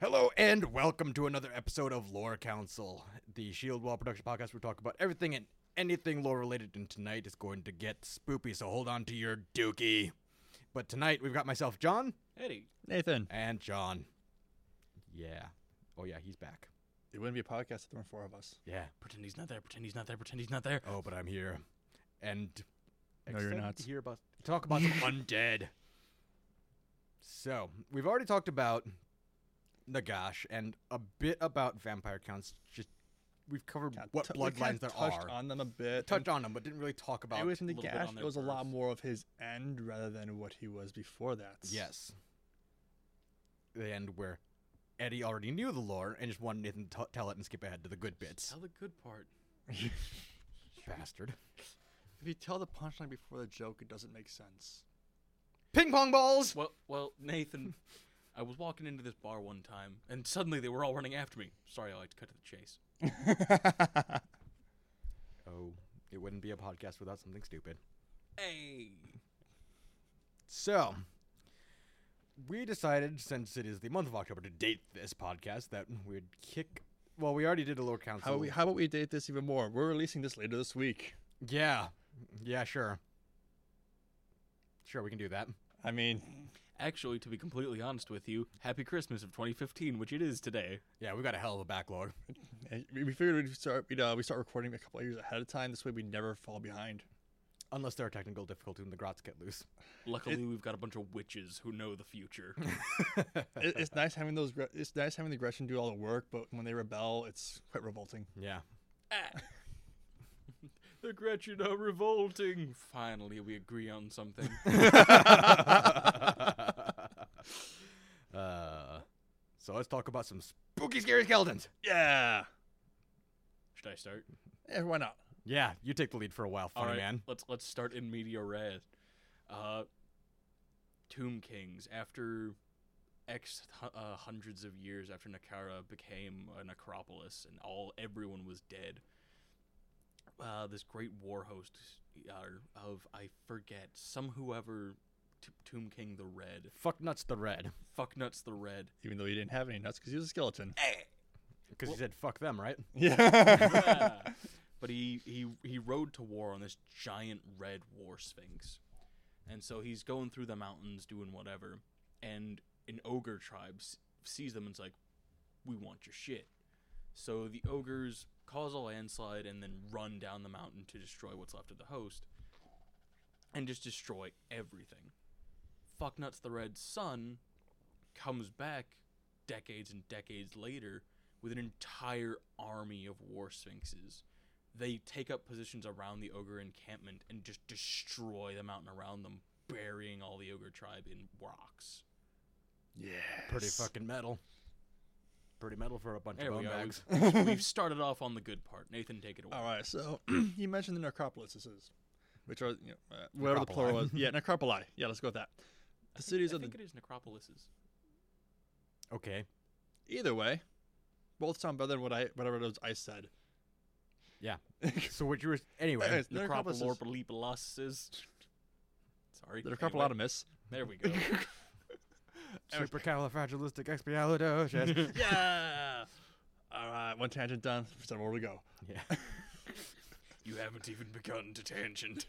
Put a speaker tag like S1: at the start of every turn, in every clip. S1: Hello and welcome to another episode of Lore Council, the Shield Wall production podcast. We talk about everything and anything lore related, and tonight is going to get spoopy, so hold on to your dookie. But tonight we've got myself, John,
S2: Eddie.
S3: Nathan.
S1: and John. Yeah. Oh, yeah, he's back.
S3: It wouldn't be a podcast if there were four of us.
S1: Yeah.
S2: Pretend he's not there. Pretend he's not there. Pretend he's not there.
S1: Oh, but I'm here. And.
S3: No, you're
S1: except
S3: not.
S1: to Hear about, talk about the undead. So, we've already talked about Nagash and a bit about vampire counts. Just. We've covered what
S3: T- we
S1: bloodlines
S3: kinda
S1: there
S3: touched
S1: are.
S3: on them a bit.
S1: touched on them, but didn't really talk
S3: and
S1: about.
S3: it was in the
S2: a little bit
S3: gash.
S2: on
S3: It
S2: their
S3: was a lot
S2: birth.
S3: more of his end rather than what he was before that.
S1: yes, the end where Eddie already knew the lore and just wanted Nathan to t- tell it and skip ahead to the good bits.
S2: Tell the good part.
S1: Bastard.
S4: If you tell the punchline before the joke, it doesn't make sense.
S1: Ping pong balls.
S2: Well, well, Nathan, I was walking into this bar one time, and suddenly they were all running after me. Sorry, I like to cut to the chase.
S1: Oh, it wouldn't be a podcast without something stupid.
S2: Hey,
S1: So, we decided since it is the month of October to date this podcast that we'd kick. Well, we already did a lore council.
S3: How about, we, how about we date this even more? We're releasing this later this week.
S1: yeah, yeah, sure, sure, we can do that.
S3: I mean,
S2: actually, to be completely honest with you, Happy Christmas of 2015, which it is today.
S1: Yeah, we got a hell of a backlog.
S3: eh, we we figured we'd start, we'd, uh, we start recording a couple of years ahead of time. This way we never fall behind.
S1: Unless there are technical difficulties and the grots get loose.
S2: Luckily, we've got a bunch of witches who know the future.
S3: It, it's nice having those. gre- It's nice having the aggression do all the work, but when they rebel, it's quite revolting.
S1: Yeah.
S2: Ah. the Gretchen are revolting. Finally, we agree on something.
S1: Uh, so let's talk about some spooky, scary skeletons.
S3: Yeah.
S2: Should I start?
S3: Yeah. Why not?
S1: Yeah, you take the lead for a while, funny man.
S2: Let's let's start in media res. Uh, Tomb Kings after X hu- uh, hundreds of years after Nakara became an acropolis and all everyone was dead. Uh, this great war host uh, of I forget some whoever t- Tomb King the Red,
S1: Fuck nuts the red,
S2: fucknuts the Red.
S3: Even though he didn't have any nuts because he was a skeleton.
S1: because he said fuck them, right?
S3: Yeah.
S2: Yeah. but he, he he rode to war on this giant red war sphinx, and so he's going through the mountains doing whatever, and an ogre tribe s- sees them and's like, "We want your shit." So the ogres cause a landslide and then run down the mountain to destroy what's left of the host, and just destroy everything. Fucknuts the Red Son comes back decades and decades later with an entire army of war sphinxes. They take up positions around the ogre encampment and just destroy the mountain around them, burying all the ogre tribe in rocks.
S3: yeah.
S1: Pretty fucking metal. Pretty metal for a bunch
S2: There
S1: of
S2: we
S1: bone
S2: are.
S1: bags.
S2: We've, we've started off on the good part. Nathan, take it away.
S3: All right, so you mentioned the necropolises, which are you know, uh, whatever the plural
S1: Necropoli.
S3: was. Yeah, necropoli. Yeah, let's go with that. The cities
S2: I
S3: of the
S2: think it is necropolises.
S1: Okay.
S3: either way, both sound better than what I whatever those I said.
S1: Yeah. so what you were anyway?
S3: Anyways, the necropolises.
S2: Necropolises. Sorry.
S3: The
S2: Anyway,
S3: necropolotamus.
S2: there we go.
S1: Supercalifragilisticexpialidocious.
S3: yeah. All right, one tangent done. So where we go?
S1: yeah.
S2: you haven't even begun to tangent.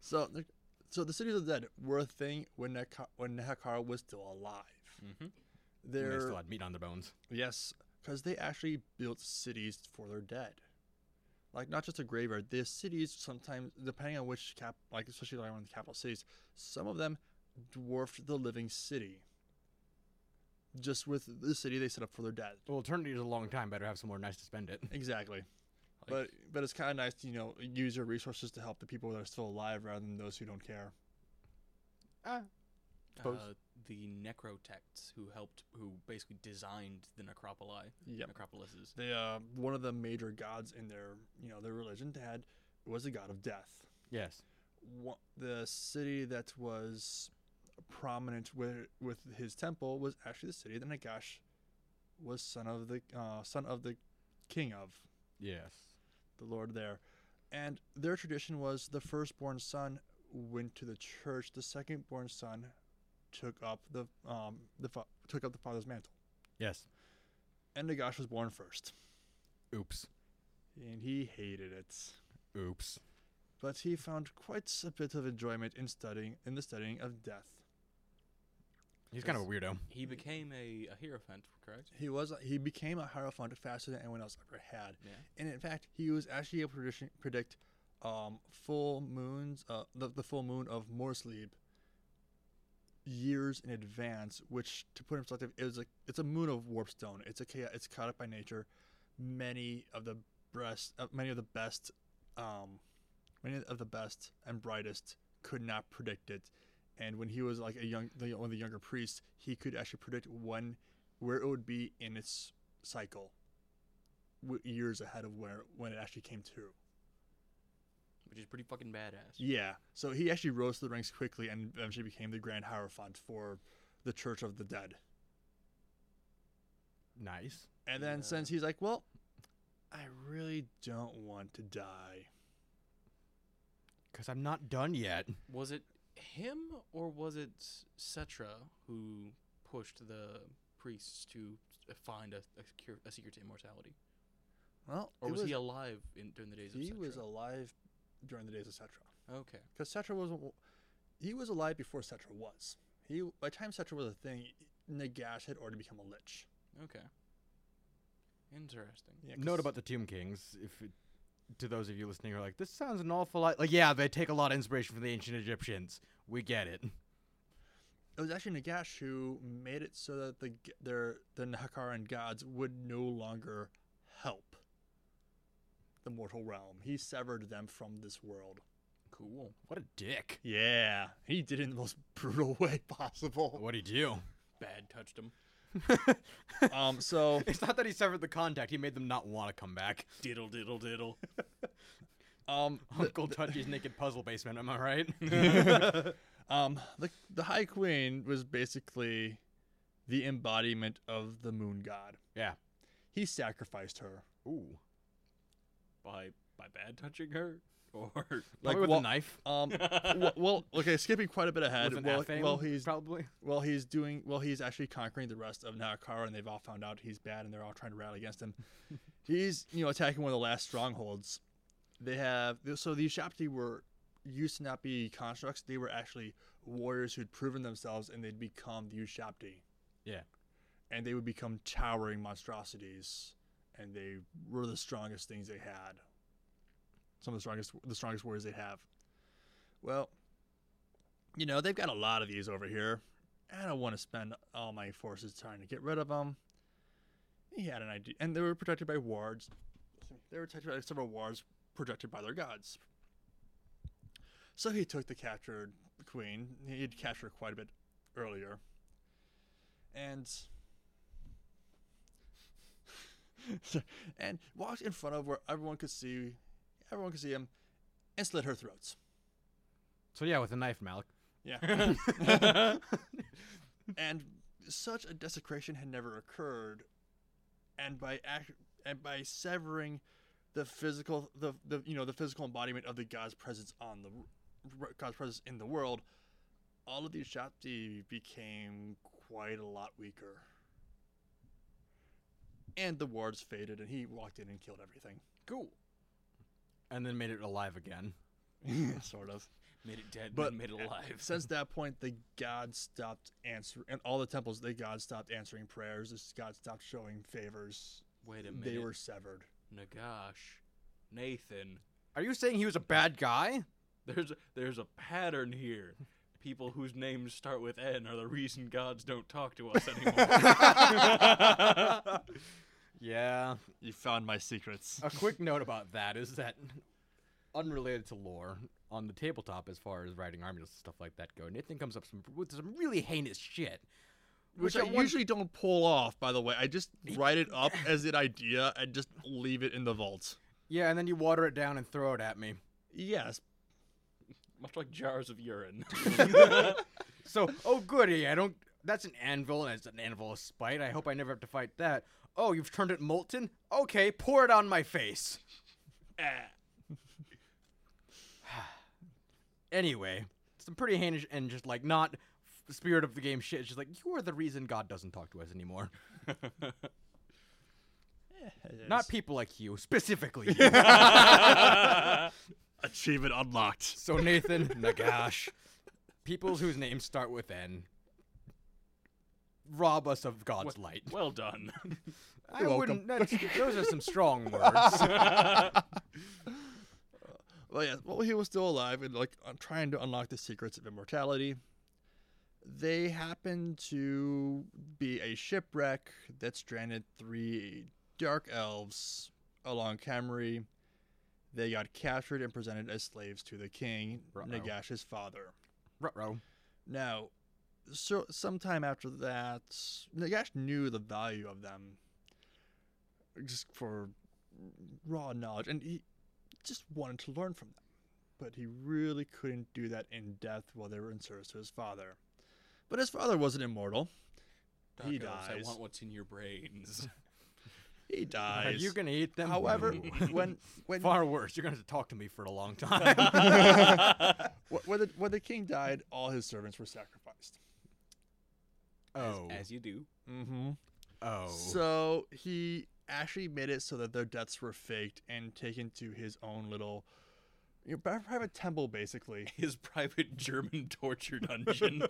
S3: So, the, so the cities of the dead were a thing when Neca- when Nehekara was still alive.
S2: Mm-hmm.
S1: And They
S3: They're
S1: still had meat on their bones.
S3: Yes, because they actually built cities for their dead. Like not just a graveyard. Their cities sometimes, depending on which cap, like especially like around the capital cities, some of them dwarfed the living city. Just with the city they set up for their dead.
S1: Well, eternity is a long time. Better have somewhere nice to spend it.
S3: Exactly. but but it's kind of nice to you know use your resources to help the people that are still alive rather than those who don't care.
S2: uh,
S3: Suppose.
S2: the necrotects who helped, who basically designed the necropoli,
S3: Yep.
S2: necropolises.
S3: They uh, one of the major gods in their you know their religion they had was the god of death.
S1: Yes.
S3: wa- the city that was prominent with with his temple was actually the city that Nagash was son of the uh, son of the king of
S1: Yes.
S3: the lord there, and their tradition was the firstborn son went to the church, the secondborn son took up the um the fa- took up the father's mantle.
S1: Yes.
S3: Endogash was born first,
S1: Oops.
S3: and he hated it.
S1: Oops.
S3: But he found quite a bit of enjoyment in studying in the studying of death.
S1: He's kind of a weirdo.
S2: He became a, a hierophant, correct?
S3: He was uh, he became a hierophant faster than anyone else ever had,
S2: Yeah.
S3: and in fact, he was actually able to prediction- predict um, full moons, uh, the, the full moon of Morsleb, years in advance. Which, to put in perspective, is a it's a moon of warp stone. It's a cha- it's caught up by nature. Many of the breast, uh, many of the best, um, many of the best and brightest could not predict it. And when he was like a young, the, one of the younger priests, he could actually predict when, where it would be in its cycle w- years ahead of where when it actually came to.
S2: Which is pretty fucking badass.
S3: Yeah, so he actually rose to the ranks quickly and eventually became the Grand Hierophant for the Church of the Dead.
S1: Nice.
S3: And then
S2: Yeah.
S3: since he's like, well, I really don't want to die.
S1: Because I'm not done yet.
S2: Was it him or was it Cetra who pushed the priests to find a, a, cure, a secret to immortality?
S3: Well,
S2: Or
S3: it
S2: was, he alive in, during the days of
S3: he was
S2: Cetra?
S3: alive during the days of Cetra
S2: Okay.
S3: because Cetra was he was alive before Cetra was. He by the time Cetra was a thing, Nagash had already become a lich.
S2: Okay. Interesting.
S3: Yeah, 'cause-
S1: Note about the Tomb Kings, if it, to those of you listening who are like, this sounds an awful lot. Like, yeah, they take a lot of inspiration from the ancient Egyptians. We get it.
S3: it was actually Nagash who made it so that the g- their the Nahakaran gods would no longer help the mortal realm. He severed them from this world.
S2: Cool.
S1: What a dick.
S3: Yeah, he did it in the most brutal way possible.
S1: What'd he do?
S2: Bad touched him.
S3: um, so
S1: It's not that he severed the contact, he made them not want to come back.
S2: Diddle diddle diddle.
S3: um,
S1: Uncle Touchy's naked puzzle basement, am I right?
S3: um, the the High Queen was basically the embodiment of the Moon God.
S1: yeah.
S3: He sacrificed her.
S1: Ooh.
S2: by by bad touching her or
S1: Like with
S3: well,
S1: a knife?
S3: Um, well, well, okay, skipping quite a bit ahead.
S1: With an
S3: Well,
S1: aphane,
S3: well, he's
S1: probably.
S3: Well, he's doing. Well, he's actually conquering the rest of Nakara, and they've all found out he's bad, and they're all trying to rally against him. he's, you know, attacking one of the last strongholds. They have so these Shapti were used to not be constructs; they were actually warriors who'd proven themselves, and they'd become the Ushapti.
S1: Yeah.
S3: and they would become towering monstrosities, and they were the strongest things they had. Some of the strongest, the strongest warriors they have. Well, you know, they've got a lot of these over here. I don't want to spend all my forces trying to get rid of them. He had an idea, and they were protected by wards. They were protected by several wards protected by their gods. So he took the captured queen. He'd captured her quite a bit earlier, and and walked in front of where everyone could see, everyone could see him, and slit her throats.
S1: So, yeah, with a knife, Malik.
S3: Yeah. and such a desecration had never occurred, and by act- and by severing the physical the, the you know the physical embodiment of the god's presence on the r- god's presence in the world, all of these Shakti became quite a lot weaker. And the wards faded, and he walked in and killed everything.
S2: cool.
S1: And then made it alive again.
S3: sort of.
S2: Made it dead,
S3: But-
S2: but made it alive.
S3: Since that point, the gods stopped answering, and all the temples, the gods stopped answering prayers. The gods stopped showing favors.
S2: Wait a minute.
S3: They were severed.
S2: Nagash, Nathan.
S1: Are you saying he was a bad guy?
S2: There's a, there's a pattern here. People whose names start with N are the reason gods don't talk to us anymore.
S1: Yeah.
S3: You found my secrets.
S1: a quick note about that is that unrelated to lore on the tabletop as far as writing armies and stuff like that go nathan comes up some, with some really heinous shit
S3: Which,
S1: at
S3: I
S1: one-
S3: usually don't pull off, by the way. I just write it up as an idea and just leave it in the vault.
S1: yeah and then you water it down and throw it at me
S3: Yes.
S2: Much like jars of urine.
S1: so oh goody i don't that's an anvil and it's an anvil of spite i hope i never have to fight that oh you've turned it molten okay pour it on my face anyway some pretty heinous and just like not spirit of the game shit. She's like, you are the reason God doesn't talk to us anymore. Not people like you, specifically. you.
S3: achievement unlocked.
S1: so Nathan Nagash, people whose names start with N, rob us of God's light.
S2: well done.
S1: I wouldn't. that's- those are some strong words.
S3: Well, yes, while he was still alive and like uh, trying to unlock the secrets of immortality, they happened to be a shipwreck that stranded three dark elves along Camry. They got captured and presented as slaves to the king,
S1: Ruh-roh.
S3: Nagash's father.
S1: Ruh-roh.
S3: Now, so sometime after that, Nagash knew the value of them, just for raw knowledge, and he just wanted to learn from them. But he really couldn't do that in depth while they were in service to his father. But his father wasn't immortal. He
S2: Dark elves,
S3: dies.
S2: I want what's in your brains.
S3: He
S1: Are
S3: dies.
S1: you gonna eat them?
S3: However,
S1: No.
S3: when when
S1: far worse, you're gonna have to talk to me for a long time.
S3: wh- when the, when the king died, all his servants were sacrificed.
S1: oh,
S2: As you do.
S3: Mm-hmm.
S1: oh.
S3: So he actually made it so that their deaths were faked and taken to his own little you know, pri- private temple, basically.
S2: His private German torture dungeon.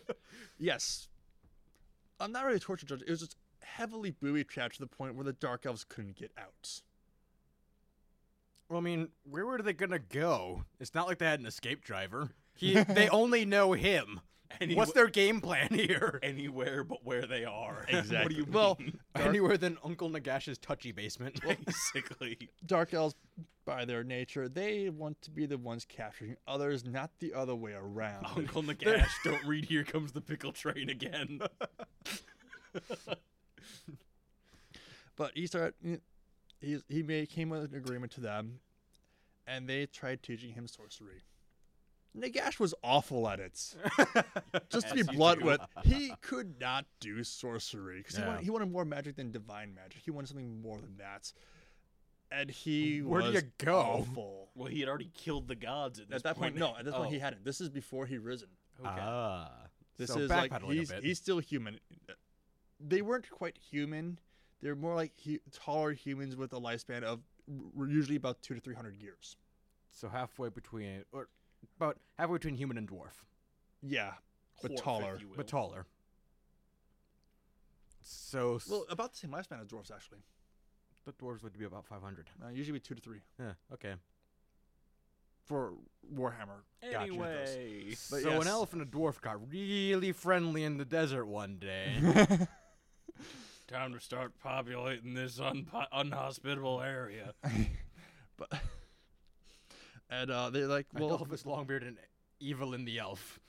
S3: Yes. I'm not really a torture judge. It was just heavily booby trapped to the point where the dark elves couldn't get out.
S1: well, I mean, where were they gonna go? It's not like they had an escape driver. He, they only know him.
S2: Any-
S1: What's their game plan here?
S2: anywhere but where they are. what do
S3: Exactly.
S2: you
S3: Well-
S2: mean?
S1: Anywhere than Uncle Nagash's touchy basement.
S2: Basically.
S3: Dark elves, by their nature, they want to be the ones capturing others, not the other way around.
S2: Uncle Nagash, don't read Here Comes the Pickle Train again.
S3: But he started. He he made came with an agreement to them, and they tried teaching him sorcery. Nagash was awful at it. Just to be
S2: As you
S3: blunt
S2: do.
S3: with, he could not do sorcery because he,
S1: Yeah.
S3: wanted, he wanted more magic than divine magic. He wanted something more than that, and he
S1: Where do
S3: was
S1: you go?
S3: awful.
S2: Well, he had already killed the gods at, this
S3: At that point,
S2: point.
S3: no. At this point,
S2: Oh,
S3: he hadn't. This is before he risen.
S2: okay.
S1: Ah.
S3: This
S1: so
S3: is like
S1: backpedaling
S3: he's,
S1: a bit.
S3: he's still human. They weren't quite human. They're more like hu taller humans with a lifespan of r- usually about two to three hundred years.
S1: so halfway between, or about halfway between human and dwarf,
S3: Yeah, but
S2: Dwarf, if
S3: taller.
S2: you will.
S1: but taller. So s-
S3: well, uh about the same lifespan as dwarves actually.
S1: the dwarves would be about 500.
S3: Uh, usually be two to three
S1: Yeah, okay.
S3: for Warhammer.
S1: Gotcha.
S2: Anyway.
S1: So
S3: yes.
S1: an elf and a dwarf got really friendly in the desert one day.
S2: Time to start populating this unpo- unhospitable area.
S3: But and uh, they're like,
S1: well,
S3: well,
S1: Adolphus Longbeard and Evelyn the elf.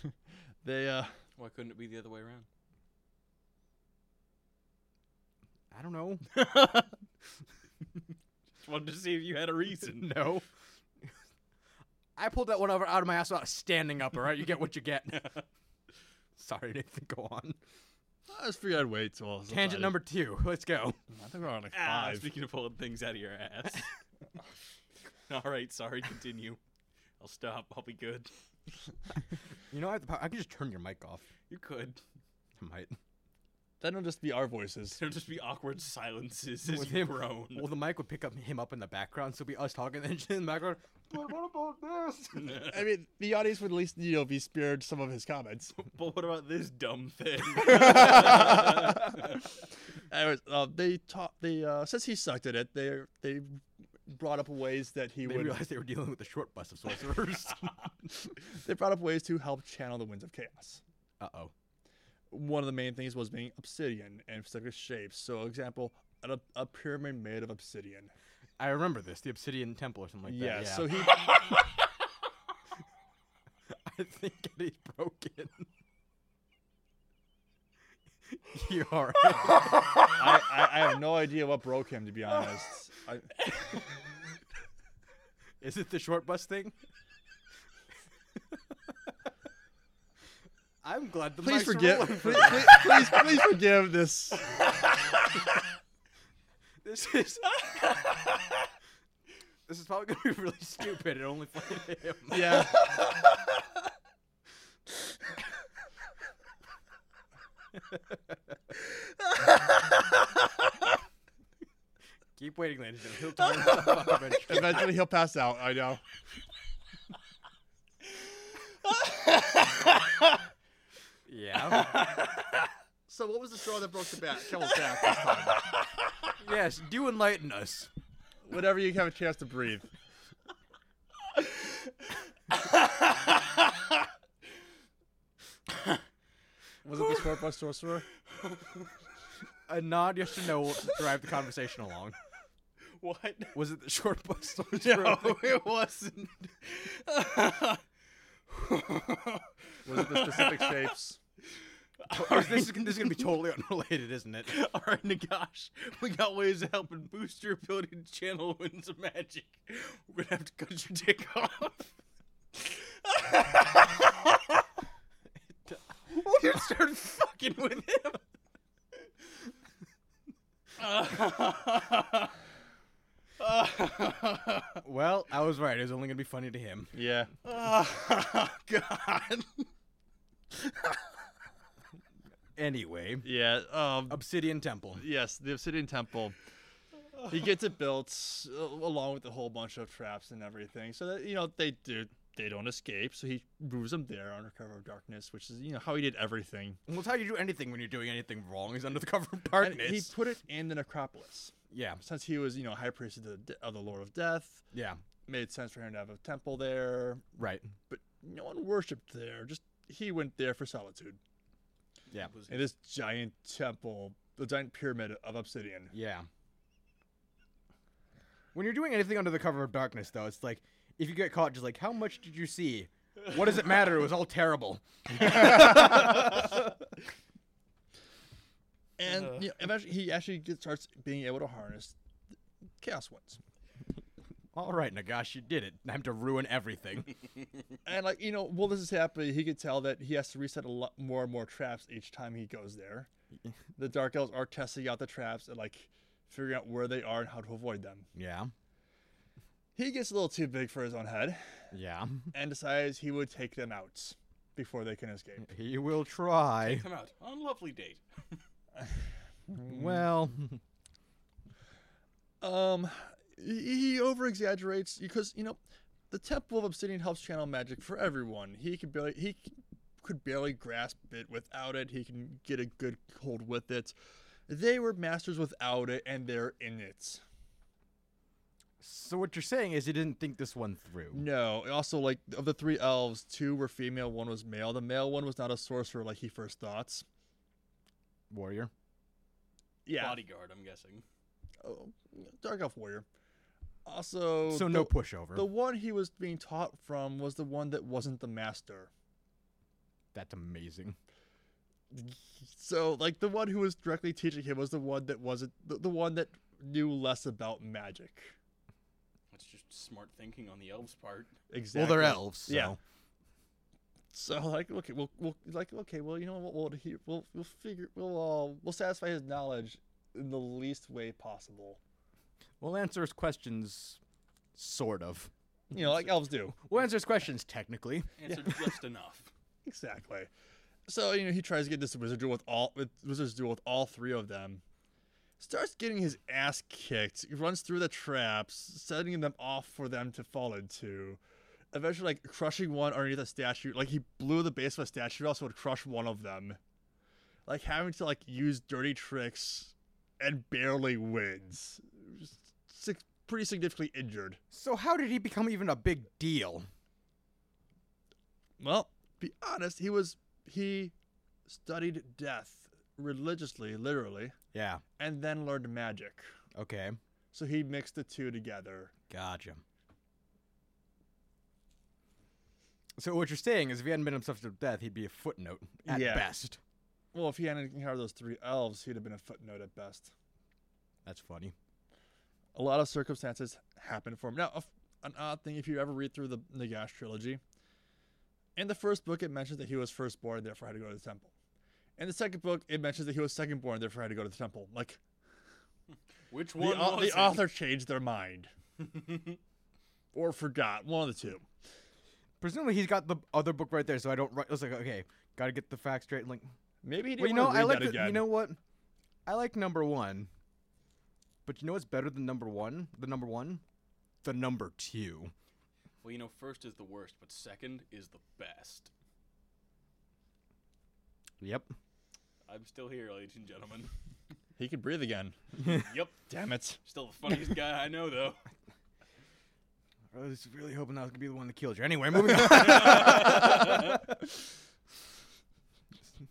S3: they uh,
S2: Why couldn't it be the other way around?
S1: I don't know.
S2: Just wanted to see if you had a reason.
S1: no. I pulled that one over out of my ass without standing up, all right? You get what you get. Sorry, Nathan, go on.
S3: I just figured I'd wait till I was
S1: Tangent
S3: decided.
S1: number two. Let's go.
S3: I think we're on like
S2: Ah,
S3: five.
S2: speaking of pulling things out of your ass. All right, sorry, continue. I'll stop. I'll be good.
S1: You know, I, have the power. I can just turn your mic off.
S2: You could.
S1: I might.
S3: Then it'll just be our voices.
S2: There'll just be awkward silences as
S1: With
S2: you
S1: him.
S2: groan.
S1: Well, the mic would pick up him up in the background, so it'd be us talking and in the background. But what about this?
S3: I mean, the audience would at least you know be spared some of his comments.
S2: but what about this dumb thing?
S3: Anyways, uh, they taught they uh, since he sucked at it, they they brought up ways that he
S1: They
S3: would.
S1: realized they were dealing with a short bus of sorcerers.
S3: They brought up ways to help channel the winds of chaos.
S1: uh oh.
S3: One of the main things was being obsidian and specific shapes. So, example, a, a pyramid made of obsidian.
S1: I remember this, the Obsidian Temple or something like
S3: yeah,
S1: that. Yeah.
S3: So he
S1: I think it is broken. you are.
S3: I, I, I have no idea what broke him to be honest. I,
S1: Is it the short bus thing? I'm glad the
S3: please
S1: mics are
S3: forgive.
S1: rolling for
S3: Please,
S1: that.
S3: please, please, please forgive this.
S1: This is. this is probably gonna be really stupid. It only played him.
S3: Yeah.
S1: Keep waiting, ladies and gentlemen. He'll tell himself up eventually.
S3: Eventually, he'll pass out. I know.
S1: Yeah.
S4: So what was the straw that broke the back? Camel's back this time.
S1: yes, do enlighten us.
S3: Whenever you have a chance to breathe. Was it the Sword by Sorcerer?
S1: A nod, yes or no, will drive the conversation along.
S2: what?
S1: Was it the short bus?
S2: No, it wasn't.
S3: Was it the specific shapes?
S1: this, is, this is gonna be totally unrelated, isn't it?
S2: All right, Nagash, we got ways of helping boost your ability to channel winds of magic. We're gonna have to cut your dick off. you start fucking with him.
S1: Well, I was right. It was only gonna be funny to him.
S3: Yeah.
S2: Oh, God.
S1: Anyway,
S3: Yeah. Um,
S1: Obsidian Temple.
S3: yes, the Obsidian Temple. He gets it built uh, along with a whole bunch of traps and everything, so that you know they do they don't escape. So he moves them there under cover of darkness, which is you know how he did everything.
S1: Well, it's how you do anything when you're doing anything wrong is under the cover of
S3: And
S1: darkness.
S3: he put it in the necropolis
S1: yeah,
S3: since he was you know high priest of the, de- of the Lord of Death.
S1: yeah,
S3: Made sense for him to have a temple there,
S1: right.
S3: but no one worshipped there. Just he went there for solitude.
S1: Yeah,
S3: And this giant temple, the giant pyramid of obsidian.
S1: yeah. When you're doing anything under the cover of darkness, though, it's like if you get caught, just like how much did you see? What does it matter? It was all terrible.
S3: And you know, eventually, he actually gets, starts being able to harness chaos winds.
S1: All right, Nagash, you did it. Time to ruin everything.
S3: And like you know, while this is happening, he could tell that he has to reset a lot more and more traps each time he goes there. the dark elves are testing out the traps and like figuring out where they are and how to avoid them.
S1: yeah,
S3: He gets a little too big for his own head
S1: yeah.
S3: and decides he would take them out before they can escape.
S1: He will try.
S2: Come out on a lovely date.
S1: Well,
S3: Um, he, he over exaggerates because you know, the Temple of Obsidian helps channel magic for everyone. He could barely he c- could barely grasp it without it. He can get a good hold with it. They were masters without it, and they're in it.
S1: so what you're saying is you didn't think this one through.
S3: No, also like of the three elves, two were female, one was male. The male one was not a sorcerer like he first thought.
S1: Warrior.
S3: Yeah,
S2: Bodyguard, I'm guessing.
S3: oh, dark elf warrior. Also,
S1: So no
S3: the-
S1: pushover.
S3: The one he was being taught from was the one that wasn't the master.
S1: That's amazing.
S3: So like the one who was directly teaching him was the one that wasn't the, the one that knew less about magic.
S2: That's just smart thinking on the elves' part.
S3: Exactly.
S1: Well, they're elves. So.
S3: Yeah. So like okay, we'll we'll like okay, well you know what we'll he- we'll we'll figure we'll uh, we'll satisfy his knowledge in the least way possible.
S1: We'll answer his questions, sort of.
S3: You know, like elves do.
S1: We'll answer his questions technically.
S2: Answered just enough.
S3: Exactly. So you know he tries to get this wizard duel with all with wizard's duel with all three of them. Starts getting his ass kicked. He runs through the traps, setting them off for them to fall into. Eventually, like crushing one underneath a statue. Like he blew the base of a statue, also would crush one of them. Like having to like use dirty tricks, and barely wins. Just sig- pretty significantly injured.
S1: So how did he become even a big deal?
S3: Well, be honest, he was he studied death religiously, literally,
S1: Yeah.
S3: and then learned magic.
S1: Okay.
S3: So he mixed the two together.
S1: Gotcha. So what you're saying is, if he hadn't been obsessed with death, he'd be a footnote at
S3: Yeah.
S1: best.
S3: Well, if he hadn't encountered those three elves, he'd have been a footnote at best.
S1: That's funny.
S3: A lot of circumstances happened for him. Now, a f- an odd thing, if you ever read through the Nagash trilogy, in the first book, it mentions that he was first born, therefore had to go to the temple. In the second book, it mentions that he was second born, therefore had to go to the temple. Like,
S2: Which
S3: the,
S2: one
S3: au-
S2: was
S3: the
S2: it?
S3: author changed their mind or forgot one of the two
S1: Presumably he's got the other book right there, so I don't. Write, it's like okay, gotta get the facts straight. Like
S3: Maybe he
S1: Well,
S3: didn't
S1: you know,
S3: want to
S1: I
S3: read
S1: like
S3: that
S1: the,
S3: again.
S1: you know what? I like number one, but you know what's better than number one? The number one, the number two.
S2: Well, you know, first is the worst, but second is the best.
S1: Yep.
S2: I'm still here, ladies and gentlemen.
S3: he could breathe again.
S2: yep,
S3: Damn it!
S2: still the funniest guy I know, though.
S1: I was really hoping that was gonna be the one that killed you. Anyway, moving on.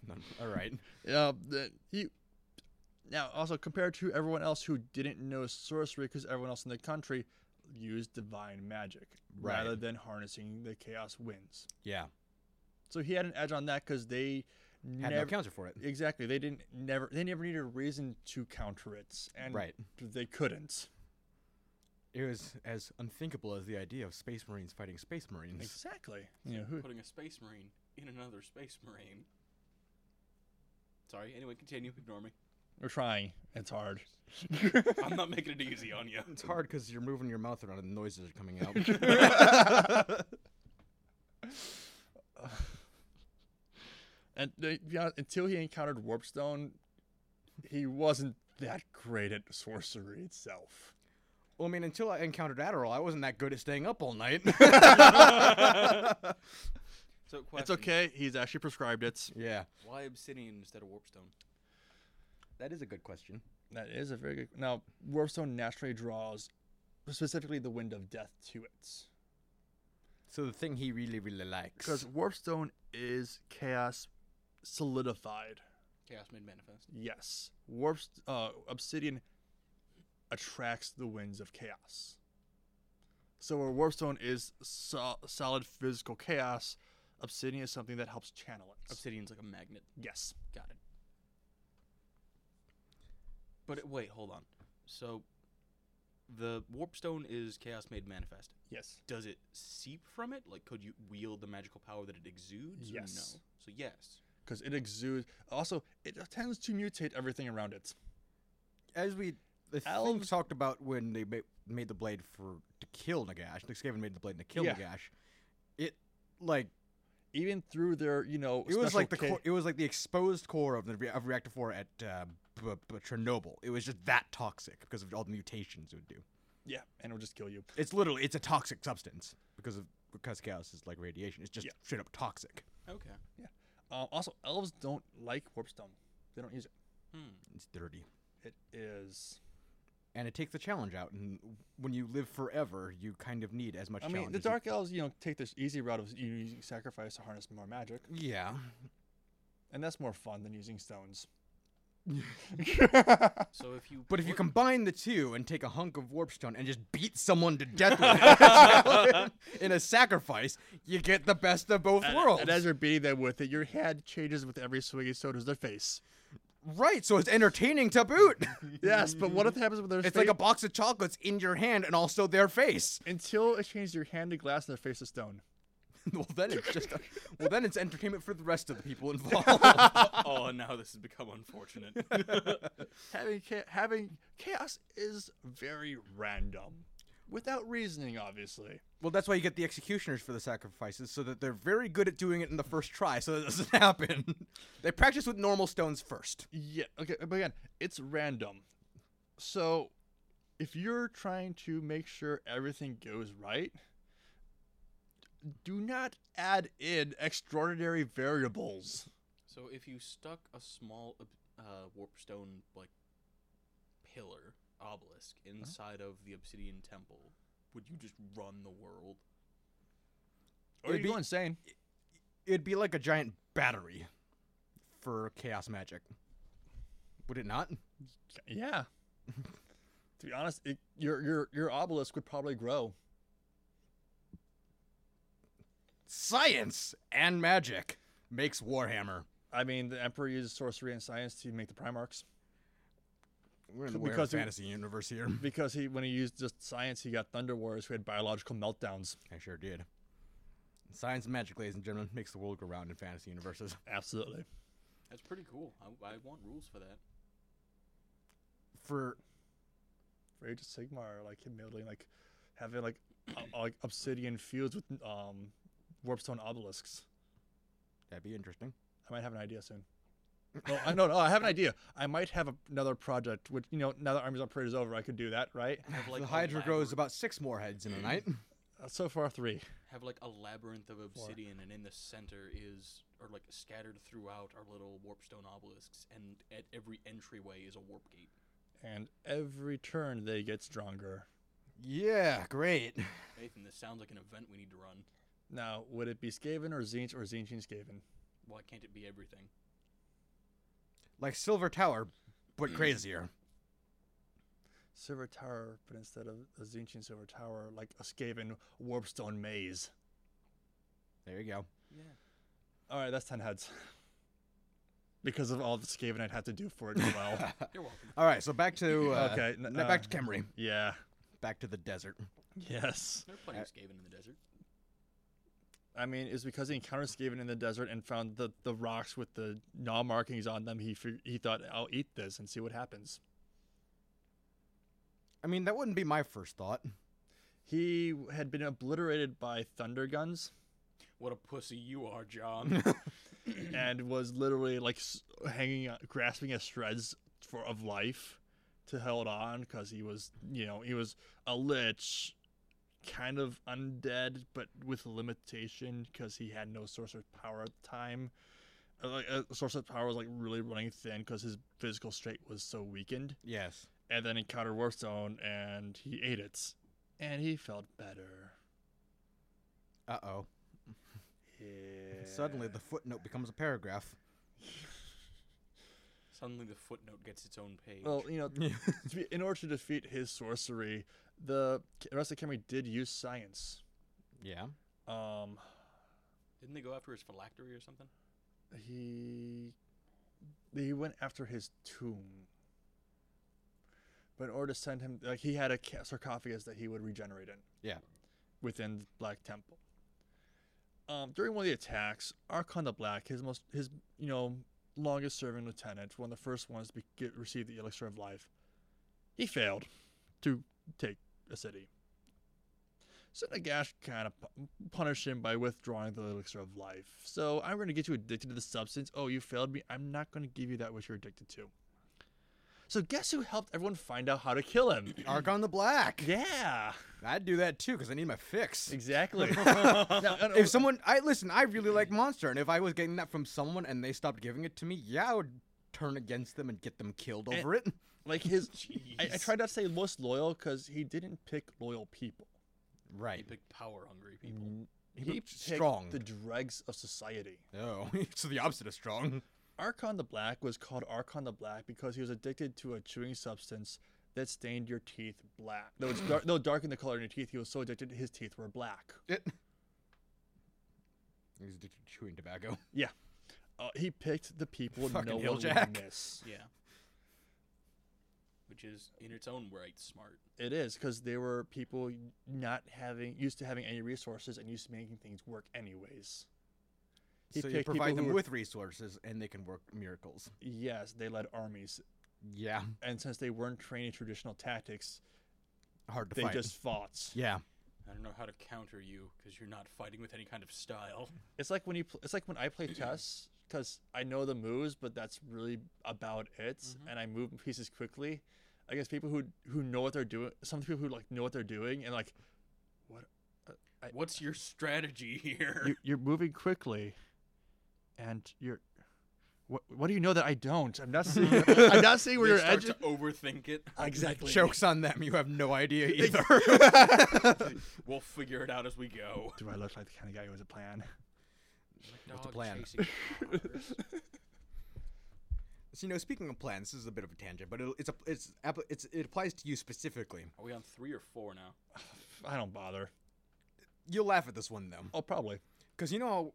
S1: None- All right.
S3: Yeah, the, he. Now, also compared to everyone else who didn't know sorcery, because everyone else in the country used divine magic
S1: Right.
S3: rather than harnessing the chaos winds.
S1: Yeah.
S3: So he had an edge on that because they
S1: Had no
S3: never
S1: counter for it.
S3: exactly they didn't never they never needed a reason to counter it, and
S1: Right.
S3: they couldn't.
S1: It was as unthinkable as the idea of space marines fighting space marines.
S3: Exactly. You know, who,
S2: Putting a space marine in another space marine. Sorry. Anyway, continue. Ignore me.
S3: we're trying. It's hard.
S2: I'm not making it easy on you.
S1: It's hard because you're moving your mouth around and the noises are coming out.
S3: And to be honest, until he encountered Warpstone, he wasn't that great at sorcery itself.
S1: well, I mean, until I encountered Adderall, I wasn't that good at staying up all night.
S2: So, question,
S3: It's okay. He's actually prescribed it.
S1: yeah.
S2: Why obsidian instead of warpstone?
S1: That is a good question.
S3: That is a very good. Now, Warpstone naturally draws specifically the Wind of Death to it.
S1: So the thing he really, really likes.
S3: Because Warpstone is chaos solidified.
S2: Chaos made manifest.
S3: Yes. Warps uh, obsidian attracts the winds of chaos. So where warpstone is so- solid physical chaos, obsidian is something that helps channel it.
S2: Obsidian's like a magnet.
S3: yes.
S2: Got it. But it, wait, hold on. So, the warpstone is chaos made manifest.
S3: Yes.
S2: Does it seep from it? Like, could you wield the magical power that it exudes? or
S3: Yes.
S2: No. So yes.
S3: Because it exudes. Also, it tends to mutate everything around it.
S1: as we the thing
S3: Elves-
S1: talked about when they ma- made the blade for to kill Nagash, Skaven made the blade to kill
S3: Yeah.
S1: Nagash. It like
S3: Even through their, you know,
S1: it was
S3: special
S1: like the
S3: ca-
S1: core, it was like the exposed core of the re- of reactor four at uh, b- b- Chernobyl. It was just that toxic because of all the mutations it would do.
S3: yeah, and it'll just kill you.
S1: It's literally it's a toxic substance because of because chaos is like radiation. It's just
S3: Yeah.
S1: straight up toxic.
S2: Okay.
S3: Uh, also, elves don't like warpstone. They don't use it.
S2: Hmm.
S1: It's dirty.
S3: It is.
S1: And it takes the challenge out, and when you live forever, you kind of need as much.
S3: I mean,
S1: challenge
S3: the
S1: as you-
S3: dark elves, you know, take this easy route of using sacrifice to harness more magic.
S1: Yeah,
S3: and that's more fun than using stones.
S2: So if you
S1: But if you
S2: put-
S1: combine the two and take a hunk of warpstone and just beat someone to death with it in a sacrifice, you get the best of both worlds.
S3: And as you're beating them with it, your head changes with every swing, so does their face.
S1: right, so it's entertaining to boot.
S3: yes, but what if it happens with their
S1: it's
S3: face?
S1: like a box of chocolates in your hand and also their face.
S3: until it changes your hand to glass and their face to stone.
S1: well, then it's just well, then it's entertainment for the rest of the people involved.
S2: oh, now this has become unfortunate.
S3: Having cha- having chaos is very random, without reasoning, obviously.
S1: well, that's why you get the executioners for the sacrifices, so that they're very good at doing it in the first try, so that doesn't happen. they practice with normal stones first.
S3: Yeah. Okay. But again, it's random. So, if you're trying to make sure everything goes right, do not add in extraordinary variables.
S2: so if you stuck a small ob- uh, warpstone like pillar obelisk inside of the obsidian temple, would you just run the world?
S3: Or
S1: It'd
S3: Oh, you go
S1: be-
S3: insane.
S1: It'd be like a giant battery for chaos magic. Would it not?
S3: Yeah. to be honest, it, your your your obelisk would probably grow.
S1: Science and magic makes Warhammer.
S3: I mean, the emperor uses sorcery and science to make the primarchs
S1: We're in
S3: So
S1: the Warhammer
S3: because we-
S1: fantasy universe here.
S3: because he when he used just science, he got thunder warriors who had biological meltdowns.
S1: I sure did. Science and magic, ladies and gentlemen, makes the world go round in fantasy universes.
S3: Absolutely.
S2: That's pretty cool. I, I want rules for that.
S1: For
S3: for Age of Sigmar, or, like him building like having like o- like obsidian fields with um warpstone obelisks.
S1: that'd be interesting.
S3: I might have an idea soon. No, I no, no, I have an idea. I might have a, another project, which you know, now that Army's Up Parade is over, I could do that, right?
S2: Have like
S1: the
S2: a
S1: Hydra grows
S2: labyrinth-
S1: about six more Mm. heads in a night.
S3: Uh, so far, three.
S2: have like a labyrinth of obsidian, and in the center is, or like scattered throughout, are little warpstone obelisks, and at every entryway is a warp gate.
S3: And every turn they get stronger.
S1: yeah, great.
S2: Nathan, this sounds like an event we need to run.
S3: Now, would it be Skaven or Zinch or Zinchin Skaven?
S2: Why can't it be everything?
S1: Like Silver Tower, but crazier.
S3: Silver Tower, but instead of a Zinchin Silver Tower, like a Skaven Warpstone Maze.
S1: There you go.
S2: Yeah.
S3: All right, that's 10 heads. Because of all the Skaven I'd have to do for it as well.
S2: You're welcome.
S1: All right, so back to uh,
S3: Okay,
S1: okay,
S3: n-
S1: back
S3: uh,
S1: to Kemri,
S3: yeah.
S1: back to the desert.
S3: Yes.
S2: They're playing Skaven in the desert.
S3: I mean, it's because he encountered Skaven in the desert and found the, the rocks with the gnaw markings on them. He fig- he thought, I'll eat this and see what happens.
S1: I mean, that wouldn't be my first thought.
S3: He had been obliterated by thunder guns
S2: What a pussy you are, John.
S3: and was literally like s- hanging, on- grasping at shreds for of life to hold on because he was, you know, he was a lich, kind of undead but with limitation because he had no source of power at the time. Uh, Like uh, source of power was like really running thin because his physical state was so weakened.
S1: Yes.
S3: and then encountered Warstone and he ate it. And he felt better.
S1: Uh oh.
S3: Yeah.
S1: Suddenly, the footnote becomes a paragraph.
S2: Suddenly, the footnote gets its own page.
S3: Well, you know, to be- in order to defeat his sorcery, the K- rest of Kemri did use science.
S1: yeah.
S3: Um,
S2: Didn't they go after his phylactery or something?
S3: he he went after his tomb, but in order to send him, like he had a ca- sarcophagus that he would regenerate in.
S1: Yeah.
S3: within the Black Temple. Um, during one of the attacks, Archon the Black, his most his you know longest serving lieutenant, one of the first ones to be, get, receive the elixir of life, he failed to take a city. So Nagash kind of pu- punished him by withdrawing the elixir of life. So I'm going to get you addicted to the substance. Oh, you failed me. I'm not going to give you that which you're addicted to. So guess who helped everyone find out how to kill him?
S1: Argon the Black.
S3: yeah,
S1: I'd do that too because I need my fix.
S3: exactly. Now, and-
S1: If someone, I listen, I really like Monster, and if I was getting that from someone and they stopped giving it to me, yeah, I would turn against them and get them killed
S3: Eh.
S1: over it.
S3: like his I, I
S2: Jeez.
S3: tried not to say most loyal because he didn't pick loyal people
S2: He
S1: Right.
S2: picked
S3: Mm.
S2: power-hungry people.
S3: he,
S1: picked
S3: picked
S1: Mm, strong.
S3: the dregs of society
S1: Oh, so the opposite of strong.
S3: archon the black was called archon the black because he was addicted to a chewing substance that stained your teeth black no it's dark no darkened the color in your teeth he was so addicted his teeth were black
S1: It. He's addicted to chewing tobacco.
S3: yeah uh, he picked the people
S1: Fucking
S3: no one
S1: Hilljack.
S3: would miss
S2: Yeah. Which is, in its own right, smart.
S3: it is because they were people not having used to having any resources and used to making things work anyways He
S1: so you
S3: picked people
S1: provide them
S3: who were-
S1: with resources, and they can work miracles.
S3: yes they led armies
S1: Yeah,
S3: and since they weren't trained in traditional tactics,
S1: hard to
S3: they
S1: fight.
S3: just fought.
S1: yeah,
S2: I don't know how to counter you because you're not fighting with any kind of style.
S3: It's like when you, pl- it's like when I play chess because I know the moves, but that's really about it,
S4: Mm-hmm.
S3: and I move pieces quickly. I guess people who who know what they're doing, some people who like know what they're doing, and like, what I-
S2: What's your strategy here?
S3: you, you're moving quickly, and you're. What, what do you know that I don't? I'm not seeing. I'm not seeing where
S2: They
S3: your
S2: start
S3: edge.
S2: to overthink it.
S3: Exactly.
S1: jokes on them. You have no idea either.
S2: We'll figure it out as we go.
S3: Do I look like the kind of guy who has a plan?
S1: the plan? so you know, speaking of plans, this is a bit of a tangent, but it, it's a, it's app- it's it applies to you specifically.
S2: Are we on three or four now?
S3: I don't bother.
S1: You'll laugh at this one though,
S3: Oh, probably.
S1: because you know how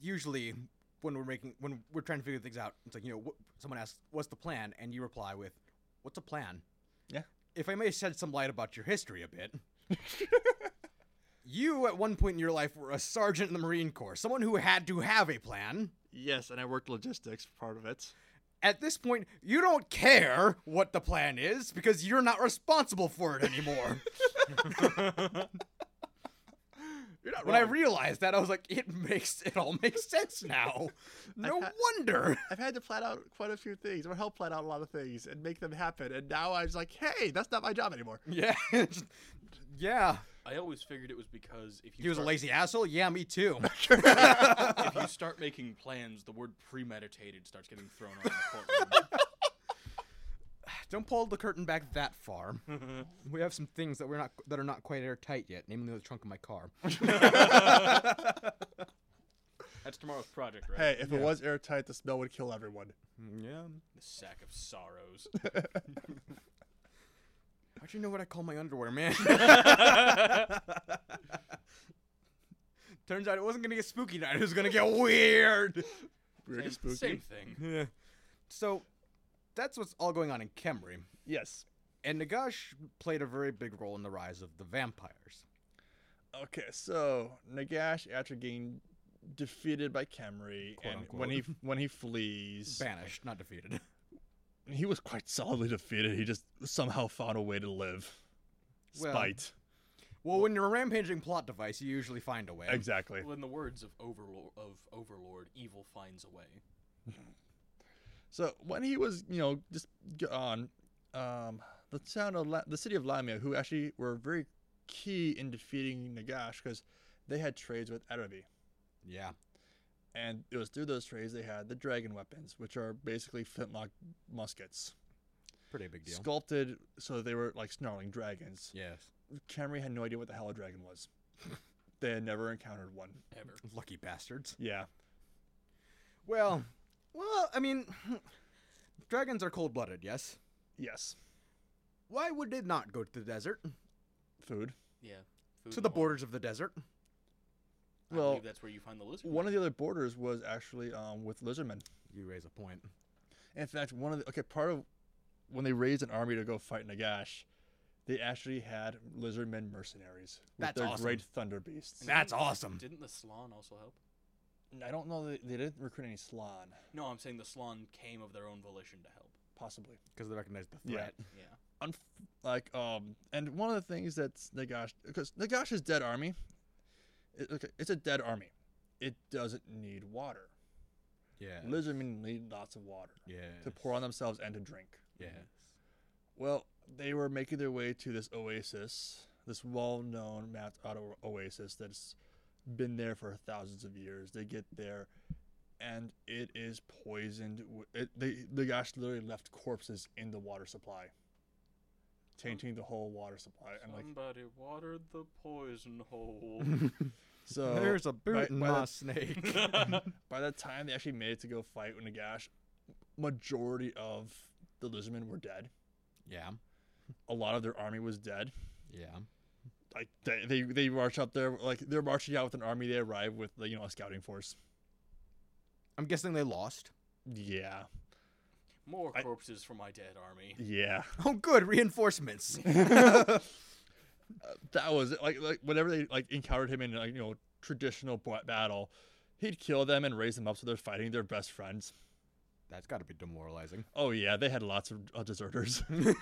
S1: usually when we're making when we're trying to figure things out, it's like you know wh- someone asks what's the plan, and you reply with, "What's a plan?"
S3: Yeah.
S1: if I may shed some light about your history a bit. you, at one point in your life, were a sergeant in the Marine Corps, someone who had to have a plan.
S4: Yes, and I worked logistics for part of it.
S1: At this point, you don't care what the plan is because you're not responsible for it anymore.
S3: You're not
S1: When I
S3: wrong.
S1: realized that, I was like, it makes it all makes sense now. No
S4: ha-
S1: wonder.
S4: I've had to plan out quite a few things, or help plan out a lot of things, and make them happen. And now I'm just like, hey, that's not my job anymore.
S1: Yeah, just- yeah.
S2: I always figured it was because if you
S1: He was a
S2: start-
S1: lazy asshole. Yeah, me too.
S2: if you start making plans, the word premeditated starts getting thrown around the courtroom.
S1: Don't pull the curtain back that far. we have some things that we're not that are not quite airtight yet, namely the trunk of my car.
S2: That's tomorrow's project, right?
S3: Hey,
S4: If it was airtight, the smell would kill everyone.
S1: yeah.
S2: The sack of sorrows.
S1: How'd you know what I call my underwear, man? Turns out it wasn't gonna get spooky tonight. It was gonna get weird.
S3: weird
S2: Same,
S3: and spooky.
S2: same thing.
S1: Yeah. So, that's what's all going on in Kemri.
S3: Yes.
S1: And Nagash played a very big role in the rise of the vampires.
S3: Okay, so Nagash, after getting defeated by Kemri,
S1: Quote,
S3: and when he when he flees,
S1: Banished, not defeated.
S3: he was quite solidly defeated. He just somehow found a way to live.
S1: Well,
S3: Spite.
S1: Well, when you're a rampaging plot device, you usually find a way.
S3: exactly.
S2: Well, in the words of Overlord, of Overlord, evil finds a way.
S3: So when he was, you know, just g- on um, the town of La- the city of Lamia, who actually were very key in defeating Nagash because they had trades with Arabi.
S1: Yeah.
S3: And it was through those trades they had the dragon weapons, which are basically flintlock muskets,
S1: Pretty big deal.
S3: sculpted so they were like snarling dragons.
S1: Yes.
S3: Camry had no idea what the hell a dragon was. they had never encountered one.
S2: Ever.
S1: Lucky bastards.
S3: Yeah.
S1: Well, well, I mean, dragons are cold blooded, yes?
S3: Yes.
S1: Why would they not go to the desert?
S3: Food.
S2: Yeah. food
S1: To
S2: and
S1: the
S2: all.
S1: borders of the desert?
S2: I
S3: Well,
S2: believe that's where you find the lizard.
S3: One of the other borders was actually um, with lizardmen.
S1: You raise a point.
S3: In fact, one of the okay part of when they raised an army to go fight Nagash, they actually had lizardmen mercenaries with
S1: That's
S3: their
S1: awesome.
S3: great thunder beasts.
S1: That's awesome.
S2: Didn't the Slan also help?
S3: And I don't know that they didn't recruit any Slan,
S2: No, I'm saying the Slan came of their own volition to help.
S3: possibly.
S1: Because they recognize the
S3: Yeah.
S1: threat.
S2: Yeah.
S3: Unf- like um, and one of the things that's Nagash because Nagash's dead army, it, okay, it's a dead army. It doesn't need water.
S1: Yeah.
S3: Lizardmen need lots of water
S1: Yeah.
S3: to pour on themselves and to drink.
S1: Yes.
S3: Well, they were making their way to this oasis, this well-known mapped out o- oasis that's been there for thousands of years. They get there, and it is poisoned. wi- It, they the gosh literally left corpses in the water supply, tainting the whole water supply. And like
S2: Somebody watered the poison hole.
S3: so,
S1: There's a boot
S3: by-
S1: in
S3: by
S1: my
S3: the-
S1: snake.
S3: by the time they actually made it to go fight with Nagash, majority of the lizardmen were dead.
S1: yeah.
S3: A lot of their army was dead.
S1: Yeah.
S3: like they, they they march up there like they're marching out with an army they arrive with like, you know a scouting force
S1: I'm guessing they lost.
S3: yeah
S2: More
S3: I-
S2: corpses for my dead army.
S3: yeah
S1: Oh, good. Reinforcements.
S3: Uh, that was it. like like whenever they like encountered him in like you know traditional ba- battle he'd kill them and raise them up so they're fighting their best friends
S1: That's got to be demoralizing.
S3: oh yeah they had lots of uh, deserters
S2: In the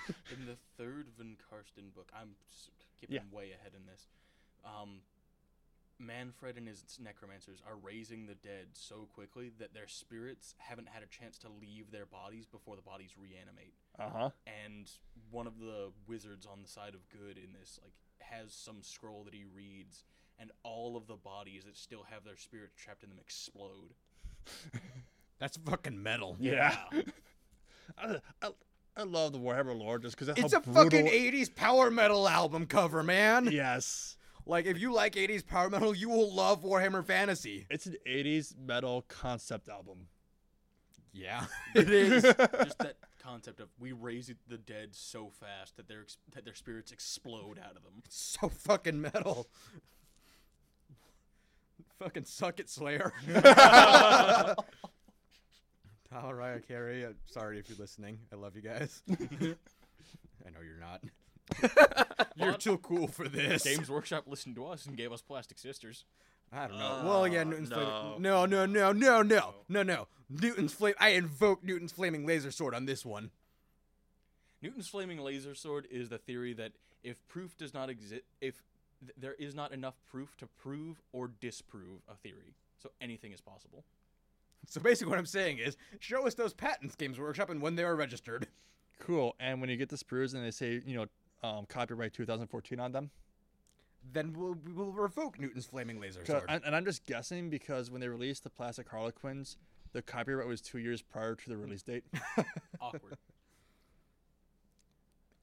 S2: third Van Karsten book, I'm s- skipping
S3: Yeah.
S2: way ahead in this. Um, Manfred and his necromancers are raising the dead so quickly that their spirits haven't had a chance to leave their bodies before the bodies reanimate.
S3: uh-huh
S2: And one of the wizards on the side of good in this like has some scroll that he reads, and all of the bodies that still have their spirits trapped in them explode.
S1: That's fucking metal.
S3: yeah, I, I, I love the warhammer lore just because
S1: It's
S3: how
S1: a
S3: brutal
S1: fucking 80s power metal album cover, man.
S3: yes
S1: Like, if you like 80s power metal, you will love Warhammer Fantasy.
S3: it's an 80s metal concept album
S1: Yeah, it is.
S2: Just that concept of we raise the dead so fast that their ex- that their spirits explode out of them.
S1: so fucking metal. fucking suck it, Slayer. All right, Carrie. I'm sorry if you're listening. I love you guys. I know you're not. you're too cool for this.
S2: Games Workshop listened to us and gave us Plastic Sisters.
S1: I don't know. well, yeah,
S3: Uh,
S1: Newton's
S3: no.
S1: flaming. No, no, no, no, no, no, no. Newton's flame. I invoke Newton's flaming laser sword on this one.
S2: Newton's flaming laser sword is the theory that if proof does not exist, if th- there is not enough proof to prove or disprove a theory. So anything is possible.
S1: So basically, what I'm saying is, show us those patents, Games Workshop, and when they were registered.
S3: Cool. And when you get this bruise and they say, you know, um, copyright 2014 on them.
S1: Then we'll, we will revoke Newton's flaming laser
S3: So-
S1: sword.
S3: and, and I'm just guessing because when they released the Plastic Harlequins, the copyright was two years prior to the release date.
S2: Awkward.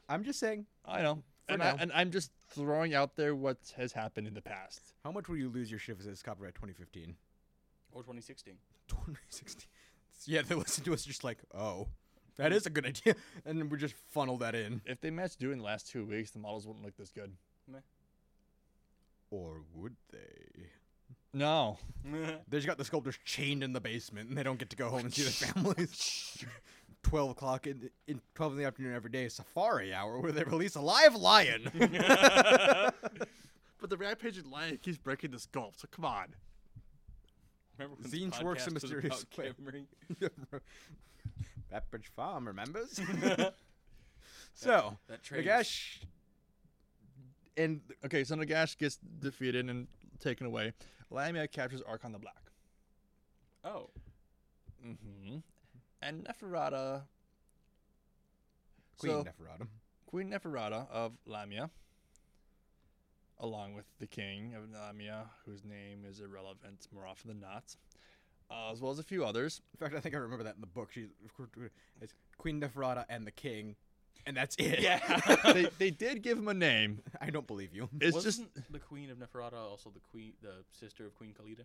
S1: I'm just saying.
S3: I know.
S1: For
S3: And, I,
S1: now.
S3: and I'm just throwing out there what has happened in the past.
S1: How much will you lose your shift if it's copyright 2015?
S2: or 2016.
S1: 2016. Yeah, they listen to us just like, oh, that is a good idea. And then we just funnel that in.
S3: If they matched due in the last two weeks, the models wouldn't look this good.
S1: Or would they?
S3: No.
S1: They just got the sculptors chained in the basement and they don't get to go home and see their families. 12 o'clock in, the- in 12 in the afternoon every day, is safari hour, where they release a live lion.
S4: But the rampaging lion keeps breaking the sculpt. So come on.
S2: Remember when
S1: Zines
S2: the
S1: works in
S2: podcast was
S1: mysterious
S2: about
S1: way.
S2: Camry?
S1: Pepperidge Farm, remembers? so,
S2: That train. is-
S1: Nagash and
S3: Okay, so Nagash gets defeated and taken away. Lamia captures Archon the Black.
S2: Oh,
S3: Mm-hmm. And Neferata.
S1: Queen
S3: so,
S1: Neferata.
S3: Queen Neferata of Lamia, along with the king of Lamia, whose name is irrelevant more often than not, uh, as well as a few others.
S1: In fact, I think I remember that in the book. She's it's Queen Neferata and the King, and that's it.
S2: yeah.
S3: they, they did give him a name.
S1: I don't believe you.
S3: It's just.
S2: Wasn't the queen of Neferata also the queen, the sister of Queen Kalida?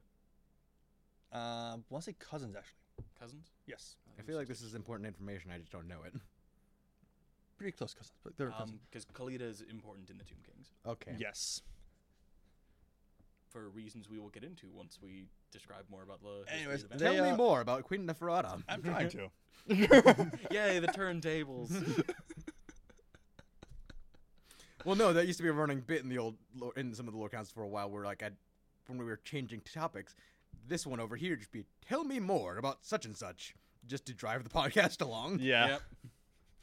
S3: Uh, I want to say cousins, actually.
S2: Cousins?
S3: Yes.
S1: I feel like this is important information. I just don't know it.
S3: Pretty close cousins, but they're cousins.
S2: because Kalida Um, is important in the Tomb Kings
S1: Okay.
S3: Yes.
S2: for reasons we will get into once we describe more about the. history
S3: Anyways,
S2: of the
S3: they-
S2: battle.
S1: Tell me
S3: uh,
S1: more about Queen Neferata.
S3: I'm trying to.
S2: yay the turntables.
S1: Well, no, that used to be a running bit in the old lore- in some of the lore counts for a while. Where like I, when we were changing topics, this one over here just be tell me more about such and such, just to drive the podcast along.
S3: Yeah.
S2: Yep.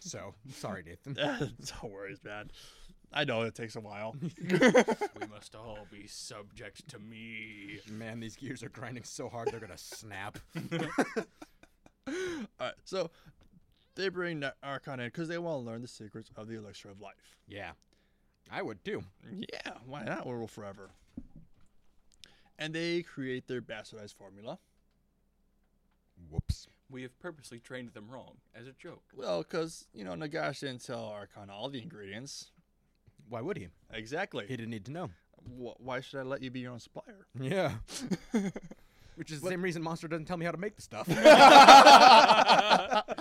S1: So sorry, Nathan.
S3: Don't worry, it's bad. I know it takes a while.
S2: we must all be subject to me.
S1: Man, these gears are grinding so hard they're gonna snap.
S3: All right, so they bring Na- Archon in because they want to learn the secrets of the elixir of life.
S1: Yeah, I would too.
S3: Yeah, why not? We're forever. And they create their bastardized formula.
S1: Whoops.
S2: We have purposely trained them wrong as a joke.
S3: Well, because you know Nagash didn't tell Archon all the ingredients.
S1: Why would he?
S3: Exactly.
S1: He didn't need to know.
S3: Wh- why should I let you be your own supplier?
S1: Yeah. Which is the same reason Monster doesn't tell me how to make the stuff.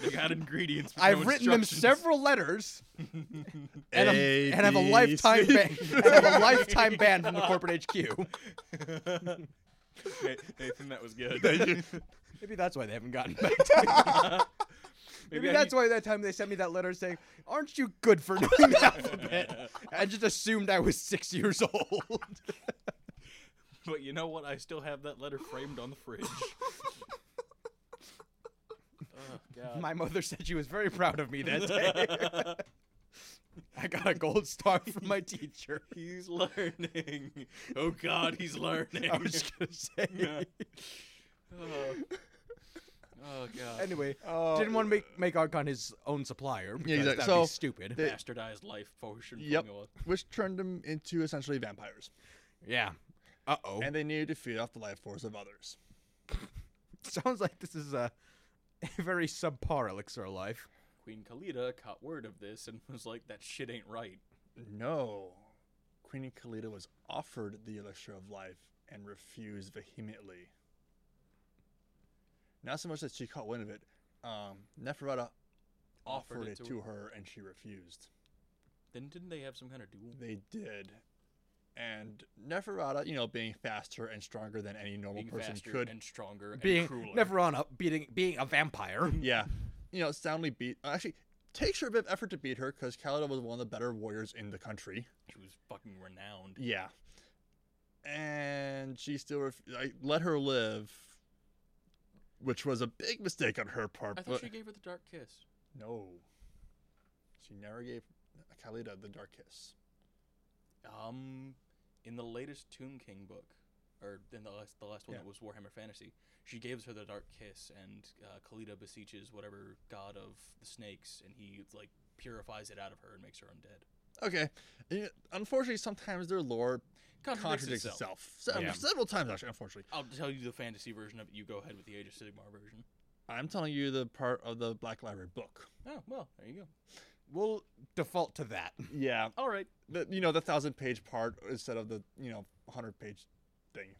S2: They got ingredients. but
S1: I've
S2: no
S1: written them
S2: instructions.
S1: several letters, and, I'm-
S3: A,
S1: and have a
S3: B,
S1: lifetime
S3: C.
S1: ban. and have a lifetime ban from the corporate HQ.
S2: Na- Nathan, that was good.
S1: Maybe that's why they haven't gotten back to me. Maybe,
S2: I
S1: that's why that time they sent me that letter saying, "Aren't you good for knowing the alphabet?" I just assumed I was six years old.
S2: But you know what? I still have that letter framed on the fridge. oh God.
S1: My mother said she was very proud of me that day. I got a gold star from my teacher.
S2: He's learning. Oh God, he's learning.
S1: I was just gonna say.
S2: oh. Oh, God.
S1: Anyway, uh,
S3: Oh,
S1: didn't want to make make Archon his own supplier. because
S3: exactly.
S1: That'd
S3: So,
S1: be stupid.
S3: they-
S2: Bastardized life potion
S3: Yep.
S2: formula.
S3: Which turned them into essentially vampires,
S1: yeah. Uh oh.
S3: and they needed to feed off the life force of others.
S1: Sounds like this is a, a very subpar elixir of life.
S2: Queen Kalida caught word of this and was like, "That shit ain't right."
S3: No. Queen Kalida was offered the elixir of life and refused vehemently. Not so much that she caught wind of it, um, Neferata offered, it, to, her. and she refused.
S2: Then didn't they have some kind of duel?
S3: They did. And Neferata, you know, being faster and stronger than any normal
S2: Being
S3: person
S2: faster
S3: could.
S2: and stronger
S1: Being
S2: and crueler.
S1: Neverana beating being a vampire.
S3: yeah. You know, soundly beat. Actually, takes her a bit of effort to beat her because Kalida was one of the better warriors in the country.
S2: She was fucking renowned.
S3: Yeah. And she still ref- I let her live, which was a big mistake on her part.
S2: I thought
S3: but
S2: she gave her the dark kiss.
S3: no, she never gave Khalida the dark kiss.
S2: Um, in the latest Tomb King book, or in the last the last one
S3: Yeah.
S2: that was Warhammer Fantasy, she gives her the Dark Kiss, and uh, Kalida beseeches whatever god of the snakes, and he like purifies it out of her and makes her undead.
S3: Okay. Yeah, Unfortunately, sometimes their lore
S2: Contradicts,
S3: contradicts
S2: itself.
S3: itself. Sev-
S1: Yeah.
S3: Several times, actually, unfortunately.
S2: I'll tell you the fantasy version of it. You go ahead with the Age of Sigmar version.
S3: I'm telling you the part of the Black Library book.
S2: Oh well, there you go.
S1: We'll default to that.
S3: Yeah.
S2: All right.
S3: The, you know, the thousand page part instead of the, you know, 100 page thing.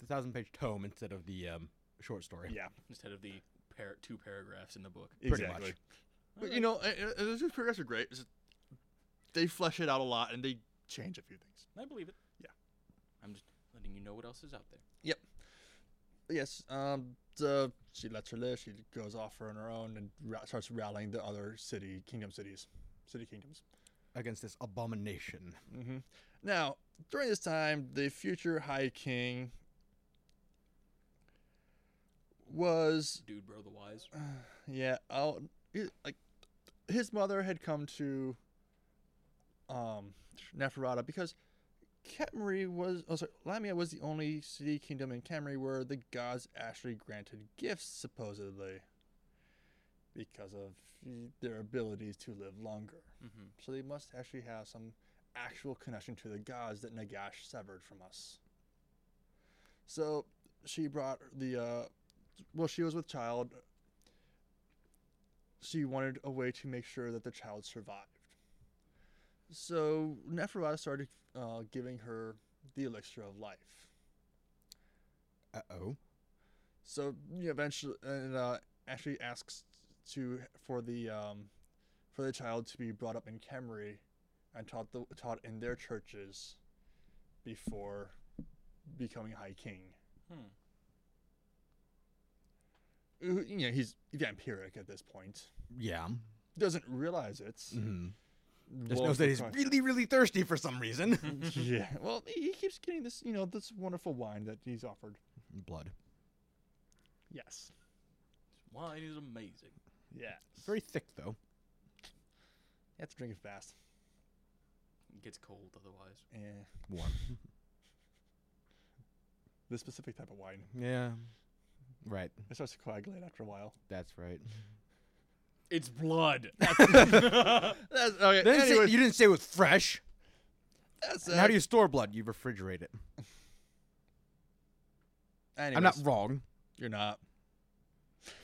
S1: The thousand page tome instead of the um, short story.
S3: Yeah.
S2: Instead of the par- two paragraphs in the book.
S1: Pretty
S3: exactly.
S1: much.
S3: But,
S2: Alright.
S3: you know,
S4: And, and, and those progress are great. It's just- they flesh it out a lot and they change a few things.
S2: I believe it.
S4: Yeah.
S2: I'm just letting you know what else is out there.
S3: yes. Um, so she lets her live. She goes off on her own and ra- starts rallying the other city, kingdom cities, city kingdoms.
S1: Against this abomination.
S3: Mm-hmm. Now, during this time, the future High King was,
S2: Dude, bro, the wise.
S3: yeah, out, he- like his mother had come to um, Neferata because Ketmri was, oh, sorry, Lamia was the only city kingdom in Ketmri where the gods actually granted gifts, supposedly, because of eh, their abilities to live longer.
S2: Mm-hmm.
S3: So they must actually have some actual connection to the gods that Nagash severed from us. So she brought the, uh, well, she was with child. She wanted a way to make sure that the child survived. So Neferata started uh, giving her the elixir of life.
S1: Uh oh.
S3: So you know, eventually, and uh, actually asks to for the um, for the child to be brought up in Camry and taught the, taught in their churches before becoming High King.
S2: Hmm.
S3: Who- You know, he's vampiric at this point.
S1: Yeah.
S3: Doesn't realize it.
S1: Mm-hmm. Just
S3: Wolf
S1: knows that he's
S3: requires-
S1: really, really thirsty for some reason.
S3: yeah. Well, he he keeps getting this, you know, this wonderful wine that he's offered.
S1: Blood.
S3: Yes.
S2: Wine is amazing.
S3: Yeah.
S1: Very thick though.
S3: You have to drink it fast.
S2: It gets cold otherwise.
S3: Yeah.
S1: Warm.
S3: The specific type of wine.
S1: Yeah. Right.
S3: It starts to coagulate after a while.
S1: That's right.
S2: It's blood.
S3: That's okay.
S1: They didn't say-
S3: anyways,
S1: you didn't say it was fresh.
S3: that's
S1: And how do you store blood? You refrigerate it. I'm not wrong.
S3: You're not.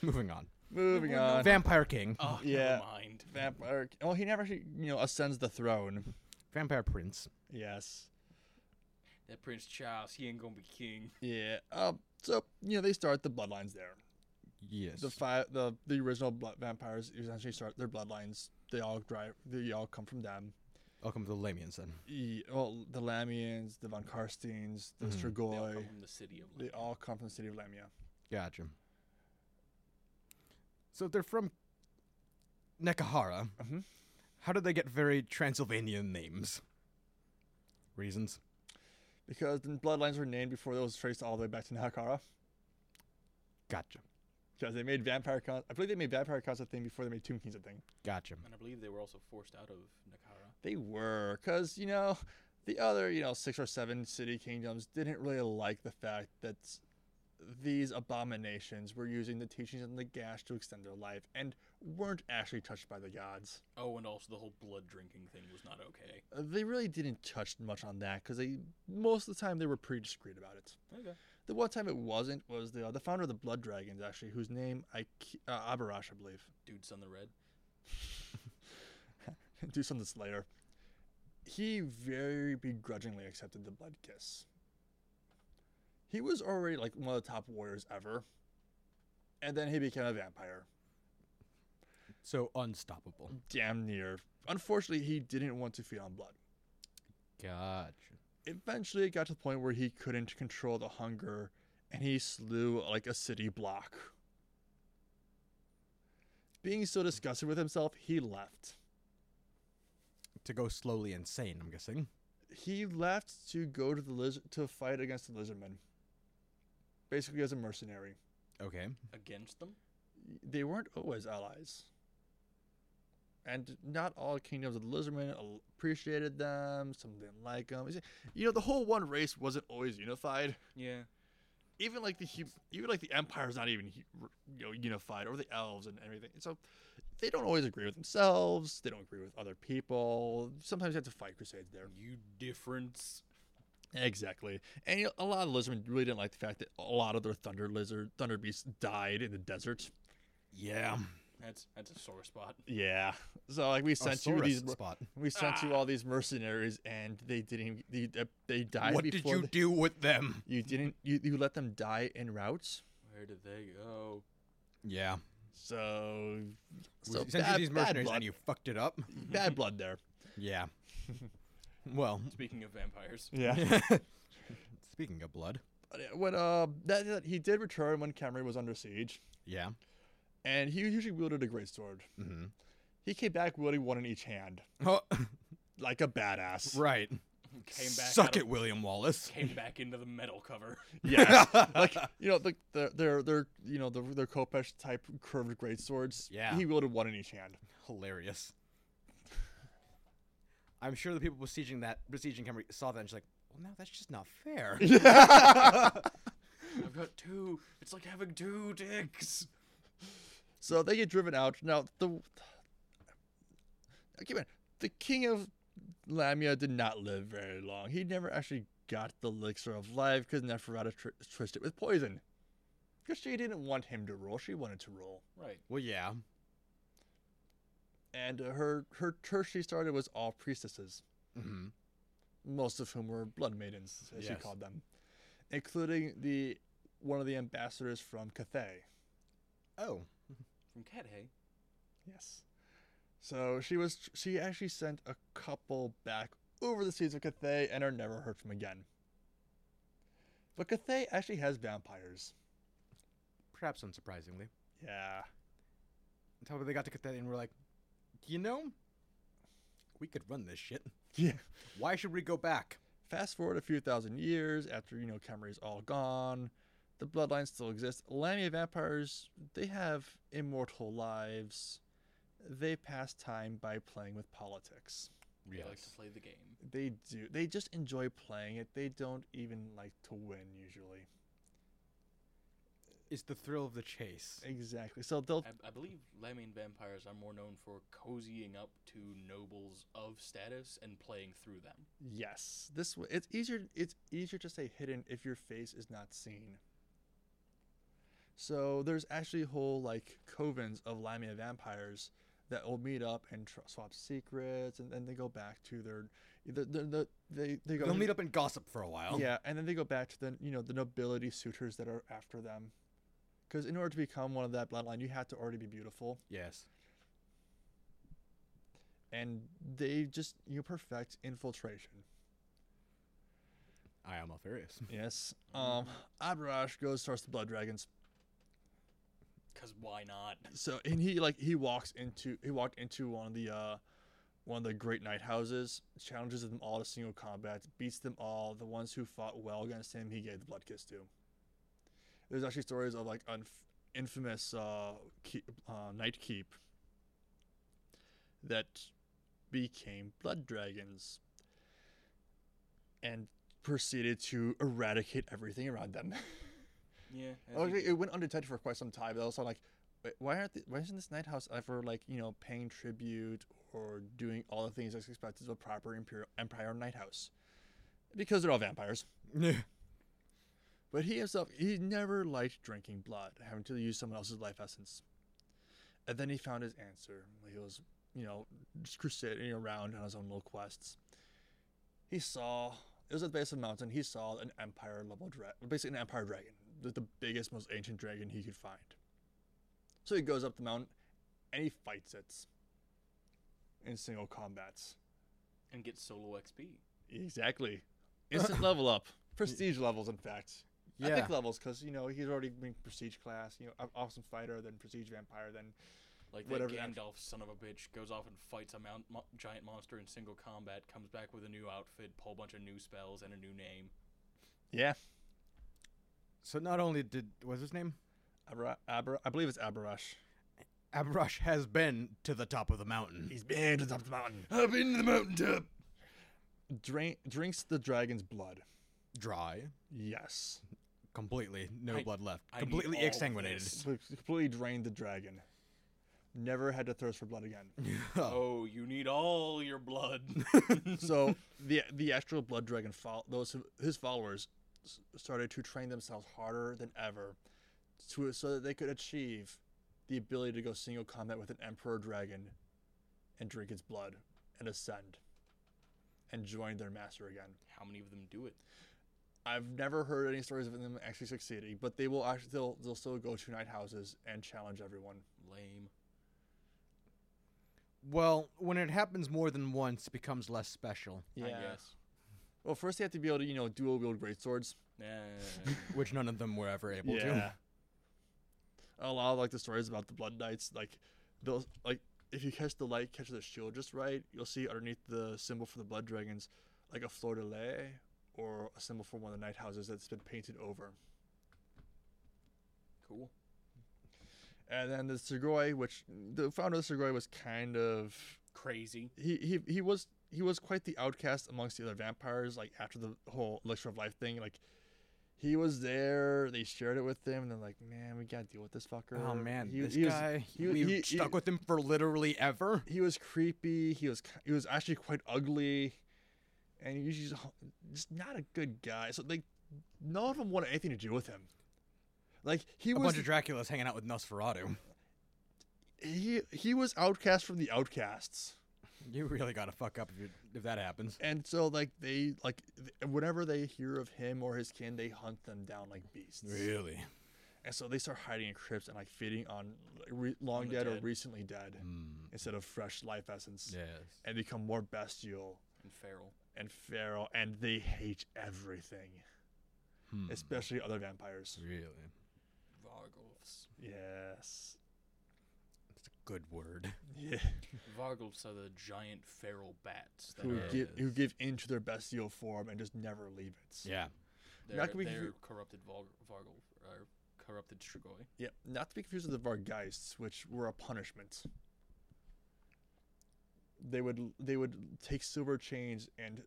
S1: Moving on.
S3: Moving on.
S1: Vampire King.
S2: oh,
S3: Yeah.
S2: never mind.
S3: Vampire. Well, he never actually, you know, ascends the throne.
S1: Vampire Prince.
S3: Yes.
S2: That Prince Charles, he ain't gonna be king.
S3: Yeah. Um. So you know they start the bloodlines there.
S1: Yes.
S3: The five, the the original blood vampires essentially start their bloodlines. They all drive. They all come from them.
S1: Welcome to the Lamian Sun.
S3: E- well, the Lamians, the von Karsteins, the
S1: Mhm.
S2: They all
S3: Strigoi.
S2: come from the city of
S3: Mm-hmm. They
S2: Lamia.
S3: all come from the city of Lamia.
S1: Gotcha. So if they're from Nekahara,
S3: Mhm.
S1: how did they get very Transylvanian names? Reasons?
S3: Because the bloodlines were named before those traced all the way back to Nahakara.
S1: Gotcha.
S3: Because they made vampire cons. I believe they made vampire cons a thing before they made Tomb Kings a thing.
S1: Gotcha.
S2: And I believe they were also forced out of Nakara.
S3: They were, because you know, the other you know six or seven city kingdoms didn't really like the fact that s- these abominations were using the teachings of the Gash to extend their life and weren't actually touched by the gods.
S2: Oh, and also the whole blood drinking thing was not okay.
S3: Uh, They really didn't touch much on that because they most of the time they were pretty discreet about it.
S2: Okay.
S3: The one time it wasn't was the uh, the founder of the Blood Dragons actually, whose name I ke- uh, Abarash I believe.
S2: Dude's on the red.
S3: do something that's later. He very begrudgingly accepted the blood kiss. He was already like one of the top warriors ever, and then he became a vampire.
S1: So unstoppable.
S3: Damn near. Unfortunately, he didn't want to feed on blood.
S1: Gotcha.
S3: Eventually, it got to the point where he couldn't control the hunger, and he slew like a city block. Being so disgusted with himself, he left.
S1: To go slowly insane, I'm guessing.
S3: he left to go to the lizard to fight against the lizardmen. Basically, as a mercenary,
S1: Okay.
S2: Against them?
S3: they weren't always allies. and not all kingdoms of the Lizardmen al- appreciated them. Some didn't like them. You know, the whole one race wasn't always unified.
S2: Yeah.
S3: Even like the hu- even like the Empire's not even hu- you know unified, or the Elves and everything. So they don't always agree with themselves. They don't agree with other people. Sometimes you have to fight crusades there.
S2: You difference.
S3: Exactly, and you know, a lot of Lizardmen really didn't like the fact that a lot of their Thunder Lizard Thunder Beasts died in the desert.
S1: Yeah.
S2: That's that's a sore spot.
S3: Yeah, so like we
S1: Oh, Ah.
S3: sent you
S1: Saurus
S3: these.
S1: spot.
S3: We sent you all these mercenaries, and they didn't. They, uh, they died
S1: What did
S3: before.
S1: you
S3: they-
S1: do with them?
S3: you didn't. You, you let them die en route.
S2: Where did they go?
S1: Yeah.
S3: So,
S1: We
S3: so
S1: sent you
S3: bad,
S1: these
S3: bad
S1: mercenaries
S3: blood.
S1: and you fucked it up.
S3: bad blood there.
S1: Yeah. well,
S2: Speaking of vampires,
S3: Yeah.
S1: speaking of blood.
S3: when uh, that, that he did return when Camry was under siege,
S1: Yeah.
S3: and he usually wielded a great sword.
S1: hmm
S3: He came back wielding one in each hand,
S1: Oh,
S3: like a badass.
S1: right.
S2: came back.
S1: Suck
S2: out
S1: it,
S2: Of,
S1: William Wallace.
S2: came back into the metal cover.
S3: Yes. like you know, the, the their their you know the, their Kopesh type curved great swords.
S1: Yeah.
S3: He wielded one in each hand.
S1: Hilarious. I'm sure the people besieging that besieging Camry saw that and she's like, "Well, no, that's just not fair."
S2: I've got two. It's like having two dicks.
S3: So they get driven out. Now the keep in mind, the king of Lamia did not live very long. He never actually got the elixir of life because Neferata tr- twisted it with poison. Because she didn't want him to rule, she wanted to rule.
S2: Right.
S1: well, yeah.
S3: And uh, her her church she started was all priestesses,
S1: hmm
S3: most of whom were blood maidens, as she
S1: Yes.
S3: called them, including the one of the ambassadors from Cathay.
S1: Oh,
S2: From Cat Hay.
S3: Yes. So she was she actually sent a couple back over the seas of Cathay and are never heard from again. But Cathay actually has vampires.
S1: perhaps unsurprisingly.
S3: Yeah.
S1: Until they got to Cathay and we're like, you know, we could run this shit.
S3: Yeah.
S1: Why should we go back?
S3: Fast forward a few thousand years after you know Camry's all gone, the bloodline still exists. Lamia vampires they have immortal lives. They pass time by playing with politics.
S2: They like to play the game.
S3: They do. They just enjoy playing it. They don't even like to win usually.
S1: It's the thrill of the chase.
S3: Exactly. So they'll
S2: I, I believe Lamine vampires are more known for cozying up to nobles of status and playing through them.
S3: Yes, this way it's easier. It's easier to say hidden if your face is not seen. So there's actually whole like covens of Lamia vampires that will meet up and tr- swap secrets, and then they go back to their, the, the, the, they they go
S1: They'll meet up and gossip for a while.
S3: Yeah, and then they go back to the you know the nobility suitors that are after them, because in order to become one of that bloodline, you have to already be beautiful,
S1: Yes.
S3: and they just you know, perfect infiltration.
S1: I am Alfarius.
S3: Yes. Um, Abrash goes starts the Blood Dragons.
S2: Cause why not?
S3: So and he like he walks into he walked into one of the uh one of the great night houses, challenges them all to single combat, beats them all. The ones who fought well against him, he gave the blood kiss to. There's actually stories of like unf- infamous uh, keep, uh night keep that became blood dragons and proceeded to eradicate everything around them.
S2: Yeah.
S3: Oh, it it went undetected for quite some time. But also, like, "Wait, why aren't the, why isn't this night house ever like you know paying tribute or doing all the things that's expected of a proper imperial empire night house? Because they're all vampires. But he himself, he never liked drinking blood, having to use someone else's life essence. And then he found his answer. He was, you know, just crusading around on his own little quests. He saw, it was at the base of a mountain, he saw an empire level dragon, basically an empire dragon, the, the biggest, most ancient dragon he could find. So he goes up the mountain and he fights it in single combats.
S2: and get solo XP.
S3: Exactly. Instant level up. Prestige levels, in fact. I
S1: Yeah.
S3: think levels because you know he's already been prestige class. You know, a- awesome fighter, then prestige vampire, then
S2: Like that
S3: Whatever that-
S2: Gandalf son of a bitch goes off and fights a mount, mo- giant monster in single combat, comes back with a new outfit, whole bunch of new spells, and a new name.
S3: yeah.
S1: So not only did what's his name?
S3: Abra, Abra, I believe it's Abarash.
S1: Abrush has been to the top of the mountain.
S3: He's been to the top of the mountain.
S1: Up into the mountaintop.
S3: Drink, drinks the dragon's blood.
S1: Dry.
S3: Yes.
S1: Completely. No
S2: I-
S1: blood left.
S2: I need
S1: Completely
S2: all of
S1: exsanguinated.
S2: this.
S3: So it's Completely drained the dragon. Never had to thirst for blood again.
S2: Oh, you need all your blood.
S3: so the the actual blood dragon fol- those who, his followers s- started to train themselves harder than ever to so that they could achieve the ability to go single combat with an emperor dragon and drink its blood and ascend and join their master again
S2: How many of them do it?
S3: i've never heard any stories of them actually succeeding but they will actually they'll, they'll still go to night houses and challenge everyone
S2: Lame.
S1: well, when it happens more than once, it becomes less special,
S2: I guess.
S3: well first they have to be able to you know dual wield great swords
S2: Nah.
S1: which none of them were ever able
S3: Yeah.
S1: to.
S3: A lot of like the stories about the Blood Knights, like they'll like if you catch the light, catch the shield just right, you'll see underneath the symbol for the Blood Dragons, like a fleur de lis or a symbol for one of the night houses that's been painted over.
S2: cool.
S3: And then the Sugoi, which the founder of the Sugoi was kind of
S2: Crazy.
S3: he he he was he was quite the outcast amongst the other vampires. Like after the whole elixir of life thing, like he was there. They shared it with him, and they're like, "Man, we gotta deal with this fucker."
S1: Oh man,
S3: He-
S1: this
S3: he was-
S1: guy.
S3: he-
S1: we
S3: he-
S1: stuck
S3: he-
S1: with him for literally ever.
S3: he was creepy. He was ki- he was actually quite ugly, and he was just, just not a good guy. So like, none of them wanted anything to do with him. Like he
S1: A
S3: was
S1: bunch of Draculas hanging out with Nosferatu.
S3: he he was outcast from the outcasts,
S1: You really gotta fuck up if, you, if that happens.
S3: and so like they like th- whenever they hear of him or his kin, they hunt them down like beasts.
S1: Really?
S3: And so they start hiding in crypts and like feeding on like, re- long
S2: the
S3: dead, or
S2: dead. Mm.
S3: recently dead instead of fresh life essence,
S1: Hmm. yes.
S3: and become more bestial.
S2: And feral.
S3: and feral, and they hate everything,
S2: Mm.
S3: especially other vampires.
S1: Hmm. Really?
S2: Vargulfs.
S3: Yes.
S1: That's a good word.
S3: Yeah.
S2: Vargulfs are the giant feral bats that
S3: Who
S2: are
S3: give who give in to their bestial form and just never leave it.
S1: Yeah.
S2: they're,
S3: Not gonna be
S2: they're
S3: confu-
S2: corrupted Varg- Vargulf or corrupted Strigoi.
S3: Yeah. Not to be confused with the Vargeists, which were a punishment. They would they would take silver chains and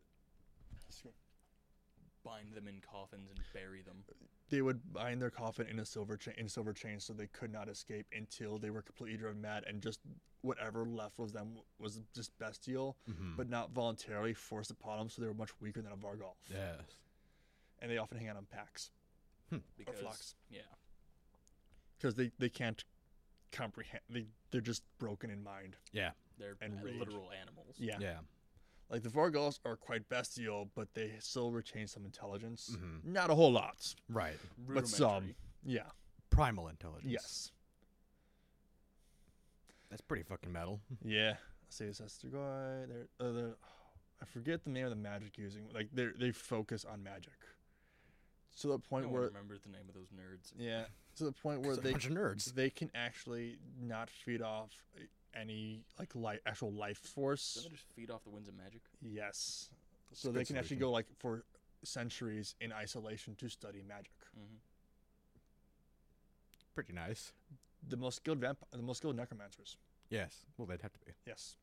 S2: Bind them in coffins and bury them.
S3: they would bind their coffin in a silver chain in silver chain so they could not escape until they were completely driven mad and just whatever left was them was just bestial
S1: Mm-hmm. Mm.
S3: but not voluntarily forced upon them so they were much weaker than a vargolf
S1: Yes.
S3: and they often hang out on packs
S2: Because,
S3: flocks.
S2: Yeah.
S3: because they, they can't comprehend they, they're just broken in mind
S1: Yeah.
S2: They're
S3: And
S2: a-
S3: rage.
S2: literal animals.
S3: yeah,
S1: Yeah.
S3: like the vargolfs are quite bestial but they still retain some intelligence
S1: Mhm.
S3: not a whole lot
S1: Right.
S3: but some
S2: Rudimentary.
S3: yeah
S1: Primal intelligence.
S3: yes
S1: That's pretty fucking metal.
S3: Yeah. Say it's Esther Guy. They're, uh, they're, I forget the name of the magic using. Like they they focus on magic. To the
S2: I
S3: point
S2: don't
S3: where
S2: remember the name of those nerds.
S3: yeah, to the point where
S1: It's a
S3: they
S1: bunch of nerds.
S3: they can actually not feed off any like life actual life
S2: Doesn't
S3: force.
S2: it just feed off the winds of magic?
S3: Yes. So
S1: a
S3: they
S1: good
S3: can actually
S1: solution.
S3: go like for centuries in isolation to study magic.
S2: Mm-hmm.
S1: Pretty nice.
S3: The most skilled vamp, the most skilled necromancers.
S1: Yes. Well, they'd have to be.
S3: Yes.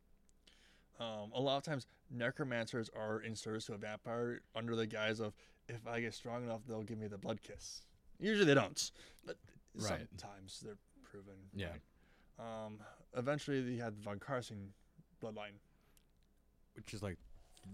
S3: Um, a lot of times, necromancers are in service to a vampire under the guise of if I get strong enough, they'll give me the blood kiss. Usually they don't, but
S1: Right.
S3: sometimes they're proven.
S1: Yeah.
S3: right. Um, eventually, they had the von Karsten bloodline.
S1: Which is like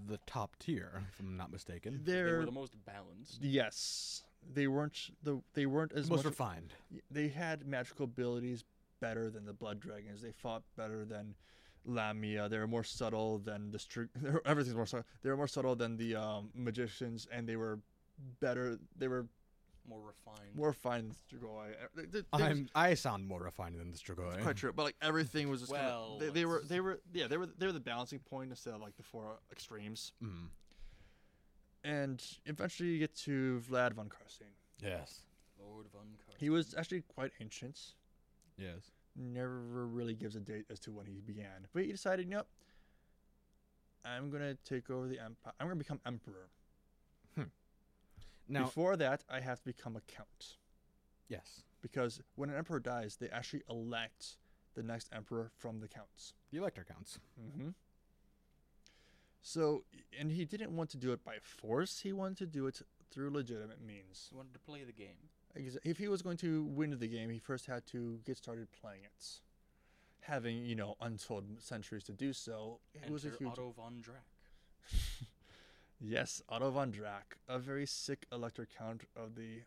S1: the top tier, if I'm not mistaken.
S2: They
S3: They're
S2: were the most balanced.
S3: yes, they weren't the they weren't as
S1: most
S3: much.
S1: refined.
S3: they had magical abilities better than the blood dragons. They fought better than Lamia. They were more subtle than the stri- they were- everything's more subtle. They were more subtle than the um, magicians, and they were better. They were
S2: More refined.
S3: more fine than Strigoi. Eh, th- th- they was-
S1: I'm, I sound more refined than the Strigoi.
S3: it's quite true, but like everything was just kinda-
S2: Well,
S3: they, they were
S2: it's-
S3: they were yeah they were they were the balancing point instead of like the four extremes.
S1: Mm.
S3: And eventually you get to Vlad von Karstein.
S1: Yes.
S2: Lord von Karsten.
S3: He was actually quite ancient.
S1: Yes.
S3: never really gives a date as to when he began. But he decided, nope, I'm gonna take over the empire. I'm gonna become emperor.
S1: Now,
S3: Before that, I have to become a count
S1: yes.
S3: because when an emperor dies, they actually elect the next emperor from the counts.
S1: The Elector counts.
S3: Mm-hmm. So, and he didn't want to do it by force. He wanted to do it through legitimate means.
S2: wanted to play the game.
S3: Exa- If he was going to win the game, he first had to get started playing it. Having, you know, untold centuries to do so, it
S2: Enter
S3: was a huge.
S2: Otto von Drac.
S3: Yes, Otto von Drac, a very sick elector count of the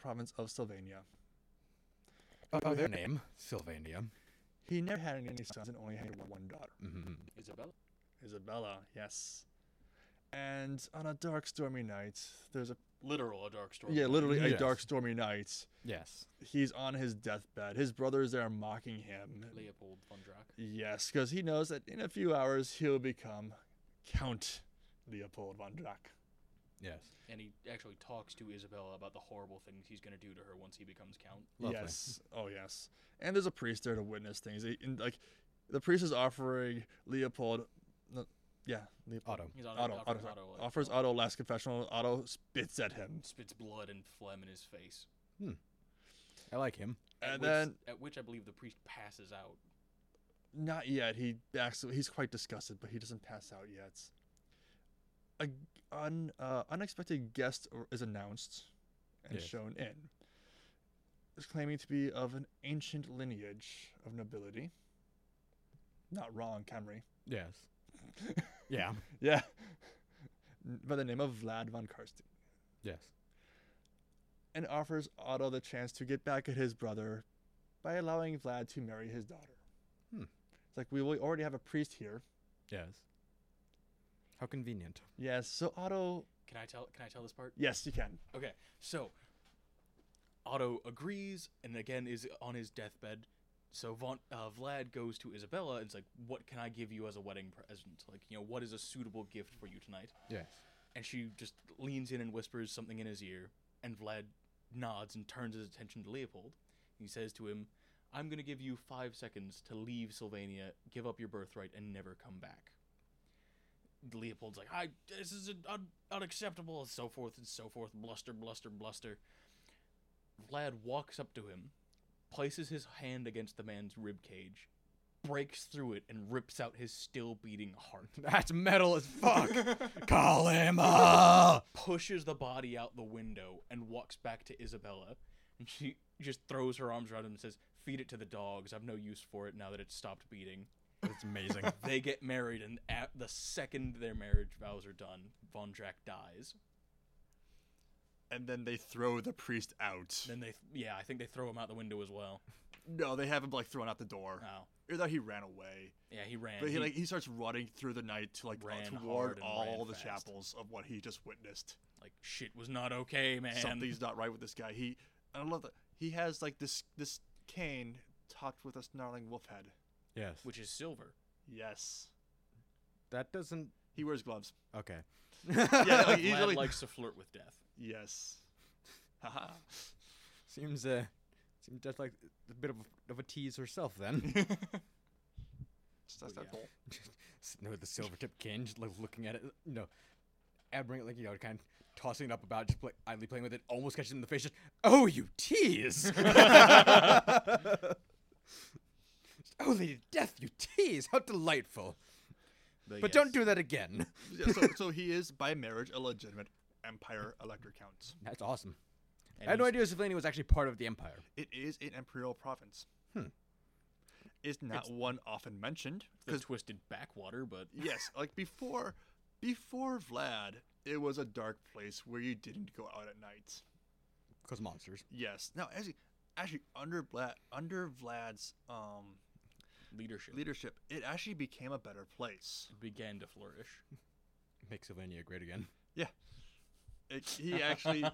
S3: province of Sylvania.
S1: Oh, their name, Sylvania.
S3: He never had any sons and only had one daughter.
S1: hmm
S2: Isabella.
S3: Isabella, yes. And on a dark, stormy night, there's a
S2: Literal a dark story.
S3: yeah, literally a
S1: Yes.
S3: dark, stormy night.
S1: Yes.
S3: He's on his deathbed. His brothers are mocking him.
S2: Leopold von Drac.
S3: Yes, because he knows that in a few hours he'll become Count Leopold von Drac.
S1: Yes.
S2: And he actually talks to Isabella about the horrible things he's going to do to her once he becomes count.
S1: Lovely.
S3: Yes. Oh, yes. And there's a priest there to witness things. They- and, like, the priest is offering Leopold, no, yeah, Leopold.
S1: Otto.
S2: He's on
S3: Otto, Otto,
S2: offers
S3: sorry.
S2: Otto, like,
S3: offers Otto last confessional. Otto spits at him,
S2: spits blood and phlegm in his face.
S1: I like him.
S2: At
S3: and
S2: which,
S3: then
S2: at which I believe the priest passes out.
S3: Not yet. He backs. He's quite disgusted, but he doesn't pass out yet. A g- un, uh, unexpected guest or- is announced and
S1: Yes.
S3: shown in. Is claiming to be of an ancient lineage of nobility. Not wrong, Camry.
S1: Yes. yeah.
S3: Yeah. N- By the name of Vlad von Karsten,
S1: Yes.
S3: and offers Otto the chance to get back at his brother by allowing Vlad to marry his daughter.
S1: Hmm.
S3: It's like we will already have a priest here.
S1: Yes. How convenient.
S3: Yes. So Otto
S2: Can I tell? Can I tell this part?
S3: Yes, you can.
S2: Okay, so Otto agrees, and again is on his deathbed. So Von, uh, Vlad goes to Isabella and is like, "What can I give you as a wedding present? Like, you know, what is a suitable gift for you tonight?"
S1: Yes.
S2: And she just leans in and whispers something in his ear, and Vlad nods and turns his attention to Leopold. He says to him, "I'm going to give you five seconds to leave Sylvania, give up your birthright, and never come back." Leopold's like, "I this is un- unacceptable," and so forth and so forth. Bluster, bluster, bluster. Vlad walks up to him, places his hand against the man's rib cage, breaks through it, and rips out his still beating heart.
S1: That's metal as fuck. Call him up.
S2: pushes the body out the window and walks back to Isabella. And she just throws her arms around him and says, Feed it to the dogs. I've no use for it now that it's stopped beating.
S1: It's amazing.
S2: They get married, and at the second their marriage vows are done, Von Drac dies.
S4: And then they throw the priest out.
S2: Then they, yeah, I think they throw him out the window as well.
S4: No, they have him like thrown out the door.
S3: Ah.
S2: Oh,
S4: Or that he ran away.
S2: yeah, he ran.
S4: But he like he starts running through the night to like uh,
S2: Ran hard
S4: toward
S2: and
S4: all
S2: ran
S4: the
S2: fast.
S4: chapels of what he just witnessed.
S2: like, shit was not okay, man.
S4: Something's not right with this guy. He I love that he has like this this cane topped with a snarling wolf head.
S1: yes.
S2: Which is silver.
S4: Yes.
S1: That doesn't.
S4: He wears gloves.
S1: Okay.
S4: Yeah, like, he's
S2: Vlad
S4: really-
S2: likes to flirt with death.
S4: Yes. Haha.
S1: Seems uh, seems just like a bit of a, of a tease herself then.
S4: Just that's
S2: Well,
S4: that
S2: yeah.
S4: bull.
S1: no, the silver tip cane, just like looking at it. You know, admiring it, like you know, kind of tossing it up about, just play, idly playing with it, almost catches it in the face. Just, oh, you tease! oh, Lady Death, you tease! How delightful! But don't do that again.
S4: Yeah, so, so he is by marriage a legitimate empire elector count.
S1: That's awesome.
S2: And
S1: I had no
S2: he's-
S1: idea Sylvania was actually part of the Empire.
S4: It is an imperial province.
S1: Hmm.
S4: It's not one often mentioned
S2: The
S4: because
S2: twisted backwater, but
S4: yes, like before, before Vlad, it was a dark place where you didn't go out at night.
S1: Because monsters.
S4: Yes. Now, actually, actually under Vlad, under Vlad's um,
S2: leadership
S4: leadership, it actually became a better place.
S2: began to flourish.
S1: Make Sylvania great again.
S4: It, he actually,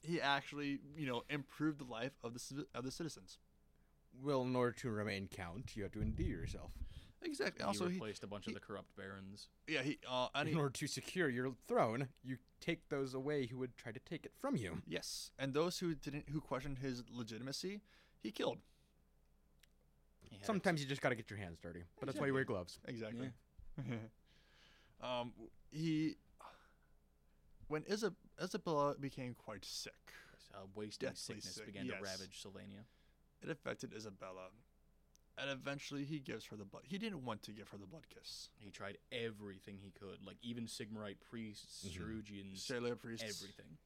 S4: he actually, you know, improved the life of the civi- of the citizens.
S1: Well, in order to remain count, you have to endear yourself.
S4: Exactly.
S2: He
S4: also, he,
S2: replaced a bunch of the corrupt barons.
S4: yeah, he uh, and he,
S1: in order to secure your throne, you take those away who would try to take it from you.
S4: yes, and those who didn't who questioned his legitimacy, he killed.
S2: He had a-
S1: Sometimes you just gotta get your hands dirty, but that's why you wear gloves.
S4: Exactly. um, he when Isab- Isabella became quite sick,
S2: uh, wasting
S4: Deathly
S2: sickness
S4: sick,
S2: began
S4: yes.
S2: to ravage Sylvania.
S4: it affected Isabella, and eventually he gives her the blood. He didn't want to give her the blood kiss.
S2: He tried everything he could, like even Sigmarite priests,
S4: Mm-hmm.
S1: Mhm.
S2: Cerugians,
S4: Sailor priest,
S2: everything,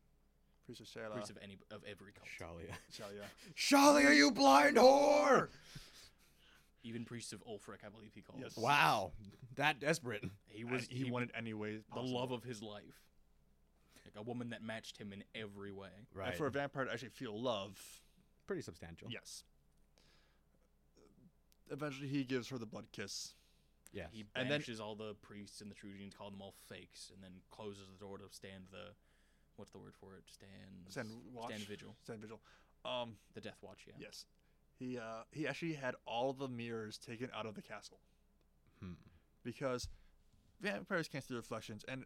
S4: priest of Sailor,
S2: priests of any of every cult,
S1: Shalia.
S4: Celia.
S1: Shalia, you blind whore!
S2: even priests of Ulfric, I believe he called.
S4: Yes.
S1: Wow, that desperate.
S2: He
S4: He
S2: was
S4: was he, wanted any way
S2: the
S4: possible.
S2: love of his life, like a woman that matched him in every way.
S4: And for a vampire to actually feel love,
S1: Pretty substantial.
S4: yes. Eventually, he gives her the blood kiss.
S1: Yes.
S2: He
S4: And then-
S2: banishes all the priests and the Trudians, call them all fakes, and then closes the door to stand the, what's the word for it? Stand.
S4: Stand watch.
S2: Stand vigil.
S4: Stand vigil. Um,
S2: The Death Watch. Yeah.
S4: Yes. He uh, he actually had all the mirrors taken out of the castle
S1: Hmm.
S4: because vampires can't see their reflections, and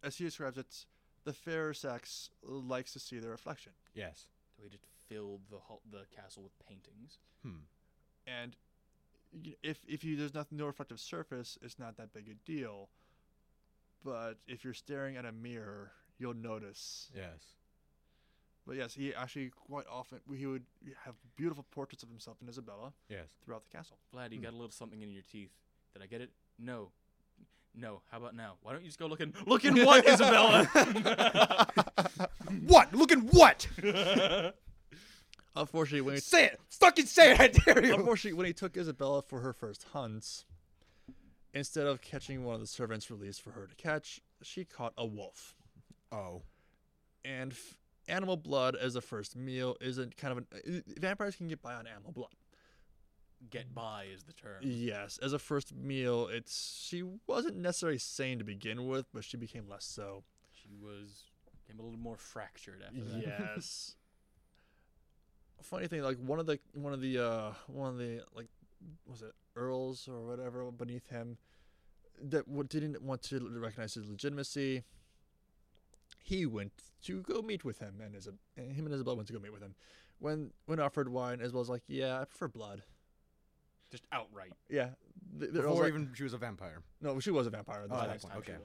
S4: as he describes it, the fairer sex likes to see their reflection.
S1: Yes.
S2: So he just filled the hall, the castle with paintings.
S1: Hmm.
S4: And y- if if you there's nothing no reflective surface, it's not that big a deal. But if you're staring at a mirror, you'll notice.
S1: Yes.
S4: But yes, he actually quite often he would have beautiful portraits of himself and Isabella
S1: Yes.
S4: throughout the castle.
S2: Vlad, you
S1: Hmm.
S2: got a little something in your teeth. Did I get it? No. No. How about now? Why don't you just go looking? Looking what, Isabella?
S1: What? Look at what?
S3: Unfortunately, when he
S1: say it. Fucking say it. I dare you.
S3: Unfortunately, when he took Isabella for her first hunt, instead of catching one of the servants released for her to catch, she caught a wolf.
S1: Oh.
S3: And f- animal blood as a first meal isn't kind of an. uh, Vampires can get by on animal blood.
S2: Get by is the term.
S3: Yes, as a first meal, it's she wasn't necessarily sane to begin with, but she became less so.
S2: She was became a little more fractured after that.
S3: Yes. Funny thing, like one of the one of the uh one of the like was it earls or whatever beneath him that w- didn't want to l- recognize his legitimacy. He went to go meet with him, and Isab- and him and Isabel went to go meet with him. When when offered wine, Isabel's like, "Yeah, I prefer blood."
S2: Just outright.
S3: Yeah, the, the earl's
S1: Before
S3: like-
S1: even she was a vampire.
S3: no, she was a vampire. at this
S1: Oh, that
S2: by
S3: time.
S2: this
S1: point,
S2: time she
S1: okay.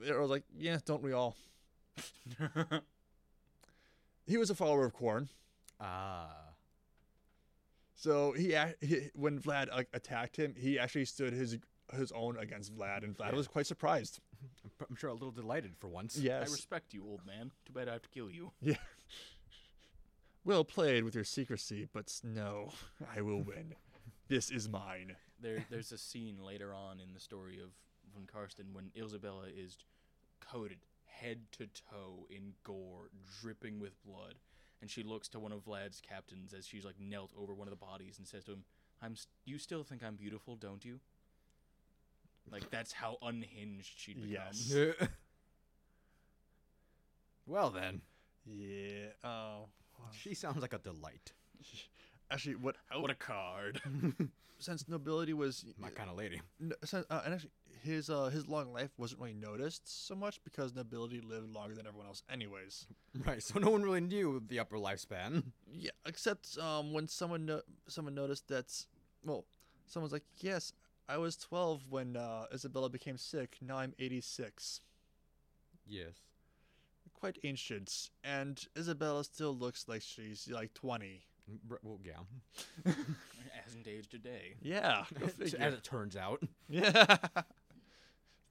S2: was.
S3: The earl's like, "Yeah, don't we all?"
S2: I
S3: He was a follower of Corn.
S1: Ah.
S3: So he, ac- he when Vlad like, attacked him, he actually stood his his own against Vlad, and Vlad was quite surprised.
S1: I'm p- I'm sure a little delighted for once.
S3: Yes,
S2: respect you, old man. Too bad I have to kill you.
S3: well played with your secrecy, but s- no, I will win. this is mine.
S2: There, there's a scene later on in the story of von Karsten when Isabella is coated head to toe in gore, dripping with blood, and she looks to one of Vlad's captains as she's like knelt over one of the bodies and says to him, "I'm. s you still think I'm beautiful, don't you?" Like that's how unhinged she'd become.
S3: Yes.
S1: well then,
S4: Yeah. Oh.
S1: she sounds like a delight.
S4: Actually, what
S2: What a card.
S4: since nobility was
S1: My kind of lady.
S4: n- since, uh, and actually his uh, his long life wasn't really noticed so much because nobility lived longer than everyone else anyways
S1: Right. So no one really knew the upper lifespan.
S4: yeah except um when someone no- someone noticed that well someone's like yes i was 12 when uh, isabella became sick now i'm 86
S1: Yes.
S4: quite ancient and isabella still looks like she's like 20
S1: Well, yeah.
S2: Hasn't aged a day.
S4: yeah go
S1: As
S4: figure.
S1: it turns out.
S4: yeah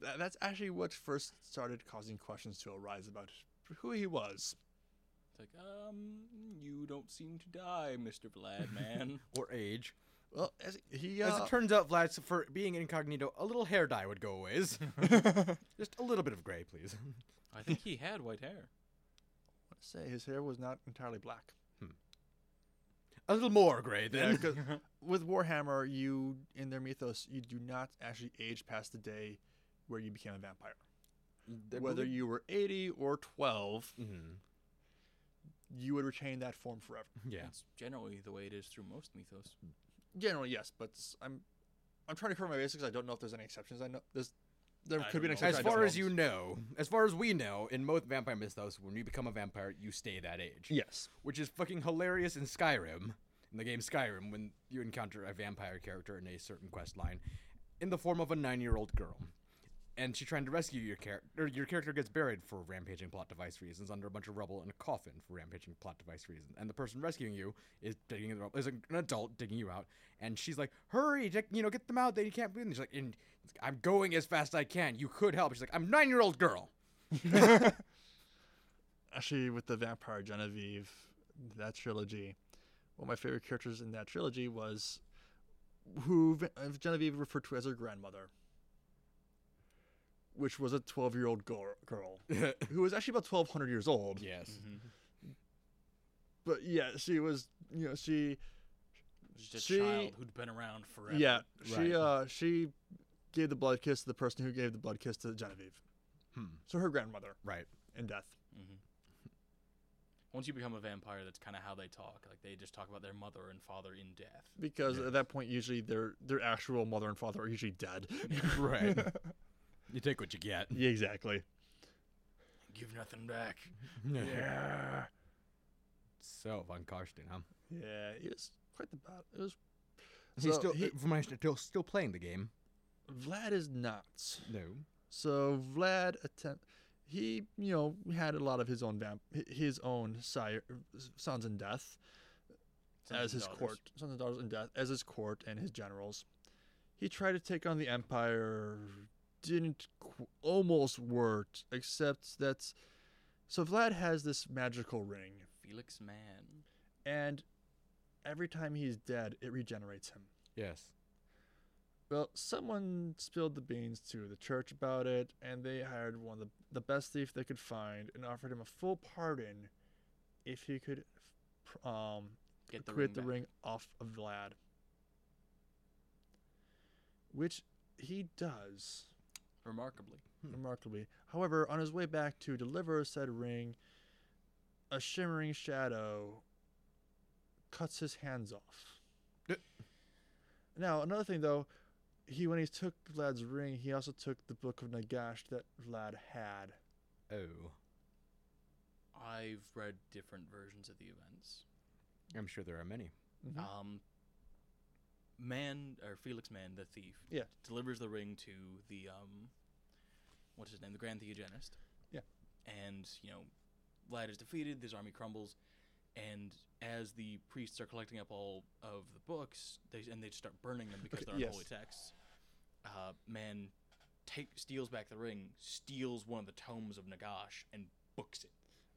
S4: That- that's actually what first started causing questions to arise about who he was
S2: It's like, um, you don't seem to die, Mister Vlad, man.
S1: Or age.
S4: Well, as he
S1: As
S4: uh,
S1: it turns out, Vlad, so for being incognito, a little hair dye would go a ways. Just a little bit of gray, please.
S2: I think he had white hair.
S4: say his hair was not entirely black.
S1: A little more gray, then.
S4: Yeah, 'cause with Warhammer, you in their mythos, you do not actually age past the day where you became a vampire.
S1: I
S4: Whether Mm-hmm.
S1: believe-
S4: you were 80 or 12,
S1: Mhm.
S4: you would retain that form forever.
S1: Yeah.
S2: That's generally the way it is through most mythos.
S4: Generally, yes, but s- I'm I'm trying to cover my basics. I don't know if there's any exceptions. I know there's there
S2: I
S4: could be an
S2: don't know.
S1: As
S4: exception. I don't
S1: far
S4: know.
S1: as you know, as far as we know, in most vampire mythos, when you become a vampire, you stay that age.
S3: Yes,
S1: Which is fucking hilarious in Skyrim, in the game Skyrim, when you encounter a vampire character in a certain quest line in the form of a nine year old girl. and she's trying to rescue your character. Your character gets buried for rampaging plot device reasons under a bunch of rubble in a coffin for rampaging plot device reasons. And the person rescuing you is digging the rubble, is an adult digging you out, and she's like, "Hurry, Dick, you know, get them out. They can't breathe." And she's like, and he's like, "I'm going as fast as I can. You could help." She's like, "I'm a nine year old girl."
S3: actually with the vampire Genevieve, that trilogy, one of my favorite characters in that trilogy was who Ve- uh, Genevieve referred to as her grandmother, which was a 12 year old girl, girl who was actually about 1,200 years old.
S1: yes.
S2: Mm-hmm.
S3: But yeah, she was, you know, she,
S2: Just a
S3: She-
S2: child who'd been around forever.
S3: yeah, she,
S1: Right.
S3: uh, she gave the blood kiss to the person who gave the blood kiss to Genevieve.
S1: Hmm.
S3: So her grandmother
S1: Right.
S3: in death.
S2: hmm Once you become a vampire, that's kind of how they talk. Like they just talk about their mother and father in death.
S3: Because
S1: Yes.
S3: at that point, usually their their actual mother and father are usually dead.
S1: Right. you take what you get.
S3: Yeah, exactly.
S2: Give nothing back.
S3: Yeah.
S1: so von Karsten, huh?
S3: Yeah, it was quite the battle. It was.
S1: He's
S3: So
S1: still, uh,
S3: he-
S1: from my still still playing the game.
S3: Vlad is nuts.
S1: No.
S3: So Vlad attempt. He, you know, had a lot of his own vamp, hi- his own sire, sons in death
S2: Sons and
S3: as his
S2: daughters.
S3: court, sons and daughters in death as his court and his generals. He tried to take on the empire, didn't qu- almost work, except that. So Vlad has this magical ring,
S2: Felix Mann.
S3: and every time he's dead, it regenerates him.
S1: Yes.
S3: Well, someone spilled the beans to the church about it, and they hired one of the, the best thief they could find and offered him a full pardon if he could f- um,
S2: Get the
S3: quit
S2: ring
S3: the
S2: back.
S3: ring off of Vlad. Which he does,
S2: Remarkably.
S3: remarkably. However, on his way back to deliver said ring, a shimmering shadow cuts his hands off.
S1: Yeah.
S3: Now, another thing though, he when he took Vlad's ring, he also took the book of Nagash that Vlad had.
S1: Oh,
S2: I've read different versions of the events.
S1: I'm sure there are many.
S3: Mhm.
S2: Um, man or Felix Mann, the thief,
S3: Yeah.
S2: delivers the ring to the um, what's his name, the Grand Theogenist.
S3: Yeah.
S2: and you know, Vlad is defeated. His army crumbles, and as the priests are collecting up all of the books, they and they start burning them because
S3: Okay,
S2: they're
S3: yes.
S2: unholy texts. Uh, man, take steals back the ring, steals one of the tomes of Nagash, and books it.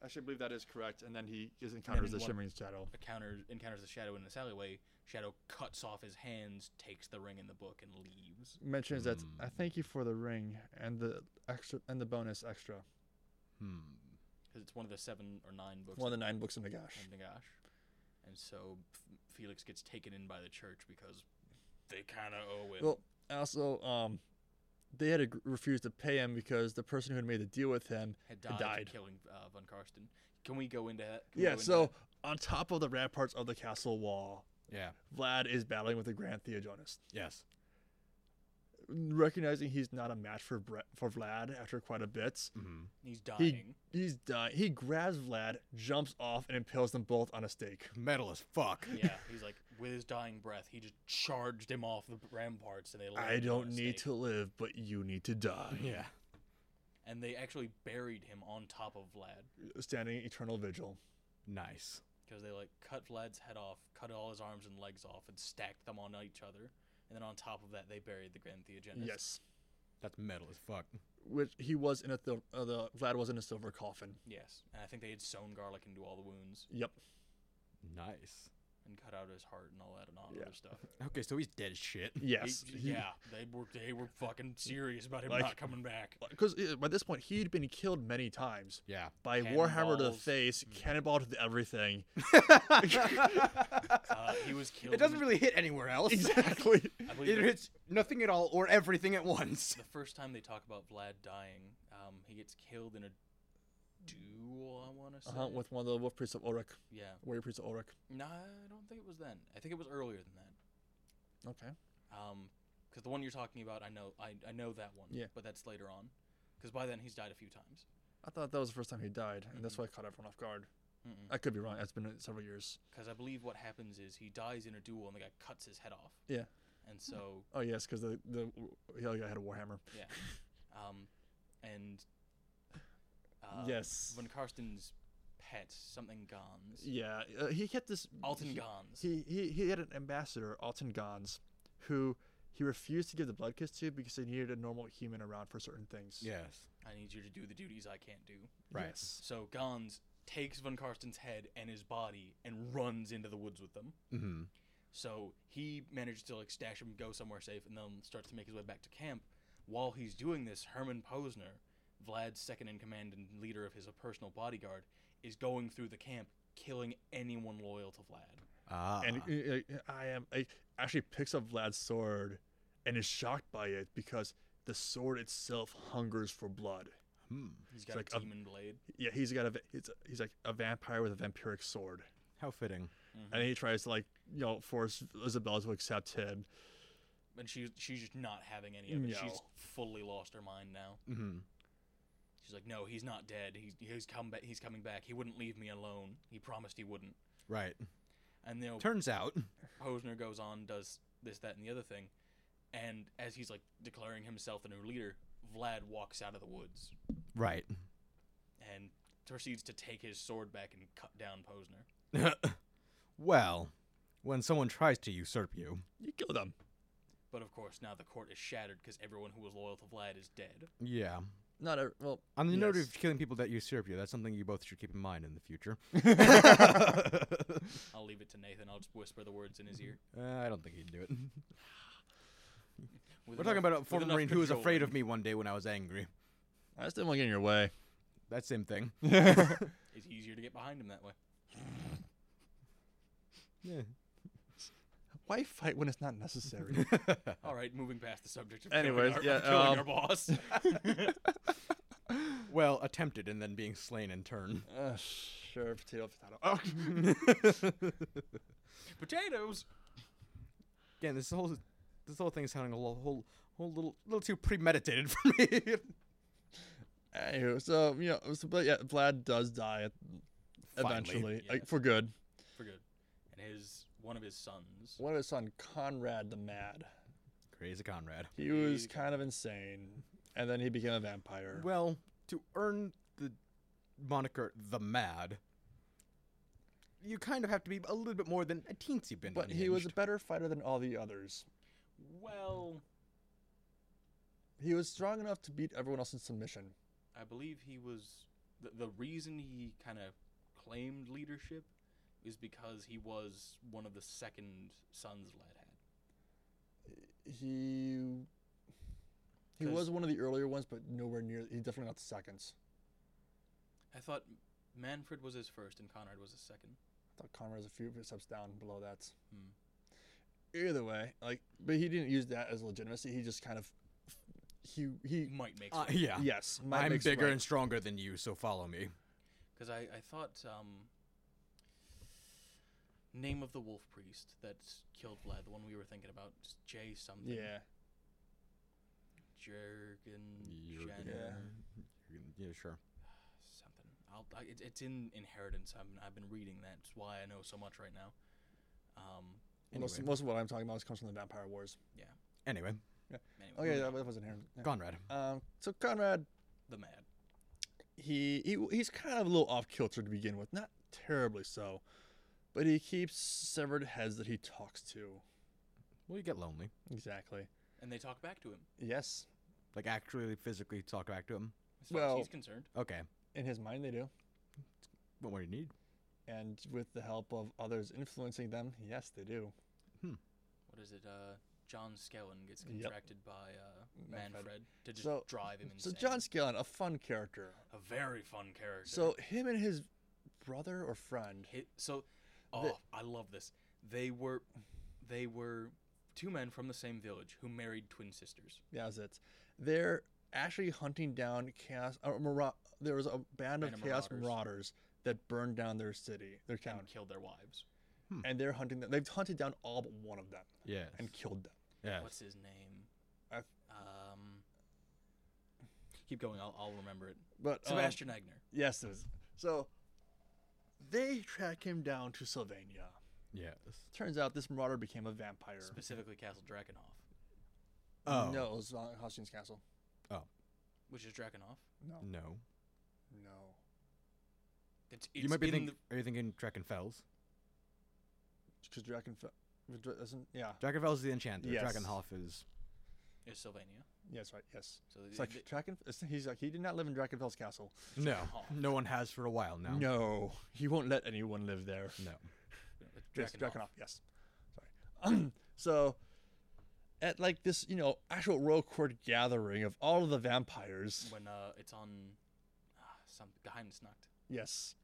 S4: Actually, I believe that is correct. And then he
S3: Encounters
S4: is encounters
S3: the
S4: the
S2: one-
S4: shimmer.
S3: shimmering shadow.
S2: encounters encounters the shadow in this alleyway. Shadow cuts off his hands, takes the ring and the book, and leaves.
S3: Mentions that I thank you for the ring and the extra and the bonus extra.
S1: Hmm.
S2: Because it's one of the seven or nine books.
S3: One of the nine books of Nagash.
S2: of Nagash. And so F- Felix gets taken in by the church because they kind of owe him.
S3: Well, also, um, they had ag- refused to pay him because the person who had made the deal with him
S2: had
S3: had
S2: died,
S3: died.
S2: For killing uh, von Karsten. Can we go into that? Can we
S3: Yeah,
S2: go into
S3: so
S2: that?
S3: on top of the ramparts of the castle wall,
S1: Yeah.
S3: Vlad is battling with the Grand Theogonist.
S1: Yes.
S3: Recognizing he's not a match for Bre- for Vlad after quite a bit,
S1: Mm-hmm.
S2: he's dying.
S3: he's dying. He grabs Vlad, jumps off, and impales them both on a stake.
S1: Metal as fuck.
S2: yeah, he's like with his dying breath, he just charged him off the ramparts, and they.
S3: I
S2: landed on
S3: don't
S2: a
S3: need
S2: stake.
S3: to live, but you need to die.
S1: Yeah.
S2: And they actually buried him on top of Vlad.
S3: Standing eternal vigil.
S1: Nice.
S2: because they like cut Vlad's head off, cut all his arms and legs off, and stacked them on each other. And then on top of that, they buried the Grand Theogenist.
S3: Yes,
S1: That's metal as fuck.
S3: which he was in a thil- uh, the Vlad was in a silver coffin.
S2: Yes. And I think they had sewn garlic into all the wounds
S3: Yep.
S1: Nice.
S2: and cut out his heart and all that and all that
S3: Yeah.
S2: other stuff.
S1: Okay, so he's dead as shit.
S3: Yes.
S2: He-
S3: he-
S2: yeah, they were they were fucking serious about him
S3: Like-
S2: not coming back.
S3: because uh, by this point he'd been killed many times
S1: Yeah.
S3: by Warhammer to the
S2: Cannonballs.
S3: face, cannonball to the everything.
S2: Uh, he was killed.
S1: It doesn't
S2: in-
S1: really hit anywhere else.
S3: exactly.
S2: I believe
S1: It
S2: the,
S1: hits nothing at all or everything at once.
S2: the first time they talk about Vlad dying, um, he gets killed in a duel. I want to say.
S3: Uh-huh, with one of the wolf priests of Ulrich,
S2: yeah.
S3: warrior priests of Ulrich.
S2: No, I don't think it was then. I think it was earlier than that.
S3: Okay.
S2: Um 'cause because the one you're talking about, I know, I, I know that one.
S3: Yeah.
S2: But that's later on, because by then he's died a few times.
S3: I thought that was the first time he died, and that's why I caught everyone off guard. I could be wrong. It's been uh, several years.
S2: Because I believe what happens is he dies in a duel, and the guy cuts his head off.
S3: Yeah.
S2: And so,
S3: Oh yes, because the the the other guy had a warhammer.
S2: yeah, um, and uh,
S3: yes.
S2: Von Karsten's pet, something Gons,
S3: Yeah.
S4: Uh, he kept this.
S2: Alton
S4: he-
S2: Gons.
S4: He, he he had an ambassador, Alton Gons, who he refused to give the blood kiss to because they needed a normal human around for certain things.
S1: Yes.
S2: I need you to do the duties I can't do.
S1: Right.
S4: Yes.
S2: So Gons takes Von Karsten's head and his body and runs into the woods with them.
S1: Mm-hmm.
S2: So he manages to like stash him, go somewhere safe, and then starts to make his way back to camp. While he's doing this, Herman Posner, Vlad's second in command and leader of his personal bodyguard, is going through the camp, killing anyone loyal to Vlad.
S1: Ah.
S3: and uh, uh, I am I actually picks up Vlad's sword and is shocked by it because the sword itself hungers for blood.
S1: hmm.
S2: He's got
S3: like
S2: a
S3: a-
S2: demon blade.
S3: Yeah, he's got a va- he's, he's like a vampire with a vampiric sword,
S1: How fitting.
S3: and he tries to like you know force Isabella to accept him.
S2: Mm-hmm. and she she's just not having any of it. She's
S3: No.
S2: fully lost her mind now.
S1: Mm-hmm.
S2: She's like, "No, he's not dead. He's he's come back. He's coming back. He wouldn't leave me alone. He promised he wouldn't."
S1: Right.
S2: And you know,
S1: Turns out.
S2: Posner goes on, does this, that, and the other thing, and as he's like declaring himself the new leader, Vlad walks out of the woods
S1: Right.
S2: and proceeds to take his sword back and cut down Posner.
S1: well, when someone tries to usurp you.
S3: You kill them.
S2: But of course, now the court is shattered because everyone who was loyal to Vlad is dead.
S1: Yeah.
S3: Not a well.
S1: On the note
S3: Yes.
S1: of killing people that usurp you, that's something you both should keep in mind in the future.
S2: I'll leave it to Nathan. I'll just whisper the words in his ear.
S1: Uh, I don't think he'd do it.
S2: With
S1: We're talking
S2: enough-
S1: about a
S2: with
S1: former
S2: enough
S1: Marine who was
S2: cajole-
S1: afraid of me one day when I was angry.
S3: I just didn't want to get in your way.
S1: That same thing.
S2: It's easier to get behind him that way.
S1: Yeah.
S4: Why fight when it's not necessary?
S2: All right, moving past the subject. Of
S3: Anyways,
S2: killing our,
S3: yeah,
S2: of killing
S3: um,
S2: our boss.
S1: Well, attempted and then being slain in turn.
S3: Uh, sure, potato, potato. Oh,
S2: Potatoes.
S1: Again, this whole this whole thing is sounding a lo- whole whole little little too premeditated for me.
S3: Anywho, so you know, so, but yeah, Vlad does die at,
S1: Finally.
S3: eventually,
S2: Yeah.
S3: like for good.
S2: For good. And his one of his sons.
S3: One of his son, Conrad the Mad.
S1: Crazy Conrad.
S3: He was
S2: Crazy.
S3: kind of insane, and then he became a vampire.
S1: Well, to earn the moniker the Mad, you kind of have to be a little bit more than a teensy bit.
S3: but he was a better fighter than all the others.
S2: Well,
S3: He was strong enough to beat everyone else in submission.
S2: I believe he was the, the reason he kind of claimed leadership is because he was one of the second sons Vlad had.
S3: He he
S2: 'Cause-
S3: was one of the earlier ones, but nowhere near. He's definitely not the seconds.
S2: I thought Manfred was his first and Conrad was his second.
S3: I thought Conrad was a few steps down below that.
S2: Hmm.
S3: Either way, like, but he didn't use that as legitimacy. He just kind of he
S2: He
S3: he
S2: might make
S1: Uh, yeah.
S3: yes. might
S1: I'm
S3: makes
S1: bigger
S3: right.
S1: and stronger than you, so follow me.
S2: because I I thought um. Name of the wolf priest that killed Vlad, the one we were thinking about, s- Jay something.
S3: yeah.
S2: Jurgen,
S1: You're
S2: Jenner,
S1: gonna- you're gonna- Yeah, sure.
S2: something. I'll, I, it, it's in Inheritance. I've, I've been reading that. It's why I know so much right now. Um,
S3: Most,
S1: Anyway.
S3: most of what I'm talking about comes from the Vampire Wars.
S2: yeah.
S1: Anyway,
S2: Anyway,
S3: Oh yeah,
S2: moving
S3: that
S2: on.
S3: was in here. Yeah.
S1: Conrad.
S3: Um, so Conrad
S2: the Mad.
S3: he, he he's kind of a little off kilter to begin with, not terribly so, but he keeps severed heads that he talks to.
S1: Well, you get lonely.
S3: Exactly.
S2: And they talk back to him
S3: Yes,
S1: Like, actually, physically talk back to him.
S2: as far as
S3: Well-
S2: he's concerned.
S1: Okay.
S3: in his mind they do,
S1: What more do you need?
S3: and with the help of others influencing them, yes they do.
S2: What is it? Uh, John Skellen gets
S3: Yep.
S2: contracted by uh,
S3: Manfred.
S2: Manfred, to just
S3: So-
S2: drive him
S3: So
S2: insane.
S3: John Skellen, a fun character.
S2: a very fun character.
S3: So him and his brother or friend.
S2: Hit, so, oh, I love this. They were, they were two men from the same village who married twin sisters.
S3: Yeah, that's it. They're actually hunting down chaos. Uh, mara- there was a band of
S2: Band of
S3: chaos
S2: marauders.
S3: marauders. that burned down their city, their town,
S2: And killed their wives.
S3: and they're hunting them. They've hunted down all but one of them
S1: Yeah.
S3: and killed them.
S1: yeah.
S2: What's his name?
S3: I-
S2: um, keep going. I'll, I'll remember it.
S3: But um,
S2: Sebastian Egner.
S3: yes, it was. So they track him down to Sylvania.
S1: Yes.
S3: Turns out this marauder became a vampire.
S2: specifically Castle Drakenhof.
S1: Oh.
S3: No, it was Hostin's castle.
S2: which is Drakenhof.
S3: No.
S1: No.
S3: No.
S2: It's, it's
S1: You might be
S2: in
S1: thinking.
S2: the-
S1: Are you thinking Drakenfels?
S3: Because Drakenfell doesn't. Yeah.
S1: Drakenfels is the enchanter.
S3: Yes.
S1: Drakenhof is.
S2: is Sylvania.
S3: Yeah, that's right. Yes.
S2: So
S3: It's
S2: th-
S3: like
S2: th-
S3: Draken. it's- He's like he did not live in Drakenfell's castle.
S1: No.
S2: Drakenhof.
S1: No one has for a while now.
S3: No, he won't let anyone live there.
S1: No.
S2: it's
S3: Yes,
S2: Drakenhof.
S3: Drakenhof. Yes. Sorry. so, at like this, you know, actual royal court gathering of all of the vampires.
S2: When uh, it's on uh, some Geheimnisnacht.
S3: Yes.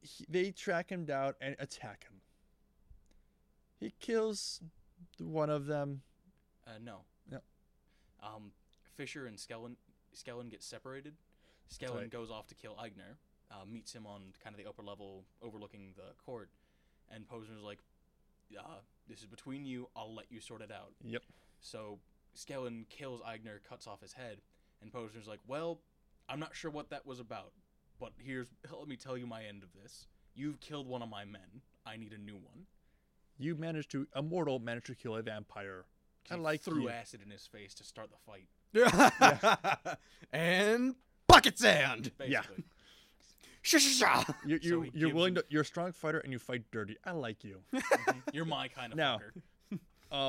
S3: He, they track him down and attack him. He kills the one of them.
S2: Uh, no.
S3: Yep.
S2: Um, Fisher and Skellen Skellen get separated. Skellen
S3: right.
S2: goes off to kill Eigner. Uh, meets him on kind of the upper level, overlooking the court, and Posner's like, uh, "This is between you. I'll let you sort it out."
S3: Yep.
S2: So Skellen kills Eigner, cuts off his head, and Posner's like, "Well, I'm not sure what that was about, but here's let me tell you my end of this. You've killed one of my men. I need a new one."
S3: You managed to a mortal managed to kill a vampire.
S2: 'Cause
S3: I
S2: he
S3: like
S2: threw
S3: you.
S2: acid in his face to start the fight.
S1: and bucket sand.
S3: Yeah.
S2: Basically.
S1: Shh, shh, shh.
S3: You
S2: So
S3: you
S2: he
S3: you're
S2: gives
S3: willing
S2: him-
S3: to you're a strong fighter and you fight dirty. I like you.
S2: You're my kind of
S3: Now,
S2: fucker.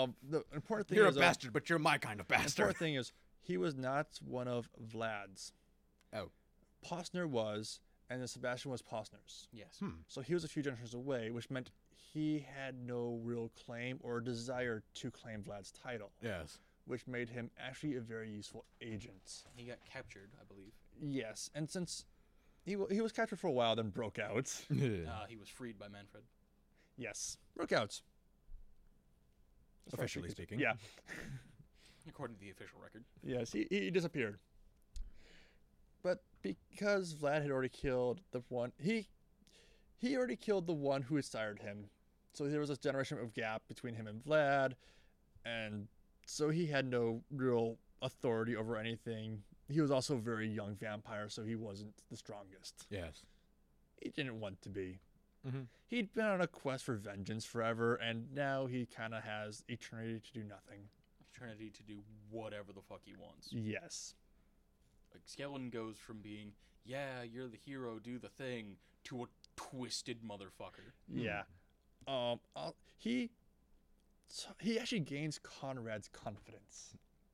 S3: um, the important thing
S1: You're a
S3: is uh,
S1: bastard, but you're my kind of
S3: the
S1: bastard.
S3: important thing is he was not one of Vlad's.
S1: Oh.
S3: Posner was, and then Sebastian was Posner's.
S2: Yes.
S3: So he was a few generations away, which meant he had no real claim or desire to claim Vlad's title,
S1: Yes.
S3: which made him actually a very useful agent.
S2: He got captured, I believe.
S3: Yes, and since he, wa- he was captured for a while, then broke out.
S2: Uh, he was freed by Manfred.
S3: Yes, broke out. As far as he
S1: Officially
S3: could-
S1: speaking.
S3: Yeah.
S2: According to the official record.
S3: Yes, he, he disappeared. But because Vlad had already killed the one he he already killed the one who had sired him. So there was this generation of gap between him and Vlad and so he had no real authority over anything. He was also a very young vampire, so he wasn't the strongest.
S1: Yes.
S3: He didn't want to be.
S1: Mhm.
S3: He'd been on a quest for vengeance forever, and now he kind of has eternity to do nothing.
S2: Eternity to do whatever the fuck he wants.
S3: Yes.
S2: Like Skellen goes from being, yeah, you're the hero, do the thing, to a twisted motherfucker.
S3: Yeah. Um. I'll, he. So he actually gains Conrad's confidence.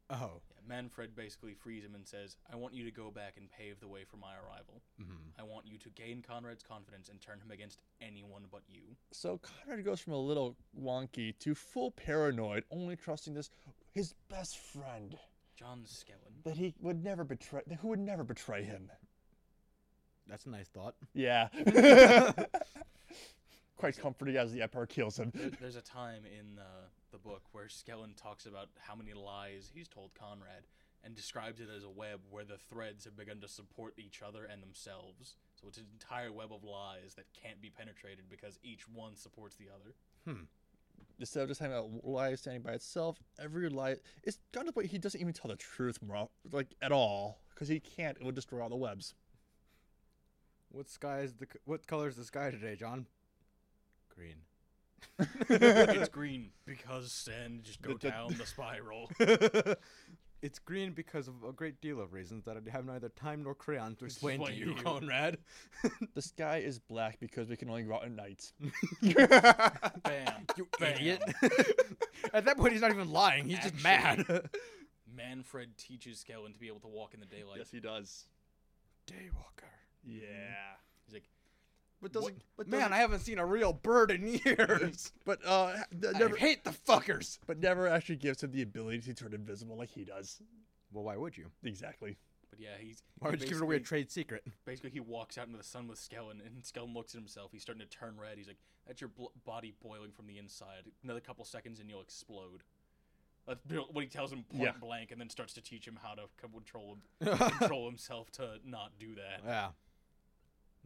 S1: Oh.
S2: Yeah, Manfred basically frees him and says, I want you to go back and pave the way for my arrival.
S1: Mhm.
S2: I want you to gain Conrad's confidence and turn him against anyone but you.
S3: So Conrad goes from a little wonky to full paranoid, only trusting this his best friend
S2: John Skellen.
S3: that he would never betray, that who would never betray him.
S1: That's a nice thought.
S3: Yeah. Quite comforting as the Empire kills him.
S2: There- There's a time in uh, the book where Skellen talks about how many lies he's told Conrad and describes it as a web where the threads have begun to support each other and themselves. So it's an entire web of lies that can't be penetrated because each one supports the other.
S3: Instead of just having a lie standing by itself, every lie it's gone to the point he doesn't even tell the truth, more, like at all, because he can't. It will destroy all the webs.
S1: What sky is the c- what color is the sky today, John? Green.
S2: it's green because sand just go
S3: The- the-
S2: down the spiral.
S1: it's green because of a great deal of reasons that I have neither time nor crayon to explain to
S2: Explain
S1: you,
S2: to you.
S1: Conrad.
S3: The sky is black because we can only go out at night.
S2: Bam.
S1: You
S2: Bam.
S1: idiot. At that point, he's not even lying. He's just mad.
S2: Manfred teaches Skellen to be able to walk in the daylight.
S3: he does.
S1: Daywalker.
S3: Yeah.
S2: He's like,
S1: What?
S3: But doesn't but
S1: Man,
S3: doesn't,
S1: I haven't seen a real bird in years.
S3: but uh ha- th-
S1: I
S3: never
S1: hate the fuckers.
S3: but never actually gives him the ability to turn invisible like he does.
S1: Well, why would you?
S3: Exactly.
S2: but yeah, he's.
S1: Why
S2: he
S1: would you give it away a
S2: basically-
S1: trade secret?
S2: basically he walks out into the sun with Skellen, and Skellen looks at himself. He's starting to turn red. He's like, "That's your bl- body boiling from the inside. Another couple seconds, and you'll explode." That's bu- what he tells him point
S3: Yeah.
S2: blank, and then starts to teach him how to c- control him, control himself to not do that.
S1: Yeah.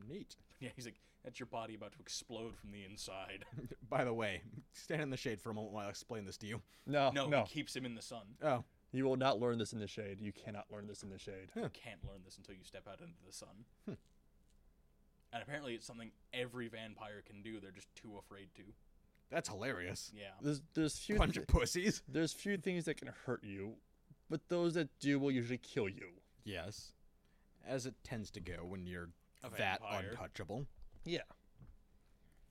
S1: Neat.
S2: Yeah, he's like, "That's your body about to explode from the inside."
S1: By the way, stand in the shade for a moment while I explain this to you.
S3: No,
S2: No,
S3: no.
S2: he keeps him in the sun.
S1: Oh.
S3: You will not learn this in the shade. You cannot learn this in the shade.
S2: You can't learn this until you step out into the sun.
S3: Hmm.
S2: And apparently, it's something every vampire can do. They're just too afraid to.
S1: That's hilarious.
S2: Yeah.
S3: There's there's few
S1: Bunch
S3: thi-
S1: of pussies.
S3: there's few things that can hurt you but those that do will usually kill you.
S1: Yes. As it tends to go when you're
S2: A
S1: that
S2: vampire.
S1: untouchable.
S3: Yeah.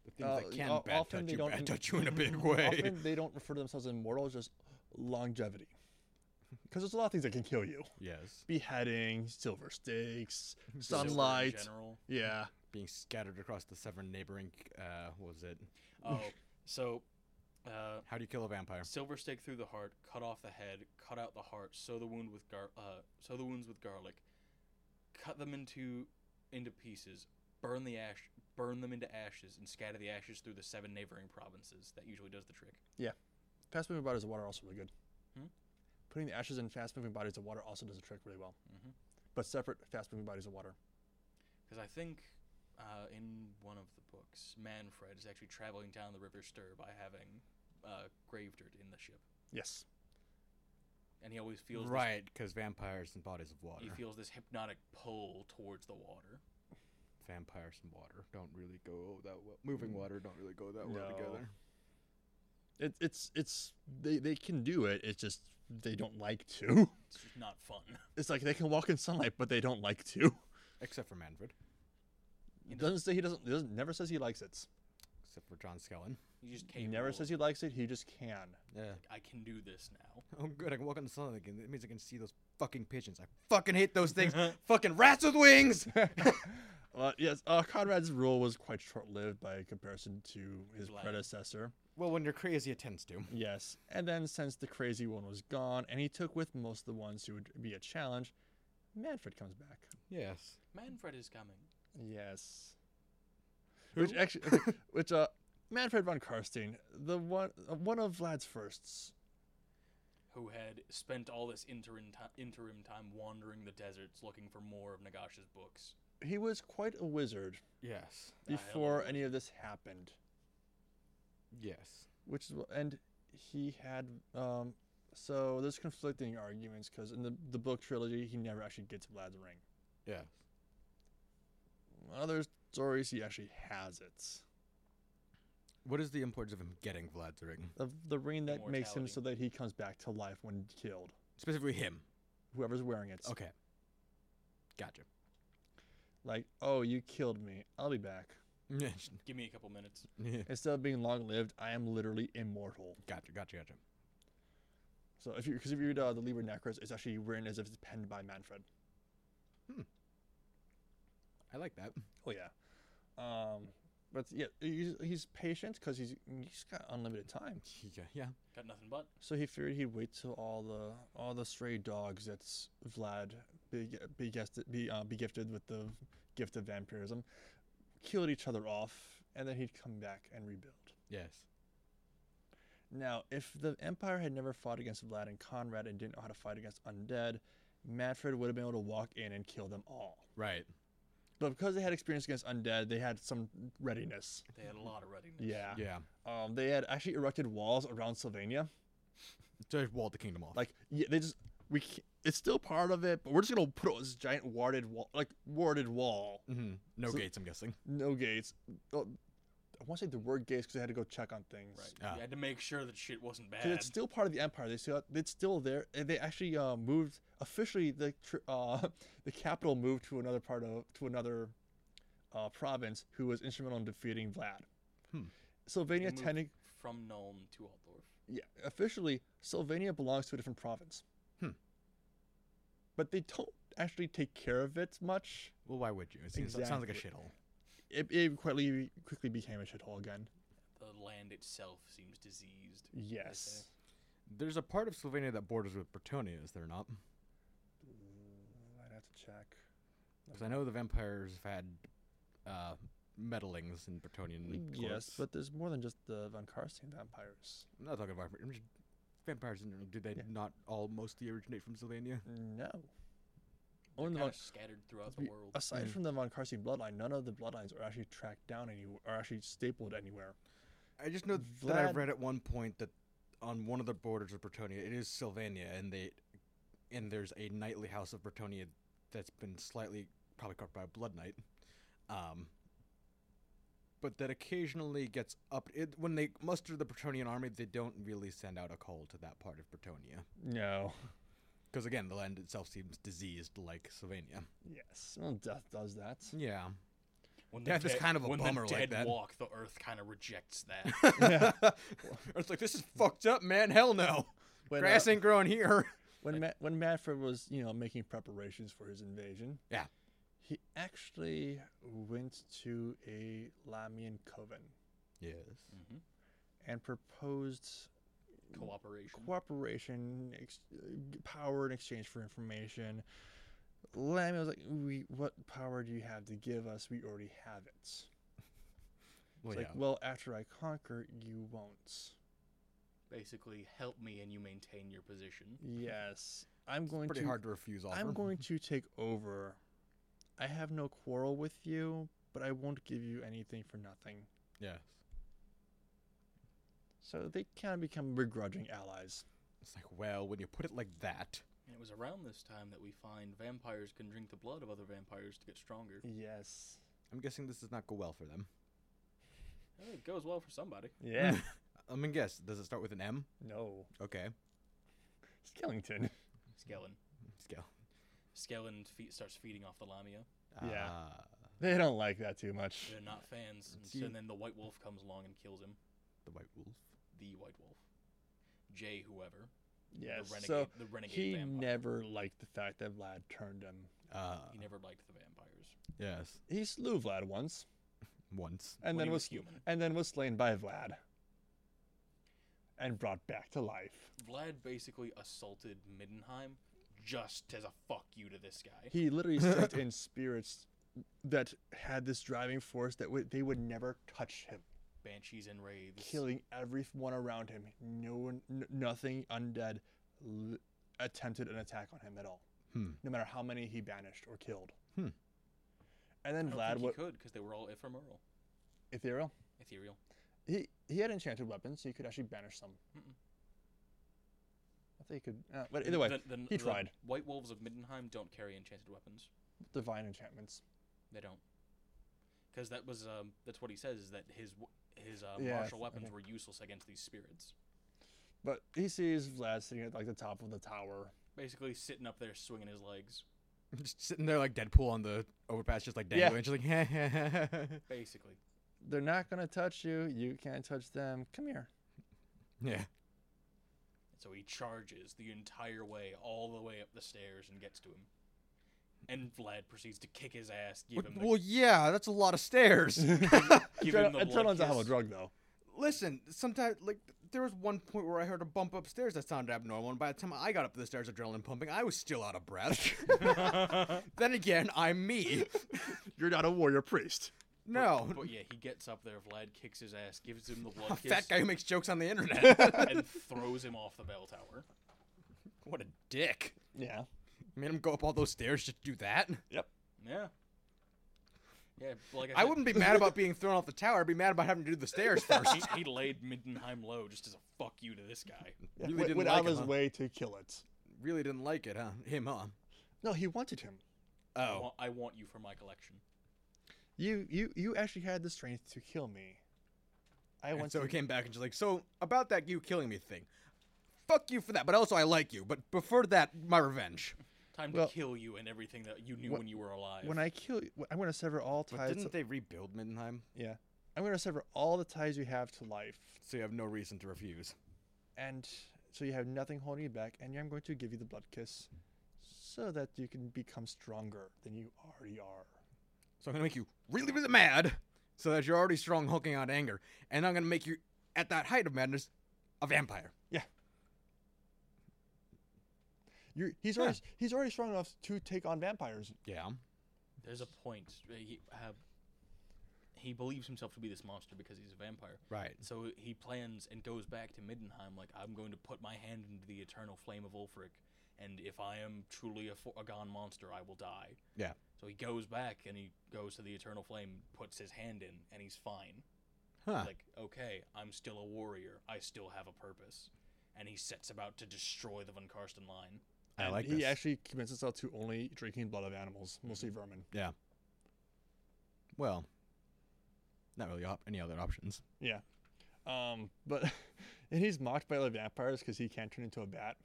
S1: The things
S3: Uh,
S1: that can
S3: o-
S1: bad
S3: often
S1: touch
S3: they
S1: you,
S3: don't
S1: bad
S3: in-
S1: touch you in a big way.
S3: Often they don't refer to themselves as immortal, it's just longevity. Because there's a lot of things that can kill you
S1: Yes.
S3: beheading, silver stakes,
S2: Silver in
S3: sunlight.
S2: general.
S3: Yeah.
S1: Being scattered across the seven neighboring, uh, what was it?
S2: Oh, so uh,
S1: How do you kill a vampire?
S2: Silver stake through the heart, cut off the head, cut out the heart, sew the wound with gar- uh, sew the wounds with garlic, cut them into into pieces, burn the ash, burn them into ashes, and scatter the ashes through the seven neighboring provinces. That usually does the trick.
S3: Fast moving bodies of water are also really good.
S2: Hmm?
S3: Putting the ashes in fast moving bodies of water also does the trick really well.
S2: Mhm.
S3: But separate fast moving bodies of water.
S2: Because I think uh, in one of the books, Manfred is actually traveling down the river Stir by having uh, grave dirt in the ship,
S3: Yes.
S2: and he always feels this-
S1: Right, because vampires and bodies of water.
S2: he feels this hypnotic pull towards the water.
S1: vampires and water don't really go that well. Moving water don't really go that well
S3: No.
S1: together.
S3: It, it's it's they, they can do it, it's just they don't like to.
S2: It's just not fun.
S3: It's like they can walk in sunlight, but they don't like to.
S1: Except for Manfred.
S3: He doesn't say he doesn't, doesn't never says he likes it.
S1: Except for John Skellen.
S2: He just
S3: He
S2: can't.
S3: never says he likes it, he just can.
S1: Yeah.
S2: I can do this now.
S1: Oh, good. I can walk on the sunlight again. That means I can see those fucking pigeons. I fucking hate those things. fucking rats with wings.
S3: Uh, yes, uh, Conrad's rule was quite short-lived by comparison to his
S2: Vlad.
S3: predecessor.
S1: well, when you're crazy, it tends to.
S3: Yes, and then since the crazy one was gone, and he took with most of the ones who would be a challenge, Manfred comes back.
S1: Yes.
S2: Manfred is coming.
S3: Yes, which actually, okay, which uh, Manfred von Karstein, the one uh, one of Vlad's firsts.
S2: Who had spent all this interim, ti- interim time wandering the deserts looking for more of Nagash's books.
S3: He was quite a wizard
S1: Yes.
S2: I am a
S3: before any of this happened,
S1: Yes.
S3: which is wh- and he had um. So there's conflicting arguments because in the, the book trilogy he never actually gets Vlad's ring.
S1: Yeah.
S3: other stories he actually has it
S1: What is the importance of him getting Vlad's ring?
S3: the, the ring that makes him
S2: Immortality.
S3: so that he comes back to life when killed
S1: Specifically him.
S3: whoever's wearing it
S1: Okay. Gotcha.
S3: like oh you killed me i'll be back
S2: Give me a couple minutes.
S3: instead of being long-lived i am literally immortal
S1: gotcha, gotcha, gotcha.
S3: so if you because if you read uh, the liber necros it's actually written as if it's penned by manfred
S1: I like that.
S3: oh yeah um but yeah he's, he's patient because he's he's got unlimited time
S1: Yeah. yeah.
S2: Got nothing but.
S3: so he figured he'd wait till all the all the stray dogs that's Vlad be be, guested, be, uh, be gifted with the gift of vampirism, killed each other off, and then he'd come back and rebuild.
S1: Yes.
S3: Now, if the Empire had never fought against Vlad and Conrad and didn't know how to fight against undead, Manfred would have been able to walk in and kill them all.
S1: Right.
S3: But because they had experience against undead, they had some readiness.
S2: They had a lot of readiness.
S3: Yeah.
S1: Yeah.
S3: Um, they had actually erected walls around Sylvania.
S1: So wall the kingdom off.
S3: Like, yeah, they just we. Can't, it's still part of it, but we're just gonna put it this giant warded wall, like warded wall,
S1: hmm No
S3: So-
S1: gates, I'm guessing.
S3: no gates. Oh, I want to say the word gates because they had to go check on things.
S2: Right.
S1: Ah.
S2: You had to make sure that shit wasn't bad.
S3: 'Cause it's still part of the empire. They still, it's still there. And they actually uh, moved officially the tr- uh, the capital moved to another part of to another uh, province, who was instrumental in defeating Vlad.
S1: Hmm.
S2: They
S3: Sylvania
S2: moved
S3: technic,
S2: from Nuln to Altdorf.
S3: yeah, officially Sylvania belongs to a different province.
S1: Hmm.
S3: But they don't actually take care of it much.
S1: Well, why would you? It seems- it sounds like a shithole.
S3: It, it quickly quickly became a shithole again.
S2: The land itself seems diseased.
S3: Yes.
S1: There's a part of Slovenia that borders with Bretonia, is there not?
S3: I'd have to check.
S1: Because I know the vampires have had uh, meddlings in Bretonian.
S3: Yes,
S1: courts.
S3: but there's more than just the Von Karstein vampires.
S1: I'm not talking about I'm just- vampires. In, general. do they
S3: Yeah.
S1: not all mostly originate from Sylvania?
S3: No. Only
S2: Kind
S3: the Hmm. Von,
S2: of scattered throughout the
S3: we-
S2: world.
S3: aside
S1: Mm.
S3: from the Von Karstein bloodline, none of the bloodlines are actually tracked down anywhere, are actually stapled anywhere.
S1: I just know that I
S3: Vlad-
S1: read at one point that on one of the borders of Bretonia, it is Sylvania, and they and there's a knightly house of Bretonia that's been slightly probably corrupt by a blood knight, um, but that occasionally gets up. It, when they muster the Bretonian army, they don't really send out a call to that part of Bretonia.
S3: No.
S1: Because again, the land itself seems diseased like Sylvania.
S3: Yes. Well, death does that.
S1: Yeah.
S2: When
S1: Death is
S2: dead-
S1: kind of a
S2: when
S1: bummer
S2: the
S1: like
S2: dead
S1: that.
S2: walk, the earth kind of rejects that.
S1: it's like, this is fucked up, man. Hell no.
S3: When,
S1: Grass
S3: uh,
S1: ain't growing here.
S3: when, Ma- when Manfred was, you know, making preparations for his invasion,
S1: Yeah.
S3: he actually went to a Lamian coven
S1: Yes.
S2: mm-hmm.
S3: and proposed
S2: Cooperation.
S3: cooperation, ex- uh, power in exchange for information. Lamia was like, "We, what power do you have to give us? We already have it." It's
S1: Well,
S3: like, well, after I conquer, you won't.
S2: Basically, help me and you maintain your position.
S3: Yes, I'm going
S1: pretty
S3: to.
S1: hard to refuse offer.
S3: I'm going to take over. I have no quarrel with you, but I won't give you anything for nothing.
S1: Yes.
S3: So they kind of become begrudging allies.
S1: It's like, well, when you put it like that,
S2: And it was around this time that we find vampires can drink the blood of other vampires to get stronger.
S3: Yes.
S1: I'm guessing this does not go well for them.
S2: Hey, it goes well for somebody.
S3: Yeah.
S1: I'm gonna guess. Does it start with an M?
S3: no.
S1: Okay.
S3: Skellington.
S2: Skellen.
S1: Scale.
S2: Skellen fe- starts feeding off the Lamia.
S3: Yeah.
S1: Ah,
S3: They don't like that too much.
S2: They're not fans. And,
S1: See-
S2: so then the White Wolf comes along and kills him.
S1: the White Wolf.
S2: The White Wolf. Jay, whoever.
S3: Yes.
S2: The renegade,
S3: So
S2: the renegade
S3: he
S2: vampire.
S3: never liked the fact that Vlad turned him.
S1: Uh,
S2: he never liked the vampires.
S1: yes.
S3: He slew Vlad once,
S1: Once.
S3: and
S2: When
S3: then
S2: he
S3: was,
S2: was human.
S3: and then was slain by Vlad, and brought back to life.
S2: Vlad basically assaulted Middenheim just as a fuck you to this guy.
S3: He literally sent in spirits that had this driving force that would they would never touch him,
S2: Banshees and Wraiths.
S3: killing everyone around him. No one, n- nothing undead l- attempted an attack on him at all,
S1: Hmm.
S3: no matter how many he banished or killed.
S1: Hmm.
S3: And
S2: I
S3: then
S2: don't
S3: Vlad,
S2: think
S3: what
S2: he could because they were all ephemeral,
S3: ethereal?
S2: ethereal.
S3: He he had enchanted weapons, so he could actually banish some.
S2: Mm-mm.
S3: I think he could, uh, but either way,
S2: The- the-
S3: he
S2: the
S3: tried.
S2: White wolves of Middenheim don't carry enchanted weapons.
S3: divine enchantments.
S2: They don't, because that was um, that's what he says is that his w- his uh,
S3: Yeah, I
S2: martial
S3: th- I
S2: weapons
S3: think-
S2: were useless against these spirits.
S3: But he sees Vlad sitting at like the top of the tower.
S2: Basically, sitting up there swinging his legs.
S1: Just sitting there like Deadpool on the overpass, just like
S3: Yeah.
S1: dangling. Just like,
S2: Basically,
S3: They're not gonna touch you. You can't touch them. Come here.
S1: yeah.
S2: so he charges the entire way, all the way up the stairs, and gets to him. And Vlad proceeds to kick his ass, give him the,
S1: Well, yeah, that's a lot of stairs.
S2: give him
S3: Adren-
S2: the blood
S3: adrenaline's a hell of a
S2: kiss.
S3: drug, though.
S1: Listen, sometimes like there was one point where I heard a bump upstairs that sounded abnormal, and by the time I got up the stairs, adrenaline pumping, I was still out of breath. then again, I'm me.
S3: You're not a warrior priest.
S1: No,
S2: But yeah, he gets up there. Vlad kicks his ass, gives him the
S1: a
S2: blood kiss,
S1: fat guy who makes jokes on the internet.
S2: and throws him off the bell tower.
S1: what a dick!
S3: Yeah.
S1: Made him go up all those stairs just to do that.
S2: Yeah. Yeah, like
S1: I
S2: I, said,
S1: wouldn't be mad about being thrown off the tower. I'd be mad about having to do the stairs first.
S2: He, he laid Middenheim low just as a fuck you to this guy.
S1: Really
S3: went,
S1: didn't
S3: went
S1: like
S3: out of
S1: him,
S3: his
S1: huh?
S3: way to kill it.
S1: Really didn't like it, huh? Him, huh?
S3: No, he wanted him.
S2: I,
S1: Oh,
S2: want, I want you for my collection.
S3: You you you actually had the strength to kill me. I
S1: and
S3: want
S1: so
S3: to.
S1: he came back and she's like, "So about that you killing me thing, fuck you for that, but also I like you, but before that, my revenge."
S2: Time
S3: Well-
S2: to kill you and everything that you knew
S3: Wh-
S2: when you were alive.
S3: When I kill, you, I'm gonna sever all
S1: But
S3: ties.
S1: didn't they rebuild Middenheim?
S3: yeah. I'm gonna sever all the ties you have to life.
S1: So you have no reason to refuse.
S3: and so you have nothing holding you back and i'm going to give you the blood kiss so that you can become stronger than you already are
S1: So I'm gonna make you really, really mad, so that you're already strong, hulking out anger, and I'm gonna make you, at that height of madness, a vampire.
S3: You're, he's
S1: Yeah.
S3: already he's already strong enough to take on vampires
S1: Yeah.
S2: There's a point. Uh, He, uh, he believes himself to be this monster because he's a vampire.
S1: Right.
S2: So he plans and goes back to Middenheim, like, I'm going to put my hand into the eternal flame of Ulfric, and if I am truly a, fo- a gone monster, I will die.
S1: Yeah.
S2: So he goes back and he goes to the eternal flame, puts his hand in, and he's fine.
S1: Huh.
S2: Like, okay, I'm still a warrior. I still have a purpose. And he sets about to destroy the Von Karsten line.
S1: I
S3: and
S1: like
S3: he
S1: this.
S3: actually commits himself to only drinking blood of animals mostly vermin
S1: yeah. Well, not really op- any other options.
S3: yeah um but and he's mocked by the vampires because he can't turn into a bat